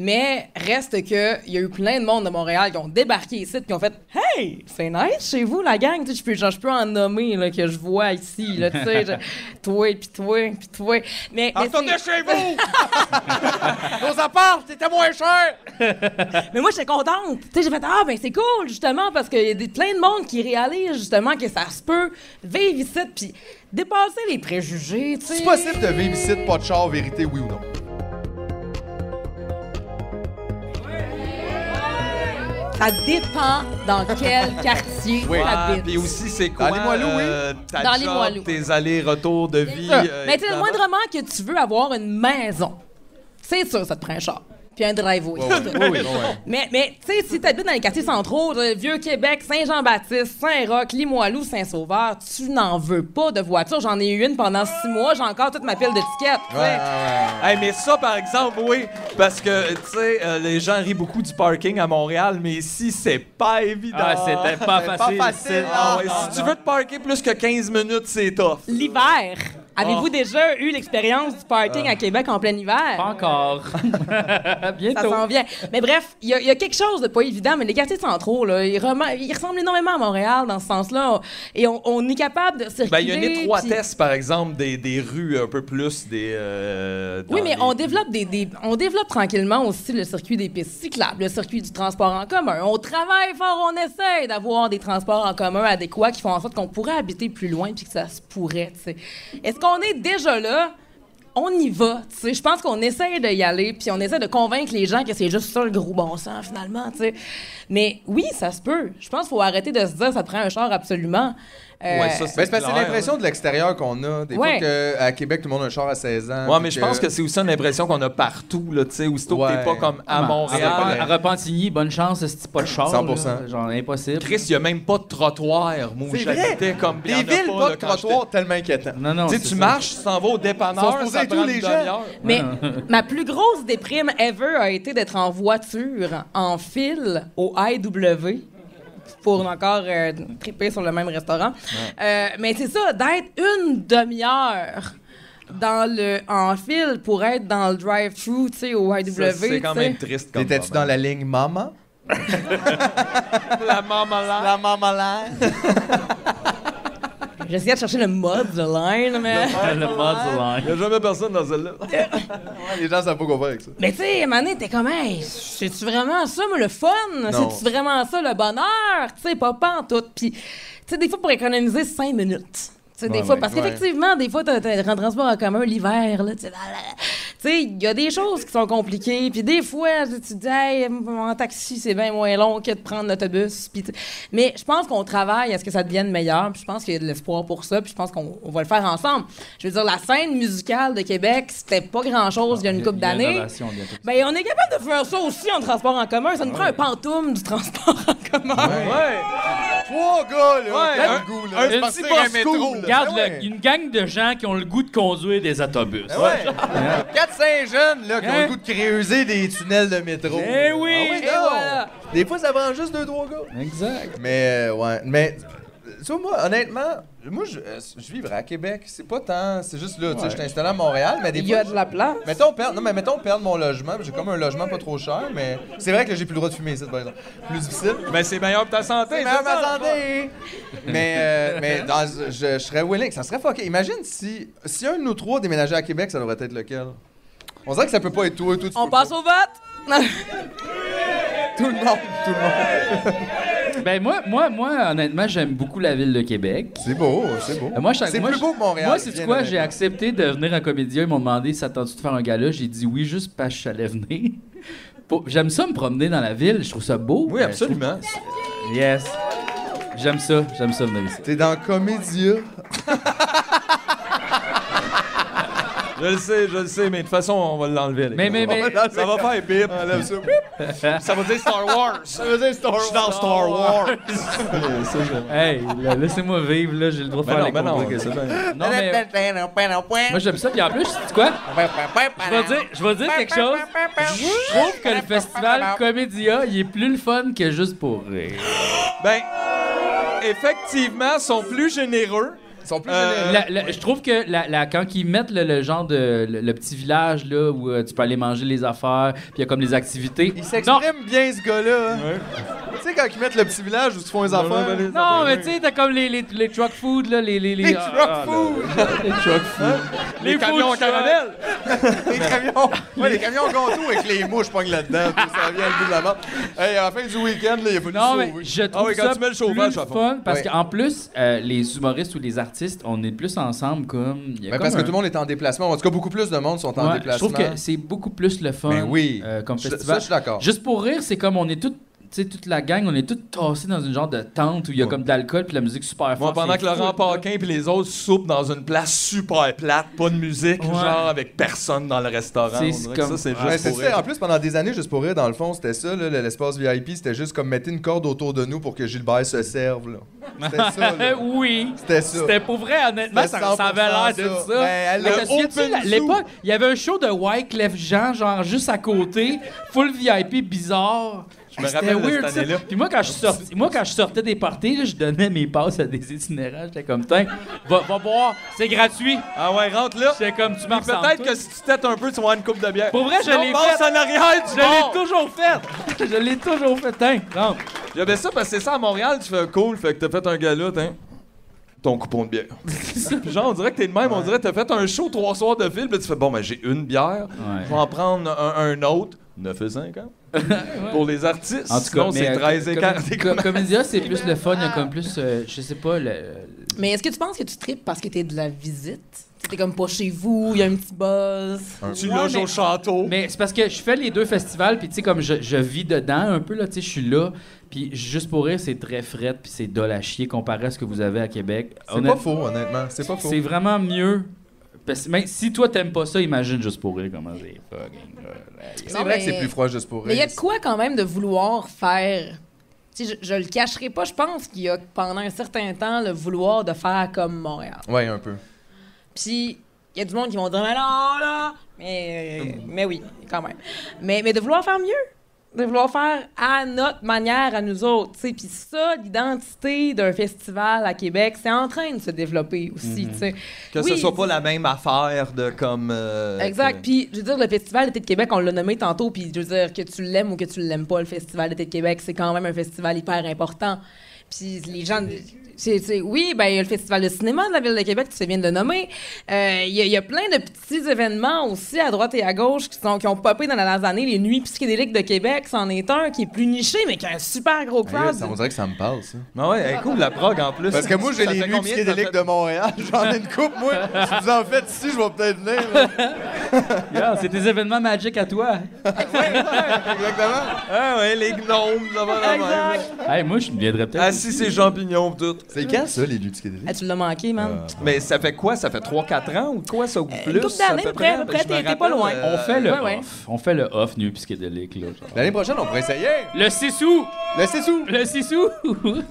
Mais reste que il y a eu plein de monde de Montréal qui ont débarqué ici, puis qui ont fait « Hey, c'est nice chez vous, la gang! » Tu sais, je peux, genre, je peux en nommer, là, que je vois ici, là, tu sais. je- Toi, puis toi, puis toi. Mais,
Ah,
mais c'est-
chez vous!
Nos apparts, c'était moins cher!
Mais moi, j'étais contente. Tu sais, j'ai fait Ah, ben c'est cool, justement, parce qu'il y a des, plein de monde qui réalise, justement, que ça se peut vivre ici, puis dépasser les préjugés, tu sais.
C'est possible de vivre ici, de pas de char, vérité, oui ou non.
Ça dépend dans quel quartier
Oui.
tu
Ah,
habites.
puis aussi, c'est quoi? euh,
Dans les Moilous, oui.
ta
Dans les
job,
Moilous.
Tes allers-retours de vie.
Ah.
euh,
Mais tu sais,
évidemment.
moindrement que tu veux avoir une maison, c'est sûr ça te prend un char. Puis un driveway. Mais, mais tu sais, si t'habites dans les quartiers centraux, euh, Vieux-Québec, Saint-Jean-Baptiste, Saint-Roch, Limoilou, Saint-Sauveur, tu n'en veux pas de voiture. J'en ai eu une pendant six mois, j'ai encore toute ma pile d'étiquettes. tu sais.
Hey, mais ça, par exemple, oui, parce que, tu sais, euh, les gens rient beaucoup du parking à Montréal, mais ici, c'est pas évident.
Ah, c'était pas
C'est pas
facile.
facile.
Ah ouais, si tu veux te parker plus que 15 minutes, c'est tough.
L'hiver. Avez-vous déjà eu l'expérience du parking
Ah.
à Québec en plein hiver?
Pas encore.
Ça
Bientôt.
s'en vient. Mais bref, il y, a- il y a quelque chose de pas évident, mais les quartiers centraux, là, ils, rema- ils ressemblent énormément à Montréal dans ce sens-là. On- Et on, on est capable de circuler.
Ben, il y a une
puis-
étroitesse, par exemple, des, des rues un peu plus des. euh,
Oui,
dans
mais
les-
on développe, des, des- on développe tranquillement aussi le circuit des pistes cyclables, le circuit du transport en commun. On travaille fort, on essaie d'avoir des transports en commun adéquats qui font en sorte qu'on pourrait habiter plus loin puis que ça se pourrait. tu sais. Est-ce qu'on est déjà là? On y va, tu sais. Je pense qu'on essaie d'y aller, puis on essaie de convaincre les gens que c'est juste ça le gros bon sens, finalement, tu sais. Mais oui, ça se peut. Je pense qu'il faut arrêter de se dire ça prend un char absolument. Euh,
Ouais, ça, c'est
Ben, c'est parce que c'est
clair,
l'impression de l'extérieur qu'on a. Des
Ouais.
fois que, à Québec, tout le monde a un char à 16 ans.
là. Ouais,
puis
mais je pense que c'est aussi une impression qu'on a partout, là, tu sais, aussitôt que
Ouais.
t'es pas comme
Ah,
à
À,
Montréal.
Repen- à Repentigny, bonne chance, c'est pas de char.
100%.
là. Genre impossible.
Chris, il y a même pas de trottoir, moi, où
C'est vrai.
j'habitais comme il y en
Les
a
villes, pas
là,
de
quand j'étais-
trottoir tellement inquiétant.
Non, non.
Tu sais,
c'est
tu
ça.
marches, tu t'en vas au
Sont
dépanneur,
supposés
ça
être où,
prend
les
une
gens?
demi-heure.
Mais
Ah.
ma plus grosse déprime ever a été d'être en voiture, en file, au IW, pour encore euh, triper sur le même restaurant. Euh, mais c'est ça, d'être une demi-heure dans le en file pour être dans le drive-thru, tu sais, au IW.
Ça, C'est quand
tu sais.
même triste comme
T'étais-tu dans
moment.
la ligne maman?
la maman là?
La maman là.
J'essayais de chercher le mode de line, mais.
Le mode
Il n'y a jamais personne dans celle-là.
Les gens savent pas quoi faire avec ça.
Mais tu sais, à un moment donné, t'es comme, hey, c'est-tu vraiment ça, moi, le fun?
Non.
C'est-tu vraiment ça, le bonheur? Tu sais, pas en tout. Puis, tu sais, des fois, pour économiser cinq minutes. Tu sais, des
Ouais,
fois,
ouais,
parce
ouais.
qu'effectivement, des fois, t'as t'as un transport en commun l'hiver, là, tu sais, là, là, là. Tu sais, il y a des choses qui sont compliquées. Puis des fois, tu te dis, hey, en taxi, c'est bien moins long que de prendre l'autobus. Puis tu- Mais je pense qu'on travaille à ce que ça devienne meilleur. Puis je pense qu'il y a de l'espoir pour ça. Puis je pense qu'on on va le faire ensemble. Je veux dire, la scène musicale de Québec, c'était pas grand-chose Ah, il y a une couple d'années. Ben, on est capable de faire ça aussi en transport en commun. Ça nous
Ah
prend un pantoum du transport en commun.
Ouais.
Trois gars, là.
Ouais,
quel
un-
goût,
un Ben
là.
petit
Partir
boss
métro,
cool.
là. Ben
Regarde,
Ouais.
le- une gang de gens qui ont le goût de conduire des autobus.
Eh
Ben
Ouais. 4-5 jeunes là, qui ont
Hein?
le goût de creuser des tunnels de métro.
Eh oui!
Ah
Et
non!
voilà.
Des fois, ça prend juste 2-3 gars.
Exact.
Mais, euh, ouais. Mais, euh, tu vois, moi, honnêtement, moi, je, euh, je vivrais à Québec. C'est pas tant. C'est juste là, tu sais, je suis installé à Montréal, mais des
Il y
fois,
a de la place.
Mettons perdre, non mais mettons perdre mon logement, j'ai comme un logement pas trop cher, mais c'est vrai que j'ai plus le droit de fumer ici par exemple. Plus difficile.
Ben, c'est meilleur pour ta santé.
Mais
c'est ça.
mais euh, mais dans- je, je serais willing, ça serait fucké. Imagine si si un de nous trois déménageait à Québec, ça devrait être lequel On dirait que ça peut pas être toi et tout.
On passe au vote?
euh, tout le monde, tout le monde.
Ben, moi, moi, moi, honnêtement, j'aime beaucoup la ville de Québec.
C'est beau, c'est beau.
Euh, Moi, je-
C'est
moi,
plus
je-
beau que Montréal,
Moi, c'est
bien
quoi?
honnêtement.
J'ai accepté de venir à Comédia. Ils m'ont demandé si t'attends-tu de faire un gala. J'ai dit oui, juste parce que je allais venir. Pour- J'aime ça me promener dans la ville. Je trouve ça beau.
Oui,
Euh,
absolument.
je trouve- Yes. J'aime ça. J'aime ça venir ici.
T'es dans Comédia.
Je le sais, je le sais, mais de toute façon, on va l'enlever. les
Mais, mais,
gars.
mais.
Ça va faire bip.
Enlève Ah, ça.
Ça va dire Star Wars.
Ça veut dire Star Wars.
Je suis dans Star Wars.
Hey, là, laissez-moi vivre, là. J'ai le droit de
Ben
faire
non,
les
ben non, ben,
contrées que ça.
c'est bien.
Non, mais. Moi, j'aime ça. Puis en plus, c'est quoi? Je vais dire, je vais dire quelque chose. Je trouve que le festival Comédia, il est plus le fun que juste pour rire.
Ben, effectivement, ils sont plus généreux.
Ils sont plus
Euh,
généreux.
La- la- je trouve que la, la- quand ils mettent le, le genre de le, le petit village là où euh, tu peux aller manger les affaires, puis il y a comme des activités.
Il
non,
s'exprime bien ce gars-là. hein. Tu sais quand ils mettent le petit village où ils se font les affaires.
non, mais tu sais, t'as comme les, les, les truck food là, les les les,
Les
ah,
truck
ah,
food.
là, les truck food, les, food
camions en
truck.
caramel.
Les camions, ouais, les camions gâteaux avec les mouches pognent là-dedans, puis ça vient le bout de la mort. Hey, à la fin du week-end, là, il a fallu
Non,
sauver.
mais je trouve
oui, quand
ça
tu mets le chauffage
plus
à fond.
fun parce
Ouais.
qu'en plus, euh, les humoristes ou les artistes, on est plus ensemble comme. il y a
Ben,
comme
parce que
un-
tout le monde est en déplacement. En tout cas, beaucoup plus de monde sont en
Ouais, je
déplacement.
trouve que c'est beaucoup plus le fun
Ben oui.
euh, comme
Je-
festival.
ça, je suis d'accord.
Juste pour rire, c'est comme on est tout tu sais, toute la gang, on est tous tassés dans une genre de tente où il y a comme de l'alcool puis la musique super forte.
Moi, pendant
c'est
que Laurent
fou, là.
Paquin et les autres soupent dans une place super plate, pas de musique,
Ouais.
genre avec personne dans le restaurant.
C'est
On dirait que
comme-
Ça, c'est
Ouais,
juste
Ah, c'est
pour
ça.
rire.
En plus, pendant des années, juste pour rire, dans le fond, c'était ça, là, l'espace VIP, c'était juste comme mettre une corde autour de nous pour que Gilbert se serve. là. C'était ça. là.
oui.
C'était ça.
C'était pour vrai, honnêtement,
C'était
ça, ça avait l'air
100%
de ça.
ça. Ben,
Mais
le
te souviens-tu,
open
la-
zoo.
l'époque, il y avait un show de Wyclef Jean, genre juste à côté, full VIP bizarre. Je
me rappelle de cette année-là.
Puis moi, quand je, sorti- moi, quand je sortais des parties, là, je donnais mes passes à des itinérants. J'étais comme, tiens, va, va boire, c'est gratuit.
Ah ouais, rentre là.
J'étais comme, tu
Puis
m'en
Peut-être que si tu têtes un peu, tu vas avoir une coupe de bière.
Pour vrai, je
Sinon,
l'ai
passe
fait.
en arrière du
Je
bord.
l'ai toujours fait. Je l'ai toujours fait. Tiens, rentre.
J'aimais ça parce que c'est ça à Montréal, tu fais cool, fait que t'as fait un gala, hein. Ton coupon de bière. Puis genre, on dirait que t'es de même, on dirait que t'as fait un show trois soirs de fil, puis tu fais bon, ben j'ai une bière,
Ouais.
je vais en prendre un, un autre, 9,50 hein. pour les artistes.
En tout cas, euh,
Sinon, c'est
euh,
13 et
Comédia, c'est plus le fun. Il y a comme plus, euh, je sais pas, le,
mais est-ce que tu penses que tu tripes parce que t'es de la visite? C'était comme pas chez vous, il y a un petit buzz.
Ah,
Tu
Ouais,
loges
mais-
au château.
Mais c'est parce que je fais les deux festivals, puis tu sais, comme je, je vis dedans un peu, là, tu sais, je suis là, puis juste pour rire, c'est très fret, puis c'est dol à chier comparé à ce que vous avez à Québec.
C'est
Honnêtement,
pas faux, honnêtement. C'est pas faux.
C'est vraiment mieux. Parce, mais si toi, t'aimes pas ça, imagine juste pour rire comment c'est fucking drôle. Aïe.
C'est
Non,
vrai
mais-
que c'est plus froid juste pour
Mais il y a
rire.
de quoi quand même de vouloir faire. Tu sais, je, je le cacherai pas, je pense qu'il y a pendant un certain temps le vouloir de faire comme Montréal.
Ouais, un peu.
Puis il y a du monde qui vont dire mais non là, mais euh, mais oui quand même. Mais mais de vouloir faire mieux, de vouloir faire à notre manière, à nous autres. tu sais. Puis ça, l'identité d'un festival à Québec, c'est en train de se développer aussi. tu sais.
Mm-hmm. Que ce
Oui,
soit pas
dis-
la même affaire de comme. euh,
Exact.
que-
Puis, je veux dire, le Festival d'été de Québec, on l'a nommé tantôt, puis je veux dire, que tu l'aimes ou que tu l'aimes pas, le Festival d'été de Québec, c'est quand même un festival hyper important. Puis les gens... c'est- c'est- oui, ben il y a le Festival de cinéma de la Ville de Québec, tu fais bien de le nommer. Euh, Il y, a- il y a plein de petits événements aussi à droite et à gauche qui, sont, qui ont popé dans les dernières années. Les Nuits psychédéliques de Québec, c'en est un qui est plus niché, mais qui a un super gros crowd.
Ah, Ça, on dirait que ça me parle, ça.
Ah ouais, elle coule la prog en plus.
Parce que moi, j'ai
Ça
les
fait
nuits
combien
psychédéliques de
ça
Montréal. J'en ai une coupe, moi. Si vous en faites ici, je vais peut-être venir. là.
Yeah, c'est tes événements magiques à toi.
Exactement.
fait- Ah ouais, les gnomes, ça va la même.
Hey, moi, je viendrais peut-être.
Ah,
Assis ces champignons pis tout.
C'est quand, ça, les nuits psychédéliques?
Ah, tu l'as manqué, man.
Euh,
Mais ça fait quoi? Ça fait 3-4 ans ou quoi, ça, ou
une
plus?
couple d'années,
à peu
près, à peu près,
Je me
t'es- t'es pas
rappelle,
loin.
euh,
on fait le
Euh, ouais, ouais.
off. On fait le off nu psychédélique, là. genre.
L'année prochaine, on pourrait essayer.
Le 6 août!
Laissez sous.
Le 6 août!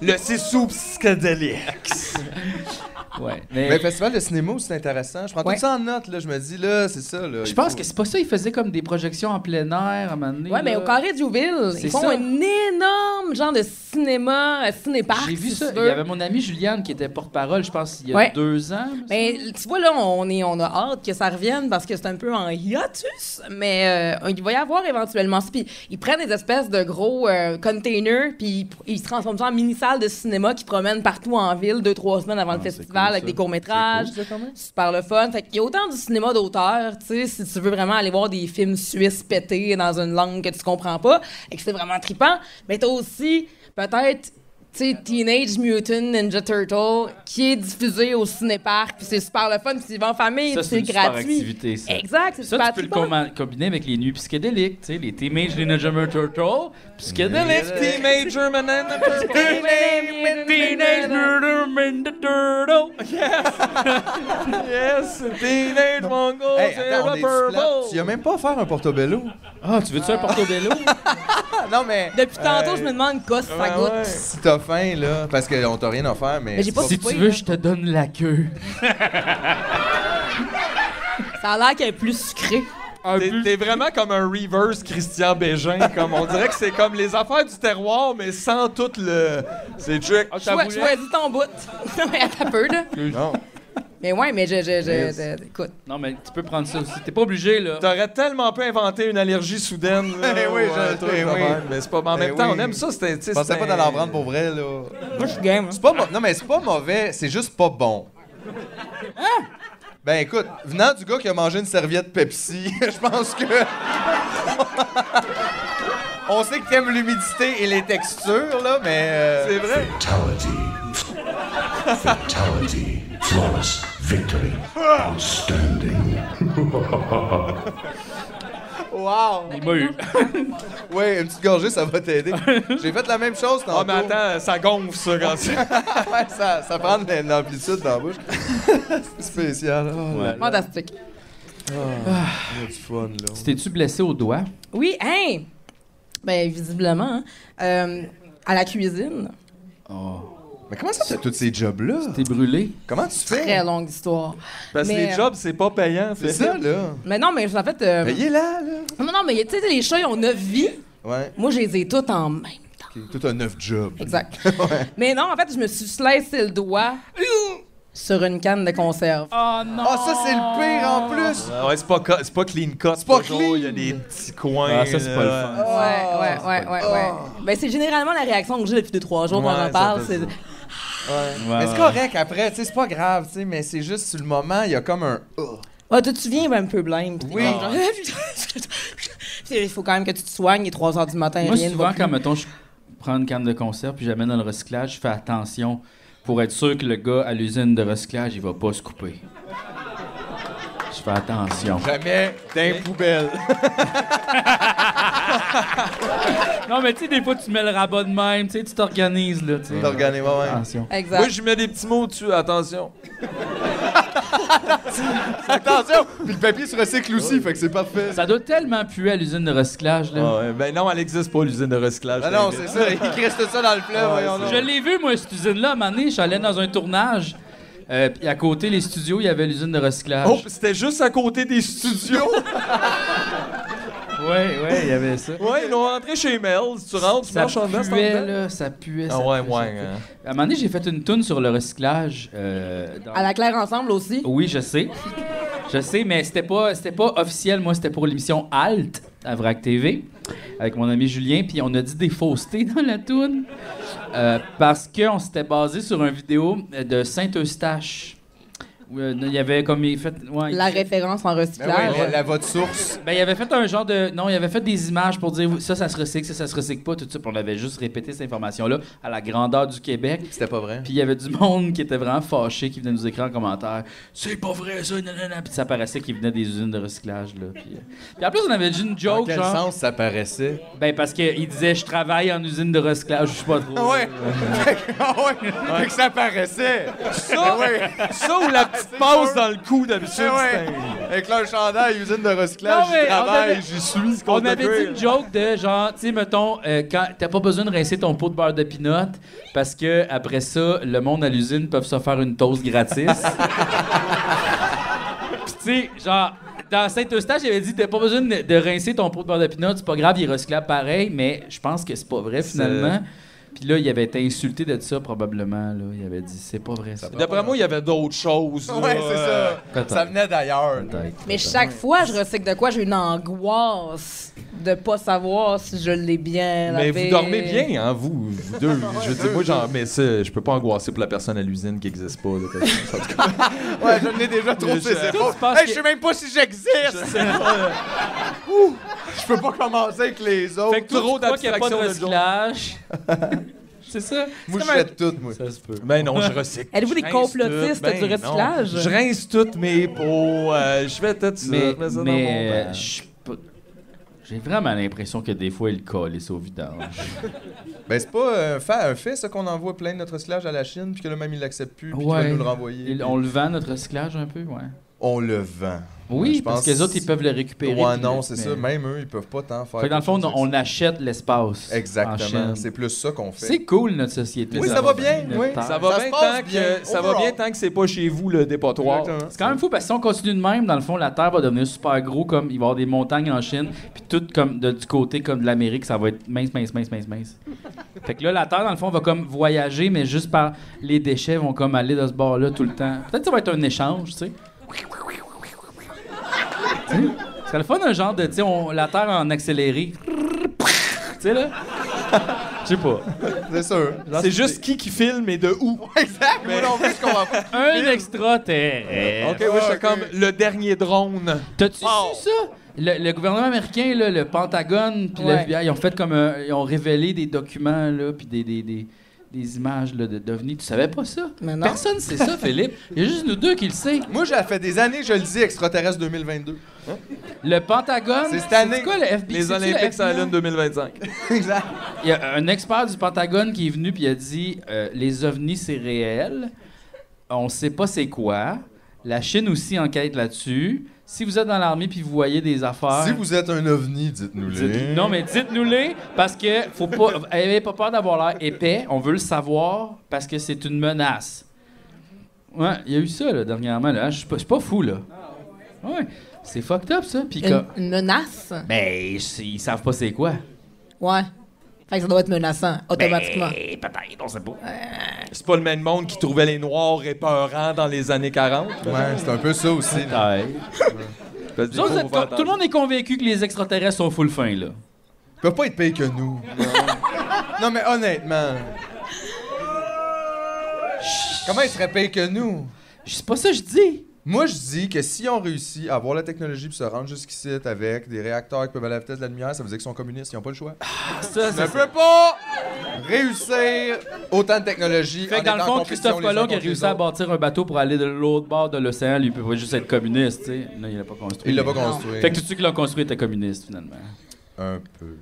Le sissou psychédélique.
ouais.
Mais
Mais
le festival de cinéma, c'est intéressant. Je prends
Ouais.
tout ça en note, là. Je me dis, là, c'est ça, là.
je
il
pense
faut-
que c'est pas ça, ils faisaient comme des projections en plein air à un moment donné.
Ouais, mais
là.
au Carré de Jouville,
C'est
ils font
ça.
un énorme genre de cinéma, euh, cinéparc.
J'ai vu
si
ça.
tu
Il
veux.
y avait mon amie Juliane qui était porte-parole, je pense, il y a
Ouais.
deux ans. me
Mais tu vois, là, on, est, on a hâte que ça revienne parce que c'est un peu en hiatus, mais euh, il va y avoir éventuellement ça. Puis ils prennent des espèces de gros euh, containers, puis ils, ils se transforment ça en mini-salles de cinéma qui promènent partout en ville deux, trois semaines avant le festival avec des courts-métrages. Super le fun. Fait qu'il y a autant du cinéma d'auteur, tu sais, si tu veux vraiment aller voir des films suisses pétés dans une langue que tu comprends pas et que c'est vraiment trippant, mais t'as aussi peut-être tu sais, Teenage Mutant Ninja Turtle qui est diffusé au cinéparc, puis c'est super le fun, puis tu vas en famille,
Ça,
puis c'est
c'est une super
gratuit.
activité, ça.
Exact, c'est
Ça,
super
tu peux le
trippant.
comma- combiner avec les nuits psychédéliques, tu sais, les Teenage Ninja Turtle, psychédéliques.
Lefty Major Manana.
Teenage Murder Ninja Turtle.
Yes, Teenage Mongols.
Hey,
c'est
attends, on est
Rubber
plat.
Bowl.
Tu y as même pas offert un portobello.
Ah, tu veux-tu un portobello?
Ah, non, mais
Depuis tantôt, je me demande quoi ça
Ouais,
goûte.
ouais.
si t'as faim, là, parce qu'on t'a rien offert, mais.
Mais j'ai pas
si
coupé,
tu veux,
là.
je te donne la queue.
Ça a l'air qu'elle est plus sucrée.
T'es- T'es vraiment comme un reverse Christian Bégin. comme on dirait que c'est comme les affaires du terroir, mais sans tout le. C'est check.
Choi- Choisis ton bout. Mais à ta peu, là.
Non.
Mais ouais, mais je. je, je- je- écoute.
Non, mais tu peux prendre ça aussi. T'es pas obligé, là.
T'aurais tellement peu inventé une allergie soudaine. là,
Eh oui,
ou,
je-
euh, tout
eh
de
oui.
même, Mais c'est pas. mais En
Eh
même temps,
oui.
on aime ça. C'était. tu sais,
Je pensais
c'était-
pas d'en en prendre pour vrai, là.
Moi, je suis game. hein.
C'est pas mo- Non, mais c'est pas mauvais, c'est juste pas bon. Ben écoute, venant du gars qui a mangé une serviette Pepsi, je pense que. On sait que t'aimes l'humidité et les textures, là, mais. euh,
C'est vrai.
Fatality. Flawless victory.
Ah!
Outstanding.
Wow!
Il m'a eu.
Ouais, une petite gorgée, ça va t'aider. J'ai fait la même chose tantôt.
Ah, mais attends, ça gonfle, ça, quand c'est.
Ouais, ça, ça prend de l'amplitude dans la bouche. c'est spécial. Oh,
Ouais.
Fantastique.
il y a du fun, là.
T'es-tu blessé au doigt?
Oui, hein! Ben, visiblement, hein. Euh, à la cuisine.
Mais comment ça, t'as tous ces jobs-là?
T'es brûlé?
Comment tu fais?
Très longue histoire.
Parce que
Mais,
les
euh,
jobs, Ben, Ben, c'est pas payant.
C'est
fait.
ça, là.
Mais non, mais en fait. euh,
Payez là, là.
non, non, mais tu sais, les chats, ils ont neuf vies.
Ouais.
Moi, je les ai toutes en même temps.
Ok, Tout un neuf job.
Exact. Mais non, en fait, je me suis slicé le doigt sur une canne de conserve.
Ah, ça, c'est le pire en plus!
Ah Ouais, c'est pas, co- c'est pas clean cut. C'est
pas
Il y a des petits coins.
Ah, ça, c'est pas le
là.
fun.
Ouais, ouais, ouais, ouais, ouais. Ben, c'est généralement la réaction que j'ai depuis deux, trois jours quand
Ouais,
j'en parle.
ça fait
C'est...
Ouais,
Mais c'est correct après, tu sais, c'est pas grave, tu sais, mais c'est juste sur le moment, il y a comme un. Ah.
Ouais, toi, tu viens ben, un peu blême. puis t'es
Oui.
comme genre, Puis Il faut quand même que tu te soignes, il est 3 h du matin,
Moi,
rien ne va
souvent,
plus.
quand, mettons, je prends une canne de conserve puis j'amène dans le recyclage, je fais attention pour être sûr que le gars à l'usine de recyclage, il va pas se couper. Je fais attention.
Jamais d'un poubelle.
Non, mais tu sais, des fois, tu mets le rabat de même, tu sais, tu t'organises, là, tu sais.
Regardez, moi, ouais.
Attention.
Exact.
Moi, je mets des petits mots dessus, attention.
Attention! Puis le papier se recycle aussi, fait que c'est parfait.
Ça doit tellement puer à l'usine de recyclage, là.
Ah ouais, ben non, elle existe pas, l'usine de recyclage.
Ah non,
t'inquiète.
c'est ça, il criste ça dans le fleuve, voyons donc.
Je l'ai vu, moi, cette usine-là, à un moment donné, je suis allé dans un tournage. euh, puis à côté, les studios, il y avait l'usine de recyclage.
Oh, c'était juste à côté des studios.
Ouais, ouais, il y avait ça.
ouais, ils l'ont rentré chez Mel. Tu rentres, tu
Ça
marches en dedans, c'est en
puait,
dedans.
là, ça puait.
Ah
ça
ouais,
puait, ça
ouais.
puait.
hein.
À un moment donné, j'ai fait une toune sur le recyclage. euh, dans-
À la claire ensemble aussi.
Oui, je sais. Je sais, mais c'était pas, c'était pas officiel. Moi, c'était pour l'émission Alt à Vrac TV avec mon ami Julien. Puis on a dit des faussetés dans la toune euh, parce qu'on s'était basé sur une vidéo de Saint-Eustache. où, euh, Il y avait comme il fait. ouais,
La
il-
référence en
Ben ouais,
recyclage.
la, la votre source.
ben, il avait fait un genre de. Non, il avait fait des images pour dire ça, ça se recycle, ça, ça se recycle pas, tout ça. Puis on avait juste répété cette information-là à la grandeur du Québec.
C'était pas vrai.
Puis il y avait du monde qui était vraiment fâché, qui venait nous écrire en commentaire C'est pas vrai ça, nanana. Puis ça paraissait qu'il venait des usines de recyclage. Là. Puis, euh. Puis en plus, on avait dit une
Dans
joke,
Ah, quel
genre.
sens ça paraissait?
Ben parce qu'il disait Je travaille en usine de recyclage, je sais pas trop.
Ah ouais! ah ouais! Fait que ça paraissait! Ah
Ça,
ouais!
ça ou la petite passe dans le cou d'habitude.
Ah ouais.
c'est un-
Avec leur chandail, usine de recyclage,
Non, mais
j'y travaille,
on avait-
j'y suis. c'est
On
contre
avait dit
le
une joke de genre, tu sais, mettons, euh, quand t'as pas besoin de rincer ton pot de beurre de pinot parce que après ça, le monde à l'usine peuvent se faire une toast gratis. Puis tu sais, genre, dans Saint-Eustache, j'avais dit, t'as pas besoin de, de rincer ton pot de beurre de pinot, c'est pas grave, il est recyclable pareil, mais je pense que c'est pas vrai finalement. Puis là, il avait été insulté de ça probablement. Là. Il avait dit, c'est pas vrai ça.
D'après moi, il y avait d'autres choses. là.
Ouais,
Euh,
c'est ça.
peut-être.
Ça venait d'ailleurs.
Peut-être.
Mais chaque fois, je recycle de quoi, j'ai une angoisse de pas savoir si je l'ai bien
Mais
lavé.
vous dormez bien, hein, vous, vous deux. Je veux dire, moi, genre, mais ça, je peux pas angoisser pour la personne à l'usine qui existe pas. là, parce que- en tout cas,
Ouais, je l'ai déjà trop
Je-
ses épaules.
tu penses
Hey,
que-
je sais même pas si j'existe! Ouh, Je peux pas commencer avec les autres.
Fait que toi,
Trop
tu crois qu'il y a pas de
d'abstraction de
recyclage. c'est ça? C'est
Moi, je
comme un-
jette tout, moi.
Ça se peut.
Ben non, je recycle.
Êtes-vous des
Je rince
complotistes
tout, ben
du
non.
recyclage?
Je rince toutes mes pots. euh, je vais peut-être ça,
Mais,
je mets ça dans
mais,
mon
euh,
bac.
je suis pas- j'ai vraiment l'impression que des fois, il colle et au vidange.
Ben, c'est pas euh, un fait, un fait, ça, qu'on envoie plein de notre recyclage à la Chine, puis que là, même, ils l'acceptent plus, puis qu'ils
Ouais.
veulent nous le renvoyer.
Il- on le vend, notre recyclage, un peu, ouais.
On le vend.
Oui,
je
parce
pense-
que les autres, ils peuvent le récupérer.
Ouais,
puis
non,
le-
c'est
mais-
ça. Même eux, ils peuvent pas tant faire.
Fait que dans le fond,
quelque chose
on,
avec
achète l'espace.
ça.
en
Exactement.
Chine.
C'est plus ça qu'on fait.
C'est cool, notre société.
Oui, ça va bien,
notre
oui.
terre.
Ça va
Ça
bien
se passe
tant
bien,
que ça va bien
overall.
tant que c'est pas chez vous le dépotoir.
Exactement.
C'est quand même fou parce que si on continue de même, dans le fond, la Terre va devenir super gros, comme il va y avoir des montagnes en Chine, puis tout comme de- du côté comme de l'Amérique, ça va être mince, mince, mince, mince, mince. Fait que là, la Terre, dans le fond, va comme voyager, mais juste par les déchets vont comme aller de ce bord-là tout le temps. Peut-être que ça va être un échange, tu sais. Tu sais, Ce serait le fun, un genre de, tu sais, on- la Terre en accéléré. Tu sais, là? Je sais pas.
C'est sûr.
C'est juste qui qui filme et de où.
Exact. Moi non plus, je comprends pas.
Un extra terrestre.
Ok, oui,
Ah,
c'est
ok.
comme le dernier drone.
T'as-tu su ça? Le, le gouvernement américain, là, le Pentagone, puis le
Ouais.
FBI, ils ont fait comme un- ils ont révélé des documents là, puis des, des, des, des images là, de d'OVNI. Tu savais pas ça?
Mais non.
Personne sait ça, Philippe. Il y a juste nous deux qui le sait.
Moi, j'ai fait des années, je le dis, extraterrestre 2022.
Le Pentagone.
C'est cette année.
c'est quoi le FBI?
Les
C'est-tu le
Olympiques sur la
FBI?
Lune 2025.
exact.
Il y a un expert du Pentagone qui est venu puis il a dit euh, les ovnis c'est réel, on sait pas c'est quoi. La Chine aussi enquête là-dessus. Si vous êtes dans l'armée puis vous voyez des affaires,
Si vous êtes un ovni, dites-nous-le.
Dites- non, mais dites-nous-les parce que faut pas. Ayez pas peur d'avoir l'air épais. On veut le savoir parce que c'est une menace. Ouais, il y a eu ça, là, dernièrement. Là. Je suis pas, je suis pas fou, là. Ouais. C'est fucked up, ça. Puis
Une,
comme-
une menace?
Ben, je- ils savent pas c'est quoi.
Ouais. Fait que ça doit être menaçant, automatiquement.
Ben, peut-être, on sait pas.
C'est pas le même monde qui trouvait les noirs épeurants dans les années 40.
Ouais, c'est un peu ça aussi. là.
Ouais. Vous autres, vous êtes con- tout le monde est convaincu que les extraterrestres sont full fin, là.
Ils peuvent pas être payés que nous. non, mais honnêtement. Comment ils seraient payés que nous?
C'est pas ça que je dis.
Moi, je dis que si on réussit à avoir la technologie puis se rendre jusqu'ici avec des réacteurs qui peuvent aller à la vitesse de la lumière, ça veut dire qu'ils sont communistes, ils n'ont pas le choix.
Ah, Ça, c'est
Je peux pas! Réussir autant de technologie.
Fait que
en
dans le
étant en
fond,
compétition
Christophe
les uns
Colomb qui a
contre les
réussi à
autres.
bâtir un bateau pour aller de l'autre bord de l'océan, lui, il pouvait juste être communiste, tu sais. Là, il l'a pas construit.
Il l'a pas construit.
Fait que tous ceux qui l'ont construit étaient communistes, finalement.
Un peu.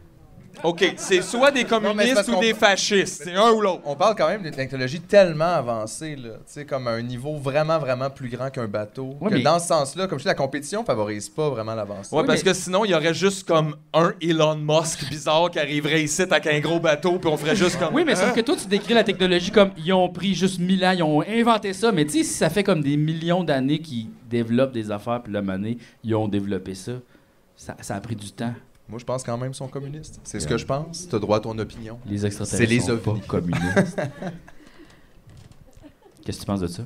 OK, c'est soit des
mais c'est
communistes
parce
ou
qu'on-
des fascistes. C'est un ou l'autre.
On parle quand même de technologies tellement avancées, là. Tu sais, comme à un niveau vraiment, vraiment plus grand qu'un bateau.
Ouais,
que
mais-
dans ce sens-là, comme je dis, la compétition favorise pas vraiment l'avancée.
Ouais,
Oui,
parce
mais-
que sinon, il y aurait juste comme un Elon Musk bizarre qui arriverait ici avec un gros bateau, puis on ferait juste comme.
Oui, mais sauf que toi, tu décris la technologie comme ils ont pris juste 1000 ans, ils ont inventé ça, mais tu sais, si ça fait comme des millions d'années qu'ils développent des affaires, puis la manée, ils ont développé ça. ça, ça a pris du temps.
Moi, je pense quand même qu'ils sont communistes. C'est ce que je pense. T'as droit à ton opinion.
Les
C'est
extraterrestres
les
sont pas
ovnis.
communistes. Qu'est-ce que tu penses de ça?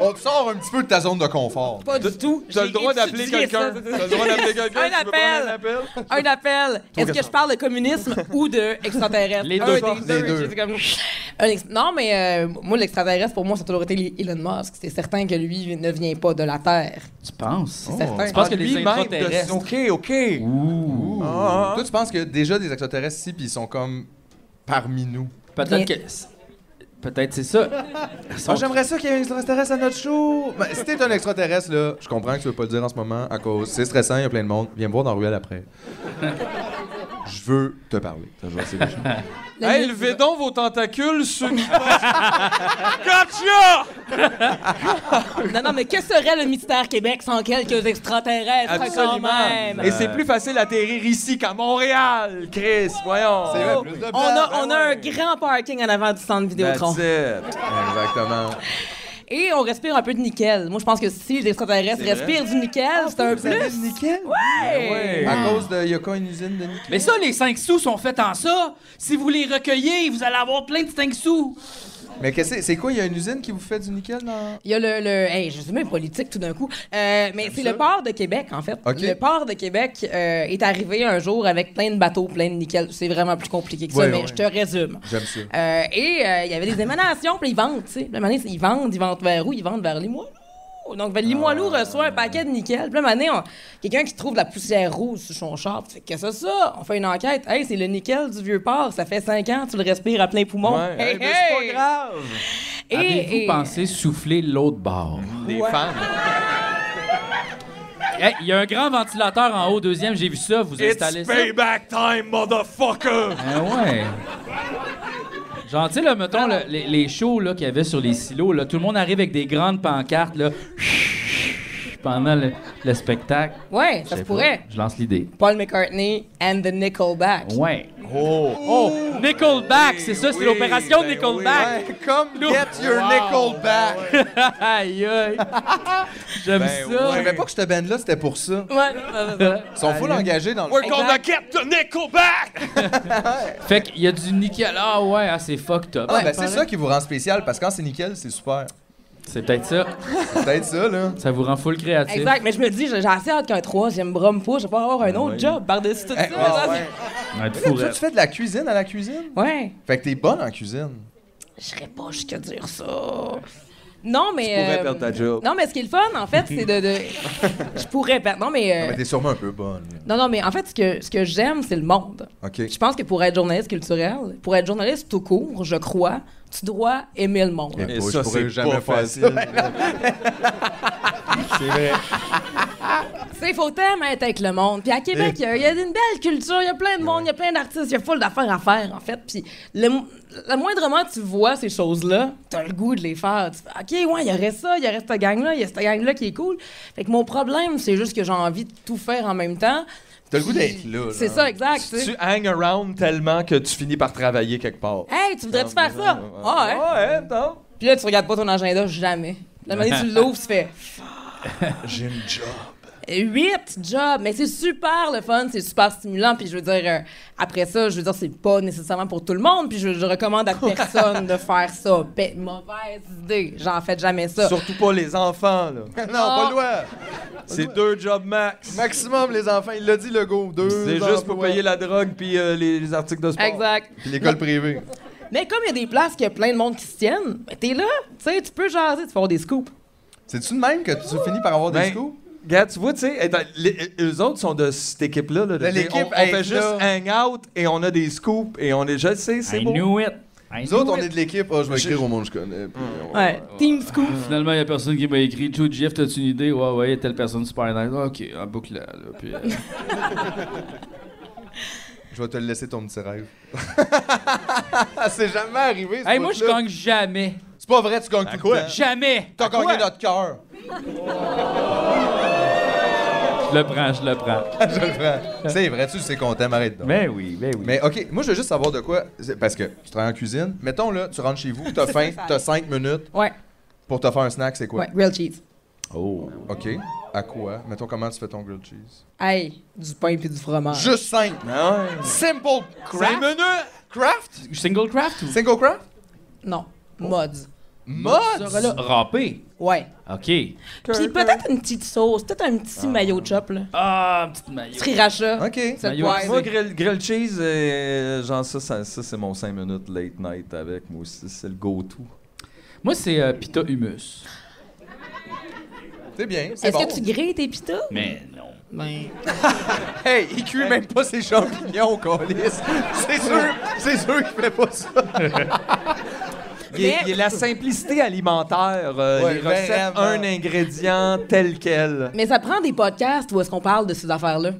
On te sort un petit peu de ta zone de confort.
Pas du tout.
T'as le
J'ai
droit d'appeler
étudié
quelqu'un.
ça.
T'as le droit d'appeler quelqu'un.
Un
tu veux prendre
appel.
un appel.
Un appel. Est-ce que je parle de communisme ou de extraterrestre?
Les
Un
deux.
des
Les deux.
J'ai dit comme- Un ex- Non, mais euh, moi, l'extraterrestre, pour moi, ça a toujours été Elon Musk. C'est certain que lui ne vient pas de la Terre.
Tu penses?
C'est certain.
Tu penses que les
Lui-même de-
intraterrestres...
OK, OK.
Ouh.
Ah, Toi, tu penses que déjà des extraterrestres ici, puis ils sont comme parmi nous.
Peut-être
Bien.
que... Peut-être c'est ça. Ils sont-
Ah, j'aimerais ça qu'il y ait un extraterrestre à notre show. Ben, si t'es un extraterrestre, là, je comprends que tu veux pas le dire en ce moment à cause. C'est stressant, il y a plein de monde. Viens me voir dans la ruelle après. Je veux te parler. T'as joué assez déjà.
La
Hey,
nuit-
levez donc vos tentacules, ceux qui pensent- Gotcha!
Non, non, mais que serait le mystère Québec sans quelques extraterrestres
Absolument.
quand même?
Et
Euh,
c'est plus facile d'atterrir ici qu'à Montréal, Chris, voyons.
C'est vrai, plus de
On
place.
a, on a un grand parking en avant du centre Vidéotron.
That's it.
Exactement.
Et on respire un peu de nickel. Moi, je pense que si les extraterrestres
C'est vrai?
respirent du nickel, c'est un plus.
nickel?
Hey!
À cause de Yoko, une usine de nickel.
Mais ça, les 5 sous sont faits en ça. Si vous les recueillez, vous allez avoir plein de 5 sous.
Mais qu'est-ce que c'est c'est quoi? Il y a une usine qui vous fait du nickel dans.
Il y a le. le hey, je suis même politique tout d'un coup. Euh, mais c'est le port de Québec, en fait.
OK.
Le port de Québec euh, est arrivé un jour avec plein de bateaux, plein de nickel. C'est vraiment plus compliqué que ça,
Ouais,
mais
ouais.
je te résume.
J'aime ça.
Euh, et euh, il y avait des émanations, puis ils vendent, tu sais. Puis à un moment donné, Ils vendent, ils vendent vers où? Ils vendent vers Limoilou. Donc, ben, vers Limoilou reçoit un paquet de nickel. Puis là, à un moment donné, on- quelqu'un qui trouve de la poussière rouge sur son char, puis fait que ça, ça, on fait une enquête. Hey, c'est le nickel du vieux port, ça fait 5 ans, tu le respires à plein poumon.
Ouais,
Hey,
hey, mais c'est
hey!
pas grave.
Et-
Avez-vous
et-
pensé souffler l'autre bord?
Des femmes.
Hey, Il y a un grand ventilateur en haut, deuxième, j'ai vu ça, vous installez
It's
ça.
payback time, motherfucker!
Ah ouais. Genre, tu sais, là, mettons, là, les, les shows là, qu'il y avait sur les silos, là, tout le monde arrive avec des grandes pancartes là, pendant le, le spectacle.
Ouais,
Je
ça
sais pas,
se pourrait.
Je lance l'idée.
Paul McCartney and the Nickelback.
Ouais. Oh! Oh! Nickelback! C'est ça, c'est
oui,
l'opération
ben
Nickelback!
Ouais, Come
Nous-
get your nickel back!
aïe aïe! J'aime
Ben
ça!
Je savais pas que cette band-là, c'était pour ça.
Ouais, ouais,
Euh,
ouais, ouais.
Ils sont full engagés dans le.
We're gonna get the nickel back!
Fait qu'il y a du nickel. Ah ouais, ah, c'est fucked up.
Ah, ben, c'est ça qui vous rend spécial parce que quand c'est nickel, c'est super.
C'est peut-être ça.
C'est peut-être ça, là.
Ça vous rend full créatif.
Exact, mais je me dis, j'ai j'ai assez hâte qu'un troisième bras me pousse, je vais pas avoir un autre job par-dessus tout ça. là.
Un
Mais là,
fou
toi,
rêve.
tu fais de la cuisine à la cuisine?
Ouais,
Fait que t'es bonne en cuisine.
je serais pas jusqu'à dire ça. Non, mais. Tu
pourrais perdre ta job.
Non, mais ce qui est le fun, en fait, c'est de. de- je pourrais perdre. Non, mais. euh,
Mais t'es sûrement un peu bonne. là.
Non, non, mais en fait, ce que, ce que j'aime, c'est le monde.
OK.
Je pense que pour être journaliste culturel, pour être journaliste tout court, je crois, tu dois aimer le monde.
Et
ça, c'est pas
C'est faut tellement être avec le monde. Puis à Québec, il y, a- il y a une belle culture, il y a plein de monde, il y a plein d'artistes, il y a full d'affaires à faire, en fait. Puis le, mo- le moindrement que tu vois ces choses-là, t'as le goût de les faire. Tu fais, OK, ouais, il y aurait ça, il y aurait cette gang-là, il y a cette gang-là qui est cool. Fait que mon problème, c'est juste que j'ai envie de tout faire en même temps.
T'as le goût d'être là. là.
C'est ça, exact. tu sais.
Tu hang around tellement que tu finis par travailler quelque part.
Hey, tu voudrais-tu faire ça? Ah, ouais.
hein?
Ouais, non.
Puis là, tu regardes pas ton agenda jamais. La manière tu l'ouvres, tu fais.
J'ai une job.
Huit jobs, mais c'est super le fun, c'est super stimulant, puis je veux dire, euh, après ça, je veux dire, c'est pas nécessairement pour tout le monde, puis je, je recommande à personne de faire ça. Ben, mauvaise idée, j'en fais jamais ça.
Surtout pas les enfants, là.
non,
Ah.
pas loin.
C'est deux jobs max.
Maximum, les enfants, il l'a dit, le go. Deux.
C'est juste pour payer la drogue puis euh, les, les articles de sport.
Exact.
Puis l'école privée.
Mais comme il y a des places qu'il y a plein de monde qui se tiennent, ben t'es là, tu sais, tu peux jaser, tu peux avoir des scoops.
C'est-tu de même que tu finis par avoir des
Ben,
scoops?
Gars, tu vois, tu sais, attends, les- eux autres sont de cette équipe-là. Là, de
Mais
dire,
l'équipe,
on, on
hey,
fait juste
là.
hang out et on a des scoops et on est. Je le sais, c'est
I
beau.
knew it. I
Nous
knew
autres, on
it.
est de l'équipe. Ah, je vais écrire au monde que je connais. puis on-
Ouais. Team Scoop.
Finalement, il y a personne qui m'a écrit Joe Jeff, t'as-tu une idée Ouais, ouais, telle personne super nice. Ah, Ok, en boucle là. là, puis, euh,
Je vais te le laisser ton petit rêve. c'est jamais arrivé. ce
hey, moi, je
bout-là.
gagne jamais.
C'est pas vrai, tu gagnes tout le temps.
Jamais.
T'as gagné notre cœur.
Je le prends, je le prends.
Je le prends. C'est vrai, tu sais qu'on t'aime, arrête donc.
Ben oui, ben oui.
Mais OK, moi, je veux juste savoir de quoi. c'est- Parce que tu travailles en cuisine. Mettons, là, tu rentres chez vous, t'as faim, t'as 5 minutes
Ouais.
pour te faire un snack, c'est quoi?
Ouais. Grilled cheese.
Oh.
OK. À quoi? Mettons, comment tu fais ton grilled cheese?
Hey, du pain puis du fromage.
Juste 5. Simple
C'est
craft.
menu!
Craft?
Single craft ou
Single craft?
Non. Mods.
Mode?
ça, là? Râpé.
Ouais.
Ok.
Puis peut-être une petite sauce, peut-être un petit mayo chop, là.
Ah, petite maillot.
Sriracha.
OK.
Ça
Mayo
doit
chop.
être-
Moi, grill, grill cheese, euh, genre ça, ça, ça, c'est mon 5 minutes late night avec. Moi aussi, c'est le go-to.
Moi, c'est euh, pita humus.
C'est bien, c'est
Est-ce
bon.
que tu grilles tes pitas?
Mais non.
Ben.
Hey, il cuit même pas ses champignons, Colis. C'est sûr, c'est sûr qu'il fait pas ça.
Il y, a,
Mais-
il y a la simplicité alimentaire, euh,
Ouais,
les recettes,
vraiment.
un ingrédient tel quel.
Mais ça prend des podcasts où est-ce qu'on parle de ces affaires-là.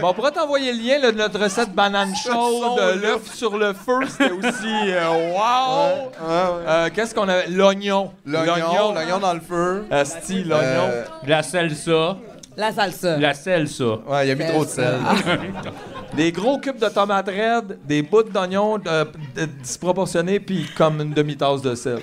Bon, on pourra t'envoyer le lien là, de notre recette banane chaude, euh, l'œuf sur le feu, c'était aussi euh, wow! Euh, Qu'est-ce qu'on a? L'oignon.
L'oignon, l'oignon dans le feu.
Asti, l'oignon.
Euh,
La salsa.
La salsa.
La salsa.
Ouais, il a mis trop de sel.
Des gros cubes de tomates raides, des bouts d'oignons euh, d- disproportionnés, puis comme une demi-tasse de sel.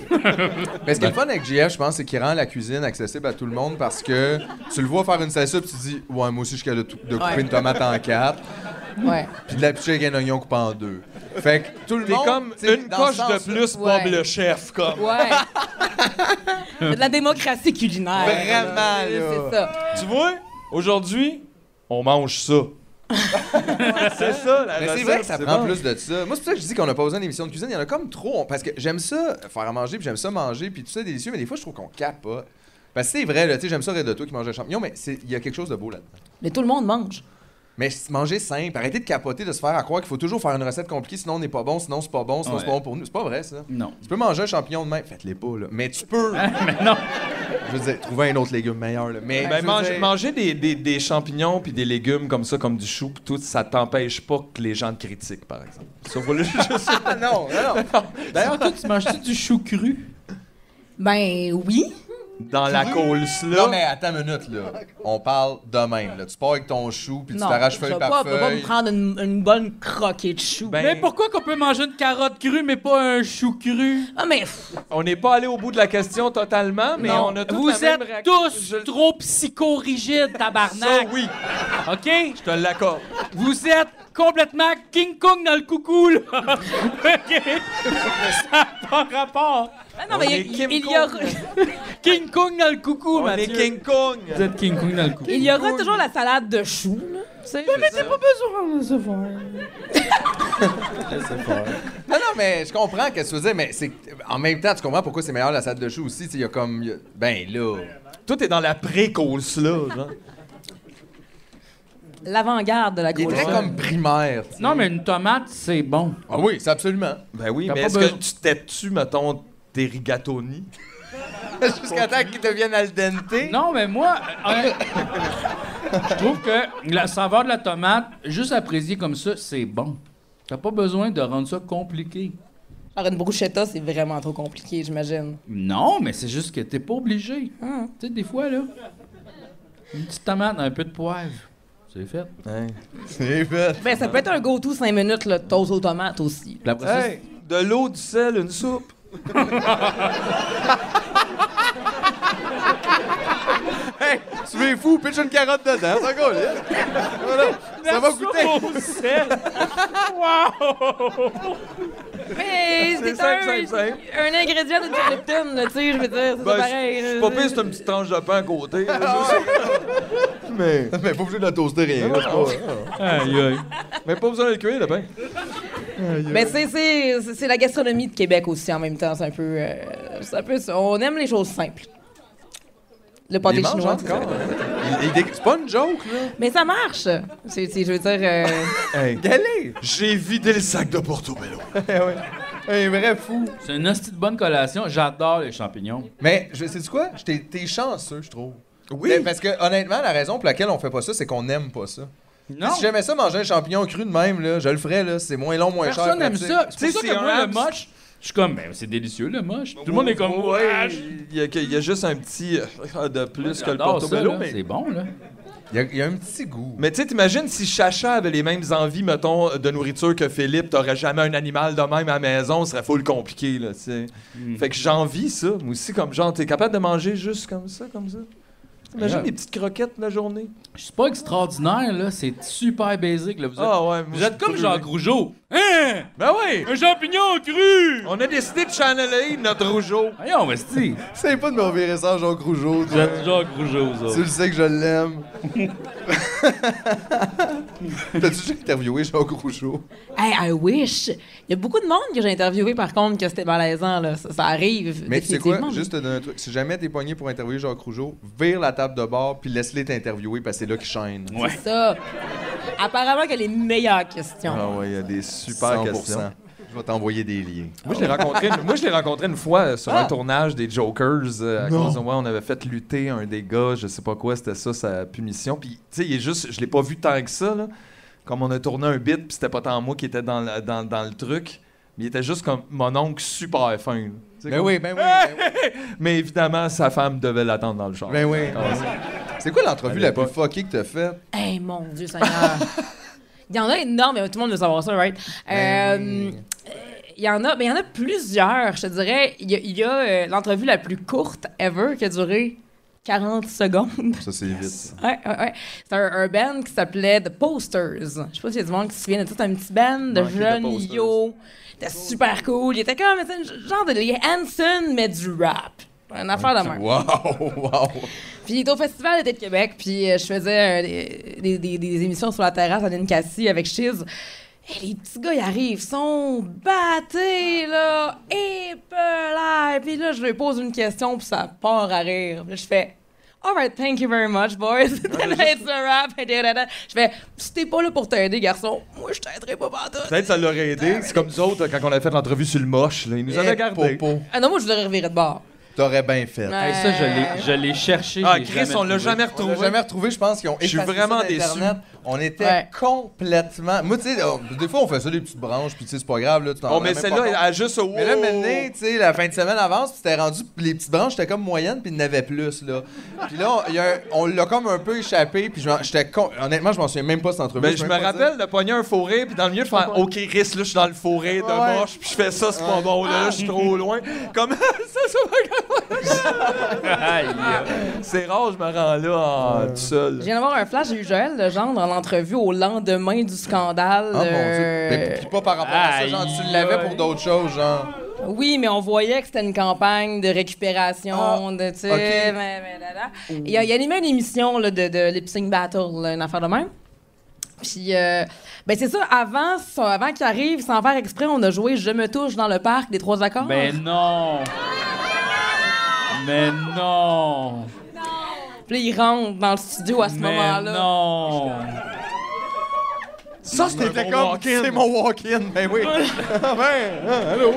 Mais ce qui est le fun avec JF, je pense, c'est qu'il rend la cuisine accessible à tout le monde parce que tu le vois faire une salsa puis tu dis « Ouais, moi aussi, je suis capable de, tou- de couper
Ouais.
une tomate en quatre,
Ouais.
puis de la pitcher avec un oignon coupé en deux. » Fait que tout le
T'es
monde...
comme
tu sais,
une
dans le
coche de
sens-
plus,
Ouais.
Bob le chef, comme.
Ouais. C'est de la démocratie culinaire.
Vraiment,
là.
là.
C'est ça.
Tu vois, aujourd'hui, on mange ça. c'est ça, la
Mais c'est
recette,
vrai que ça prend
bon.
plus de ça. Moi, c'est pour ça que je dis qu'on n'a pas besoin d'émission de cuisine. Il y en a comme trop. on- Parce que j'aime ça faire à manger, puis j'aime ça manger, puis tout ça est délicieux, mais des fois, je trouve qu'on capote. Parce que c'est vrai, là, tu sais, j'aime ça Redotto qui mange des champignons, mais c'est- il y a quelque chose de beau là-dedans.
Mais tout le monde mange.
Mais s- manger simple, arrêtez de capoter, de se faire à croire qu'il faut toujours faire une recette compliquée, sinon on n'est pas bon, sinon c'est pas bon, sinon c'est pas
Ouais.
bon pour nous. C'est pas vrai, ça.
Non.
Tu peux manger un champignon de même, faites-les pas, là. Mais tu peux,
Mais non.
je veux dire, trouver un autre légume meilleur, là. Mais,
Ben,
je veux
mange-
dire-
manger des, des- des champignons puis des légumes comme ça, comme du chou, pis tout, ça t'empêche pas que les gens te critiquent, par exemple. Ça, voilà, juste-
Ah non, non, non.
D'ailleurs, toi, tu manges-tu du chou cru?
Ben oui.
dans la coleslaw.
Non, mais attends une minute, là. On parle de même, là. Tu pars avec ton chou, puis tu
non.
t'arraches
je
feuille
vais
par
pas, je vais pas me
feuille.
prendre une, une bonne croquée de chou.
Ben,
Mais pourquoi qu'on peut manger une carotte crue, mais pas un chou cru?
Ah mais pff,
on n'est pas allé au bout de la question totalement, mais
Non.
on a tous
Vous
la même
êtes
réaction.
tous
Je-
trop psychorigides,
Ça,
tabarnak.
oui,
OK?
je te l'accorde.
Vous êtes complètement King Kong dans le coucou, là. OK? Ça n'a pas rapport.
ah non
On
mais
est
il,
Kim
il y aura,
King Kong dans le coucou,
On est
Mathieu.
King Kong.
Vous êtes King Kong dans le coucou.
il y aura toujours la salade de chou. là. Tu sais, c'est ça.
Non, non, mais je comprends qu'est-ce que tu veux dire, mais c'est en même temps, tu comprends pourquoi c'est meilleur la salade de chou aussi. tu sais, Il y a comme. il y a- Ben là.
Tout est dans la pré-coleslaw, genre.
L'avant-garde de la
Il est
grosse.
très comme primaire. tu sais.
Non, mais une tomate, c'est bon.
Ah oui, c'est absolument.
Ben oui,
T'as
mais
pas
est-ce
besoin-
que tu t'aimes-tu, mettons, des rigatoni?
Jusqu'à temps qu'il devienne al dente.
Non, mais moi, euh, honnêt- je trouve que la saveur de la tomate, juste appréciée comme ça, c'est bon. T'as pas besoin de rendre ça compliqué.
Genre une bruschetta, c'est vraiment trop compliqué, j'imagine.
Non, mais c'est juste que t'es pas obligé.
Hein?
Tu sais, des fois, là, une petite tomate, un peu de poivre, c'est fait.
C'est fait.
Ben ça peut être un go-to 5 minutes là, de toast aux tomates aussi.
Puis après ça,
Hey, de l'eau, du sel, une soupe.
Hey, tu es fou, pitch une carotte dedans, ça colle. Voilà. Ça va goûter.
au sel.
Mais c'est
simple,
un,
simple, simple.
un ingrédient de Tipton, là, tu sais, je veux dire, c'est
Ben,
pareil.
c'est
là.
pas pire, c'est une petite tranche de pain à côté. là, juste-
Mais pas obligé de la toaster rien. là, c'est pas-
Aïe, aïe.
Mais pas besoin de le cuire, le pain.
Mais c'est- c'est c'est- c'est la gastronomie de Québec aussi en même temps. C'est un peu. euh, c'est un peu ça. On aime les choses simples. Le pâté
Il mange
chinois.
encore, hein. Il- il dé- C'est pas une joke, là.
Mais ça marche! C'est- c'est- je veux dire. euh,
Galé!
J'ai vidé le sac de Portobello.
Un vrai fou.
C'est une hostie de bonne collation. J'adore les champignons.
Mais, je- sais-tu quoi? J'étais- T'es chanceux, je trouve.
Oui.
Mais parce que, honnêtement, la raison pour laquelle on fait pas ça, c'est qu'on n'aime pas ça.
Non,
Si j'aimais ça manger un champignon cru de même, là, je le ferais, là. C'est moins long, moins cher.
personne n'aime
pratique.
ça.
Tu
C'est
sais,
pour ça
c'est
que moi,
un Oh,
le
hamster.
moche, je suis comme, ben, c'est délicieux, le moche. Tout le monde est comme, ouais. je-
Ah, Il y, a, que- il y a juste un petit euh, de plus que le
j'adore ça,
Portobello,
là.
mais
C'est bon, là.
Il y, a- il y a un petit goût.
Mais tu sais, t'imagines si Chacha avait les mêmes envies, mettons, de nourriture que Philippe, t'aurais jamais un animal de même à la maison, ce serait full compliqué, là, tu sais.
Hmm.
Fait que j'envie ça, moi aussi, comme genre, t'es capable de manger juste comme ça, comme ça. T'imagines
Yeah.
des petites croquettes la journée.
C'est pas extraordinaire, là. C'est super basic, là. Vous êtes,
Ah ouais, moi,
vous êtes
je-
comme Jacques Rougeau. Hein?
Ben oui!
Un champignon cru!
On a décidé de channeler notre rougeau.
Voyons, Esti.
C'est pas de me revirer ça, Jacques Rougeau.
Vous êtes Jacques Rougeau, ça.
Euh,
Tu le sais que je l'aime. T'as-tu déjà interviewé Jacques Rougeau?
Hey, I wish! Il y a beaucoup de monde que j'ai interviewé, par contre, que c'était malaisant, là. Ça, ça arrive.
Mais tu sais quoi?
définitivement.
Juste te donner un truc. Si jamais t'es poigné pour interviewer Jacques Rougeau, vire la table de bord puis laisse-les t'interviewer parce que c'est là qu'ils chaînent.
Ouais.
Ça. Apparemment, qu'elle est meilleure question.
Ah ouais, il y a des super
100%.
questions.
Je vais t'envoyer des liens.
Moi, je l'ai rencontré,
Ah.
une- moi, je l'ai rencontré une fois euh, sur un tournage des Jokers. euh, à cause de moi, on avait fait lutter un des gars, je sais pas quoi, c'était ça, sa punition. Puis, tu sais, il est juste, je l'ai pas vu tant que ça, là. Comme on a tourné un bit, puis c'était pas tant moi qui était dans, le- dans, dans le truc. Mais il était juste comme mon oncle super fin. là. Tu sais,
Ben
comme-
oui, ben oui, ben oui.
Mais évidemment, sa femme devait l'attendre dans le char.
Ben oui.
Comme ça.
C'est quoi l'entrevue la
Allez,
plus
pas.
fuckée que t'as faite?
Hey, mon Dieu, Seigneur! Il y en a énormément, tout le monde veut savoir ça, right? Euh,
Ben
euh, Il y en a, mais il y en a plusieurs, je te dirais. Il y a, il y a, euh, l'entrevue la plus courte ever qui a duré 40 secondes.
Ça, c'est vite.
Ouais, ouais, ouais. C'est un, un band qui s'appelait The Posters. Je sais pas s'il y a du monde qui se souvient de tout un petit band de
Manqué de
jeunes
Posters.
yo. C'était super cool. Il était comme, tu sais, genre de les Hanson, mais du rap. Un affaire
Ah,
de merde.
Wow, wow.
Puis il était au Festival d'été de Québec, puis euh, je faisais euh, des- des, des- des émissions sur la terrasse à Lynn Cassie avec Chiz. Et les petits gars, ils arrivent, ils sont battés, là, épelés. Puis là, je lui pose une question, puis ça part à rire. Puis là, je fais « Alright, thank you very much, boys. It's a wrap. » Je fais « Si t'es pas là pour t'aider, garçon, moi, je t'aiderai pas partout.
Peut-être ça l'aurait aidé. C'est comme nous autres, quand on a fait l'entrevue sur le moche, là, ils
Eh,
nous avaient gardé.
Popo, »
Ah non, moi, je voudrais revirer de bord.
t'aurais bien fait.
Hey, ça, je l'ai- je l'ai cherché.
Ah,
je l'ai
Chris, on l'a
trouvé.
jamais
On l'a
retrouvé.
jamais retrouvé, je pense qu'ils ont
Je suis
effacé ça
vraiment
d'Internet. On était
Ouais.
complètement... Moi, tu sais, on- des fois, on fait ça, des petites branches, puis tu sais, c'est pas grave, là, tu t'en
On
rends
met
même Ah, pas compte.
celle-là à juste au
Mais là, maintenant, tu sais, la fin de semaine avance, puis c'était rendu, puis les petites branches étaient comme moyennes, puis il y en avait plus, là. Puis là, on, il y a un- on l'a comme un peu échappé, puis je m'en- j'étais con... Honnêtement, je m'en souviens même pas cette entrevue.
Ben, je
peux
me
même pas dire.
rappelle de pogner un forêt, puis dans le milieu de faire OK, risque, là, je suis dans le forêt de
Ouais.
moche, puis je fais ça, c'est pas bon, là, là, je suis trop loin. Comme ça, ça va
Aïe, aïe.
C'est rare, je me rends là en- tout seul.
Je viens d'avoir un flash, j'ai eu Joël Legendre dans l'entrevue au lendemain du scandale.
Ah, mon
euh,
Dieu. Ben, puis pas par rapport à ça, genre, tu l'avais pour d'autres choses, genre.
Oui, mais on voyait que c'était une campagne de récupération,
Ah,
de, tu sais,
ok.
ben, ben, là, là. Il y a- il animait une émission là, de, de Lip Sync Battle, là, une affaire de même. Puis, euh, ben c'est ça, avant, ça- avant qu'il arrive, sans faire exprès, on a joué Je me touche dans le parc des trois accords.
Mais non! Mais non!
Puis là, il rentre dans le studio à ce
Mais
moment-là.
non!
Ça, c'était comme. C'est mon walk-in. Ben oui. Ah ben, ah, allô.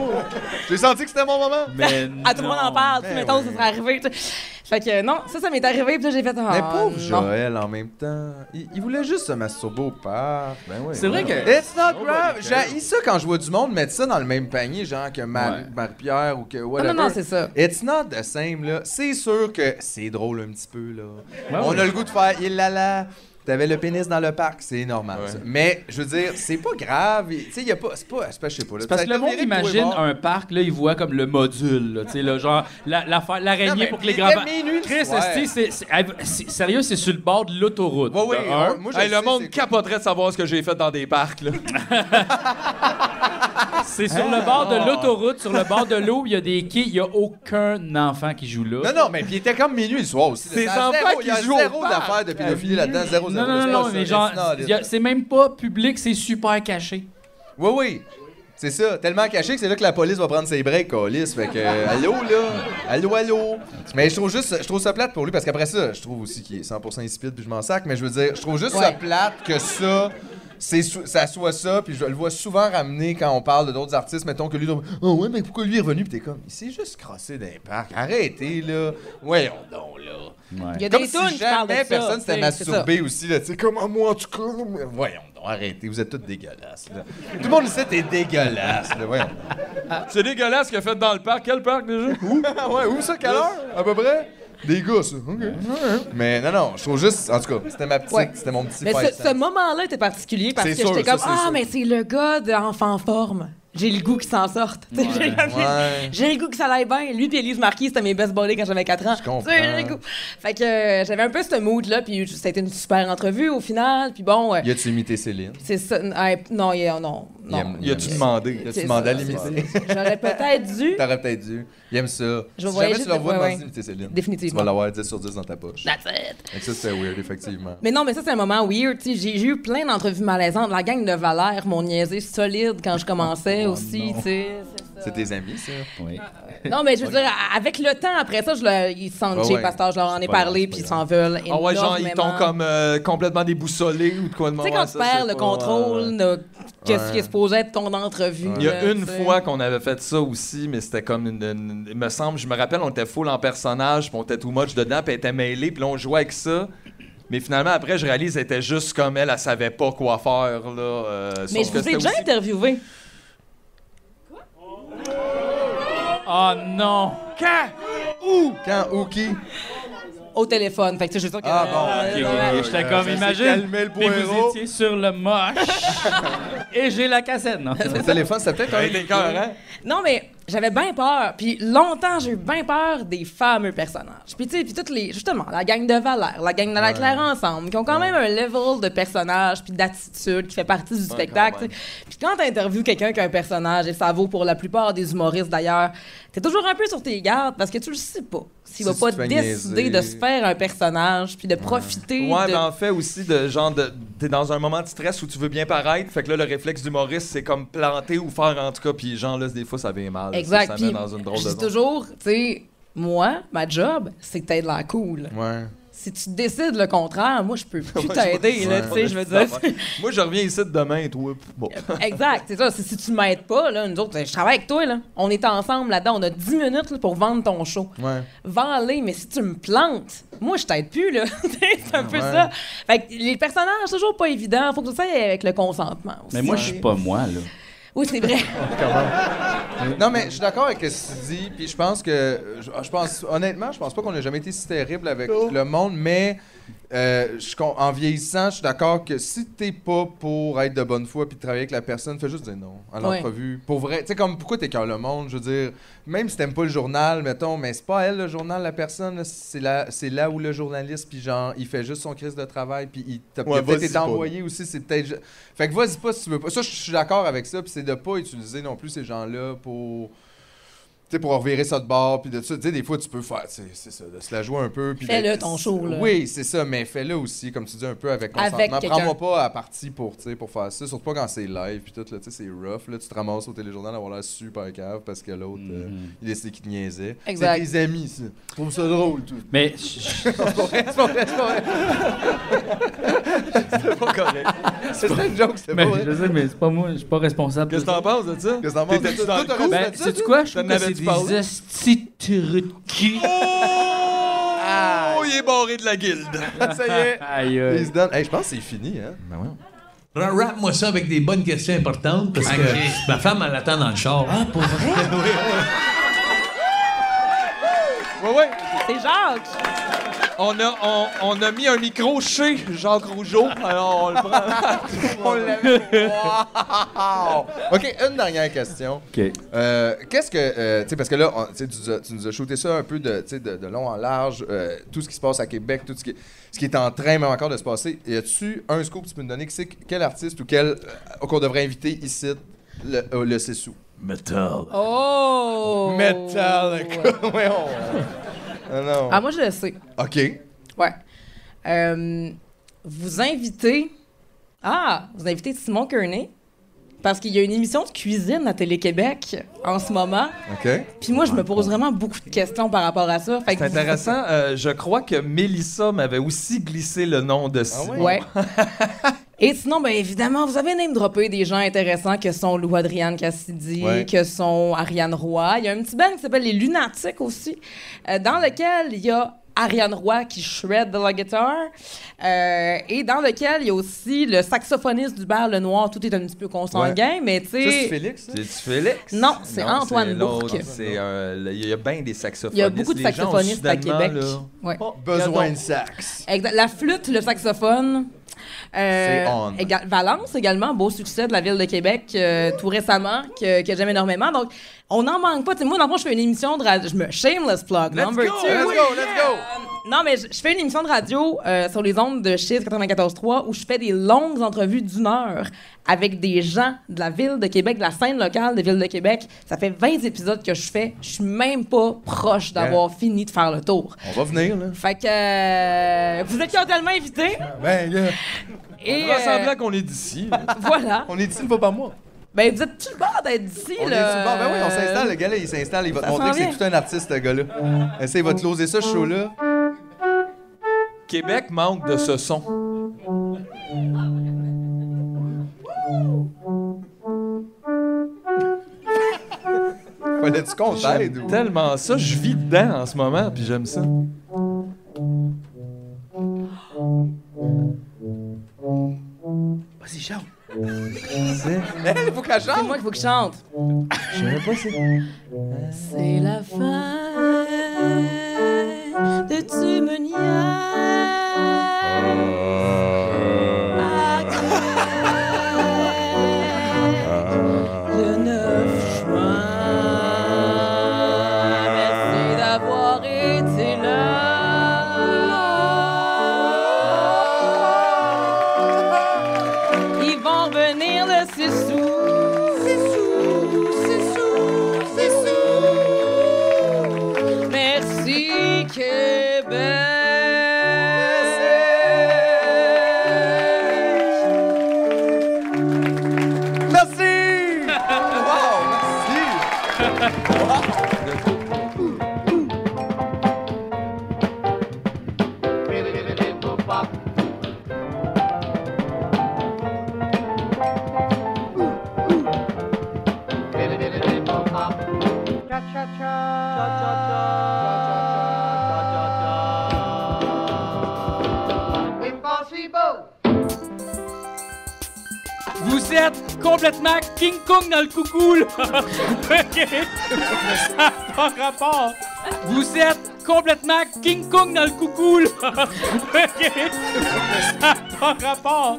J'ai senti que c'était mon moment.
Mais
À Ah, tout le monde en
non.
parle, tu sais,
Ben
mettons,
oui.
ça serait arrivé. tu sais. Fait que non, ça, ça m'est arrivé, puis là, j'ai fait. Ah,
Mais pauvre
non.
Joël, en même temps, il, il voulait juste se masturber au parc. Ben oui.
C'est vrai que.
It's not grave. J'ai ça quand je vois du monde mettre ça dans le même panier, genre que Mar-
Ouais.
Marie-Pierre ou que
Ah,
whatever.
non, non, c'est ça.
It's not the same, là. C'est sûr que c'est drôle un petit peu, là.
Ouais,
On
ouais.
a le goût de faire il la la. T'avais le pénis dans le parc, c'est normal. ça. Mais je veux dire, c'est pas grave. Tu sais, il y a pas. C'est pas. C'est pas, je sais pas. là.
C'est parce
Ça
que le
t'a
monde
viré pour
imagine
voir.
un parc, là, il voit comme le module, là, tu sais, là, genre la- l'affaire-
Non,
l'araignée
mais
pour que les
il
grands
était minuit le
Chris,
soir.
esti, c'est- c'est- av- c'est- sérieux, c'est sur le bord de l'autoroute.
Ouais,
de
ouais,
un.
on- moi, je
Hey, le
sais,
monde
c'est-
capoterait de savoir ce que j'ai fait dans des parcs. Là.
C'est sur le bord de l'autoroute, sur le bord de l'eau, il y a des quais, il y a aucun enfant qui joue là.
Non, non, mais puis il était comme minuit le soir aussi.
Ces
C'est un
enfants
zéro-
qui
il y a
jouent au
zéro
parc. Ah
d'affaires de pédophilie là-dedans, zéro, zéro.
Non, non, non,
C'est pas
non,
ça,
mais
it's
genre,
not it.
il y a- c'est même pas public, c'est super caché.
Oui, oui. C'est ça, tellement caché que c'est là que la police va prendre ses breaks, Colis. Fait que, euh, allô, là, allô, allô. Mais je trouve juste, je trouve ça plate pour lui, parce qu'après ça, je trouve aussi qu'il est 100% insipide, puis je m'en sac, mais je veux dire, je trouve juste ça
Ouais.
plate que ça, c'est sou- ça soit ça, puis je le vois souvent ramener quand on parle de d'autres artistes, mettons que lui, oh ouais, mais pourquoi lui est revenu, puis t'es comme, il s'est juste crossé d'un parc, arrêtez, là, voyons donc, là.
Il y a
Comme
des
si
tunes qui parlent de
jamais
ça,
personne s'était
tu sais, c'est ça.
masturbé aussi, là, tu sais, comme à moi, en tout cas. mais Voyons donc, arrêtez, vous êtes tous dégueulasses, là. Tout le monde ici, t'es dégueulasse, là, voyons.
C'est dégueulasse ce qu'il a fait dans le parc. Quel parc déjà?
Où? ouais, où ça, quelle heure? À peu près? Des gars, ça. OK. Mais non, non, je trouve juste, en tout cas, c'était ma petite,
Ouais.
c'était mon petit
Mais
fight
ce, ce
sense.
moment-là était particulier parce
C'est
que
sûr,
j'étais
ça,
comme
c'est
Ah,
sûr.
mais c'est le gars de Enfant en forme. J'ai le goût qu'il s'en sorte. T'sais, j'ai comme-
ouais.
J'ai le goût que ça aille bien. Lui puis Elise Marquis, c'était mes best buddies quand j'avais 4 ans.
Je comprends.
Tu sais, j'ai le goût. Fait que euh, j'avais un peu ce mood-là, puis ça a été une super entrevue au final. Puis bon, euh,
Y a-tu imité Céline?
c'est ça. ouais, non, il y a- non, non.
aime-
Y a-tu demandé?
T'as-tu
C'est
demandé à
ça,
l'imiter?
J'aurais peut-être dû.
T'aurais peut-être dû. Il aime ça.
Je
si
voyais
jamais tu
juste-
leur vois
ouais,
demander
ouais.
d'imiter Céline, tu vas
Définitivement.
l'avoir 10 sur 10 dans ta poche.
That's it.
Donc ça, c'était weird, effectivement.
Mais non, mais ça, c'est un moment weird. tu sais. J'ai j'ai eu plein d'entrevues malaisantes. La gang de Valère m'ont niaisé solide quand je commençais
Oh,
aussi. tu sais. C'est ça.
C'est tes amis, ça?
Oui.
Non, mais je veux dire, à- avec le temps, après ça, je le, ils sentent
Ah
j'ai
ouais.
Pasteur, je leur en ai
pas grave,
parlé,
c'est
puis
pas
ils s'en veulent
Ah ouais, genre, ils
énormément.
t'ont comme euh, complètement déboussolé ou de quoi de
Tu sais, quand tu perds le contrôle de qu'est-ce qui est supposé être ton entrevue.
euh, Il y
là,
a une
tu sais.
fois qu'on avait fait ça aussi, mais c'était comme une, une- Il euh, me semble, je me rappelle, on était full en personnage, puis on était too much dedans, puis elle était mêlée, puis là, on jouait avec ça. Mais finalement, après, je réalise, elle était juste comme elle, elle savait pas quoi faire, là. euh,
Mais
sauf
je vous
que
ai
c'était
déjà
aussi-
interviewé.
Oh non!
Quand? Où? Qui?
Au téléphone. Fait que, tu sais, je veux dire que.
Ah, bon,
euh,
Ok, ok,
ouais.
ok, J'étais comme,
ça s'est
imagine,
calmé le
puis
poireau.
vous étiez sur le moche et j'ai la cassette, non?
Le téléphone, c'était peut-être un des
écœurant.
Non, mais j'avais bien peur. Puis longtemps, j'ai eu bien peur des fameux personnages. Puis tu sais, puis toutes les. Justement, la gang de Valère, la gang de la Claire ensemble, qui ont quand même un level de personnage puis d'attitude qui fait partie du spectacle. tu sais. Puis quand t'interviews quelqu'un qui a un personnage, et ça vaut pour la plupart des humoristes d'ailleurs, t'es toujours un peu sur tes gardes parce que tu le sais pas. S'il
Si
va pas
tu te fais
décider
niaiser.
de se faire un personnage puis de profiter
Ouais,
de.
mais en fait aussi, de genre, de, t'es dans un moment de stress où tu veux bien paraître. Fait que là, le réflexe d'humoriste, c'est comme planter ou faire en tout cas. Puis genre, là, des fois, ça vient mal.
exact.
Ça, ça
Puis
met dans une drôle
je
de
dis
zone.
toujours, tu sais, moi, ma job, c'est d'être la cool.
Ouais.
si tu décides le contraire, moi, je peux plus t'aider, là, tu sais, je veux dire.
Moi, je reviens ici de demain et toi. pff, Bon.
exact, c'est ça. Si, si tu m'aides pas, là, nous autres, je travaille avec toi, là. On est ensemble là-dedans. On a 10 minutes là, pour vendre ton show.
Ouais.
Vends-les, mais si tu me plantes, moi, je t'aide plus, là. c'est un peu ça. Fait que les personnages, c'est toujours pas évident. Faut que tu ça aille avec le consentement aussi.
Mais moi, je suis pas moi, là.
Oui, c'est vrai.
Non, mais je suis d'accord avec ce que tu dis, puis je pense que. Je, je pense, honnêtement, je pense pas qu'on ait jamais été si terrible avec
Oh.
le monde, mais euh, je, con- en vieillissant, je suis d'accord que si t'es pas pour être de bonne foi puis de travailler avec la personne, fais juste dire non à
Ouais.
l'entrevue. Pour vrai, tu sais, comme pourquoi t'écœures le monde, je veux dire, même si t'aimes pas le journal, mettons, mais c'est pas elle le journal, la personne, là, c'est là, c'est là où le journaliste, puis genre, il fait juste son crise de travail, puis il t'a il a
Ouais,
peut-être
vas-y
été
pas.
envoyé aussi, c'est peut-être. ju- Fait que vas-y pas si tu veux pas. Ça, je suis d'accord avec ça, puis c'est de pas utiliser non plus ces gens-là pour. Tu sais, pour revirer ça de bord, puis de ça. Tu sais, des fois, tu peux faire, tu sais, c'est ça, de se la jouer un peu. puis de-
Fais-le, ton show, là.
Oui, c'est ça, mais fais-le aussi, comme tu dis, un peu avec
Avec
consentement.
quelqu'un.
Prends-moi pas à partie pour, tu sais, pour faire ça, surtout pas quand c'est live, puis tout, là, tu sais, c'est rough. Là, tu te ramasses au téléjournal à avoir l'air super cave parce que l'autre, euh, il décidait qu'il te niaisait.
Exact.
C'est tes amis, ça. Je trouve ça drôle, tout.
Mais je-
C'est pas vrai, c'est pas vrai, c'est pas vrai.
C'est pas correct.
C'était une joke, c'est
mais
pas vrai.
je sais, mais c'est pas moi, je suis pas responsable. de
Qu'est-ce que
ça.
t'en penses de ça?
Qu'est-ce que t'en penses?
T'étais-tu
Toi,
dans le
t'aurais
coup?
dû
Ben,
mettre ça,
sais-tu
toi?
quoi? Je trouve
T'en
que c'est
avais-tu parlé?
des hosties de cul.
Oh, il est barré de la guilde.
Ça y est.
Aïe,
Il
aïe.
se donne. Hey, je pense que c'est fini, hein?
Rap-moi ça avec des bonnes questions importantes parce que ma femme, elle attend dans le char. Ah, pour vrai?
Ouais, ouais.
C'est Jacques.
On a, on, on a mis un micro chez Jacques Rougeau. Alors, on le prend.
On l'avait. Wow! Oh. OK, une dernière question.
OK.
Euh, Qu'est-ce que. euh, tu sais, parce que là, on- tu sais, tu nous as- tu nous as shooté ça un peu de, tu sais, de, de long en large, euh, tout ce qui se passe à Québec, tout ce qui, ce qui est en train même encore de se passer. Y a-tu un scoop que tu peux nous donner que c'est quel artiste ou quel. euh, qu'on devrait inviter ici, le, euh, le Sessou?
Metal.
Oh!
Metallica! Voyons. oh. Ah non.
Ah, moi, je le sais.
OK.
Ouais. Euh, vous invitez. Ah, vous invitez Simon Kearney, Parce qu'il y a une émission de cuisine à Télé-Québec en ce moment.
OK.
Puis moi, je me pose vraiment beaucoup de questions par rapport à ça. Fait que
C'est intéressant. euh, je crois que Mélissa m'avait aussi glissé le nom
Ah
de Simon.
Ouais. Et sinon, ben évidemment, vous avez name droppé des gens intéressants que sont Lou Adrienne Cassidy,
Ouais.
que sont Ariane Roy. Il y a un petit band qui s'appelle Les Lunatiques aussi, euh, dans lequel il y a Ariane Roy qui shred de la guitare, euh, et dans lequel il y a aussi le saxophoniste du bar Le Noir. Tout est un petit peu consanguin, mais tu
Ça, c'est
sais.
Félix, hein? ça?
C'est Félix?
Non, c'est Antoine
c'est l'autre.
Bourque.
C'est, euh, le- Il y a bien des saxophonistes.
Il y a beaucoup de
Les gens ont
saxophonistes à
soudainement,
Québec.
là-
Ouais.
Oh, Besoin de sax.
Exact. La flûte, le saxophone. Euh,
C'est on.
éga- Valence également, beau succès de la ville de Québec euh, tout récemment, que, que j'aime énormément. Donc, on n'en manque pas. Tu sais, moi, dans le fond, je fais une émission de radio. Je me shameless plug. number two.
Let's
Oui.
go, let's go!
Non, mais je je fais une émission de radio euh, sur les ondes de chez 94.3 où je fais des longues entrevues d'une heure avec des gens de la ville de Québec, de la scène locale de ville de Québec. Ça fait 20 épisodes que je fais. Je suis même pas proche d'avoir fini de faire le tour.
On va venir, là.
Fait que euh, vous êtes cordialement invités.
Ben, là,
Et
Fera
euh,
semblant qu'on est d'ici.
voilà.
on est ici une fois par mois.
Ben vous êtes tout le bord d'être d'ici
On est
là.
sur- bon, ben oui, on s'installe. Le gars, là, il s'installe. Il va te
Ça
montrer
s'en
que c'est
vient.
tout un artiste, ce gars-là. Essaye, il va te closer ça, ce show-là.
Québec manque de ce son.
Fallait-tu qu'on t'aide ou...
Tellement ça, je vis dedans en ce moment, puis j'aime ça.
Vas-y, chante.
Il faut qu'elle
C'est
chante!
moi qu'il faut que je chante. C'est la fin de tu me niaises. À Québec, Le 9 juin, merci d'avoir été
Ah.
là. Ils vont venir de Sissou. Sissou, Sissou, Sissou. Merci Québec.
Merci! Wow, merci!
Vous êtes complètement King Kong dans le coucou, là! OK? Ça n'a pas rapport! Vous êtes complètement King Kong dans le coucou, là! OK? Ça n'a pas rapport!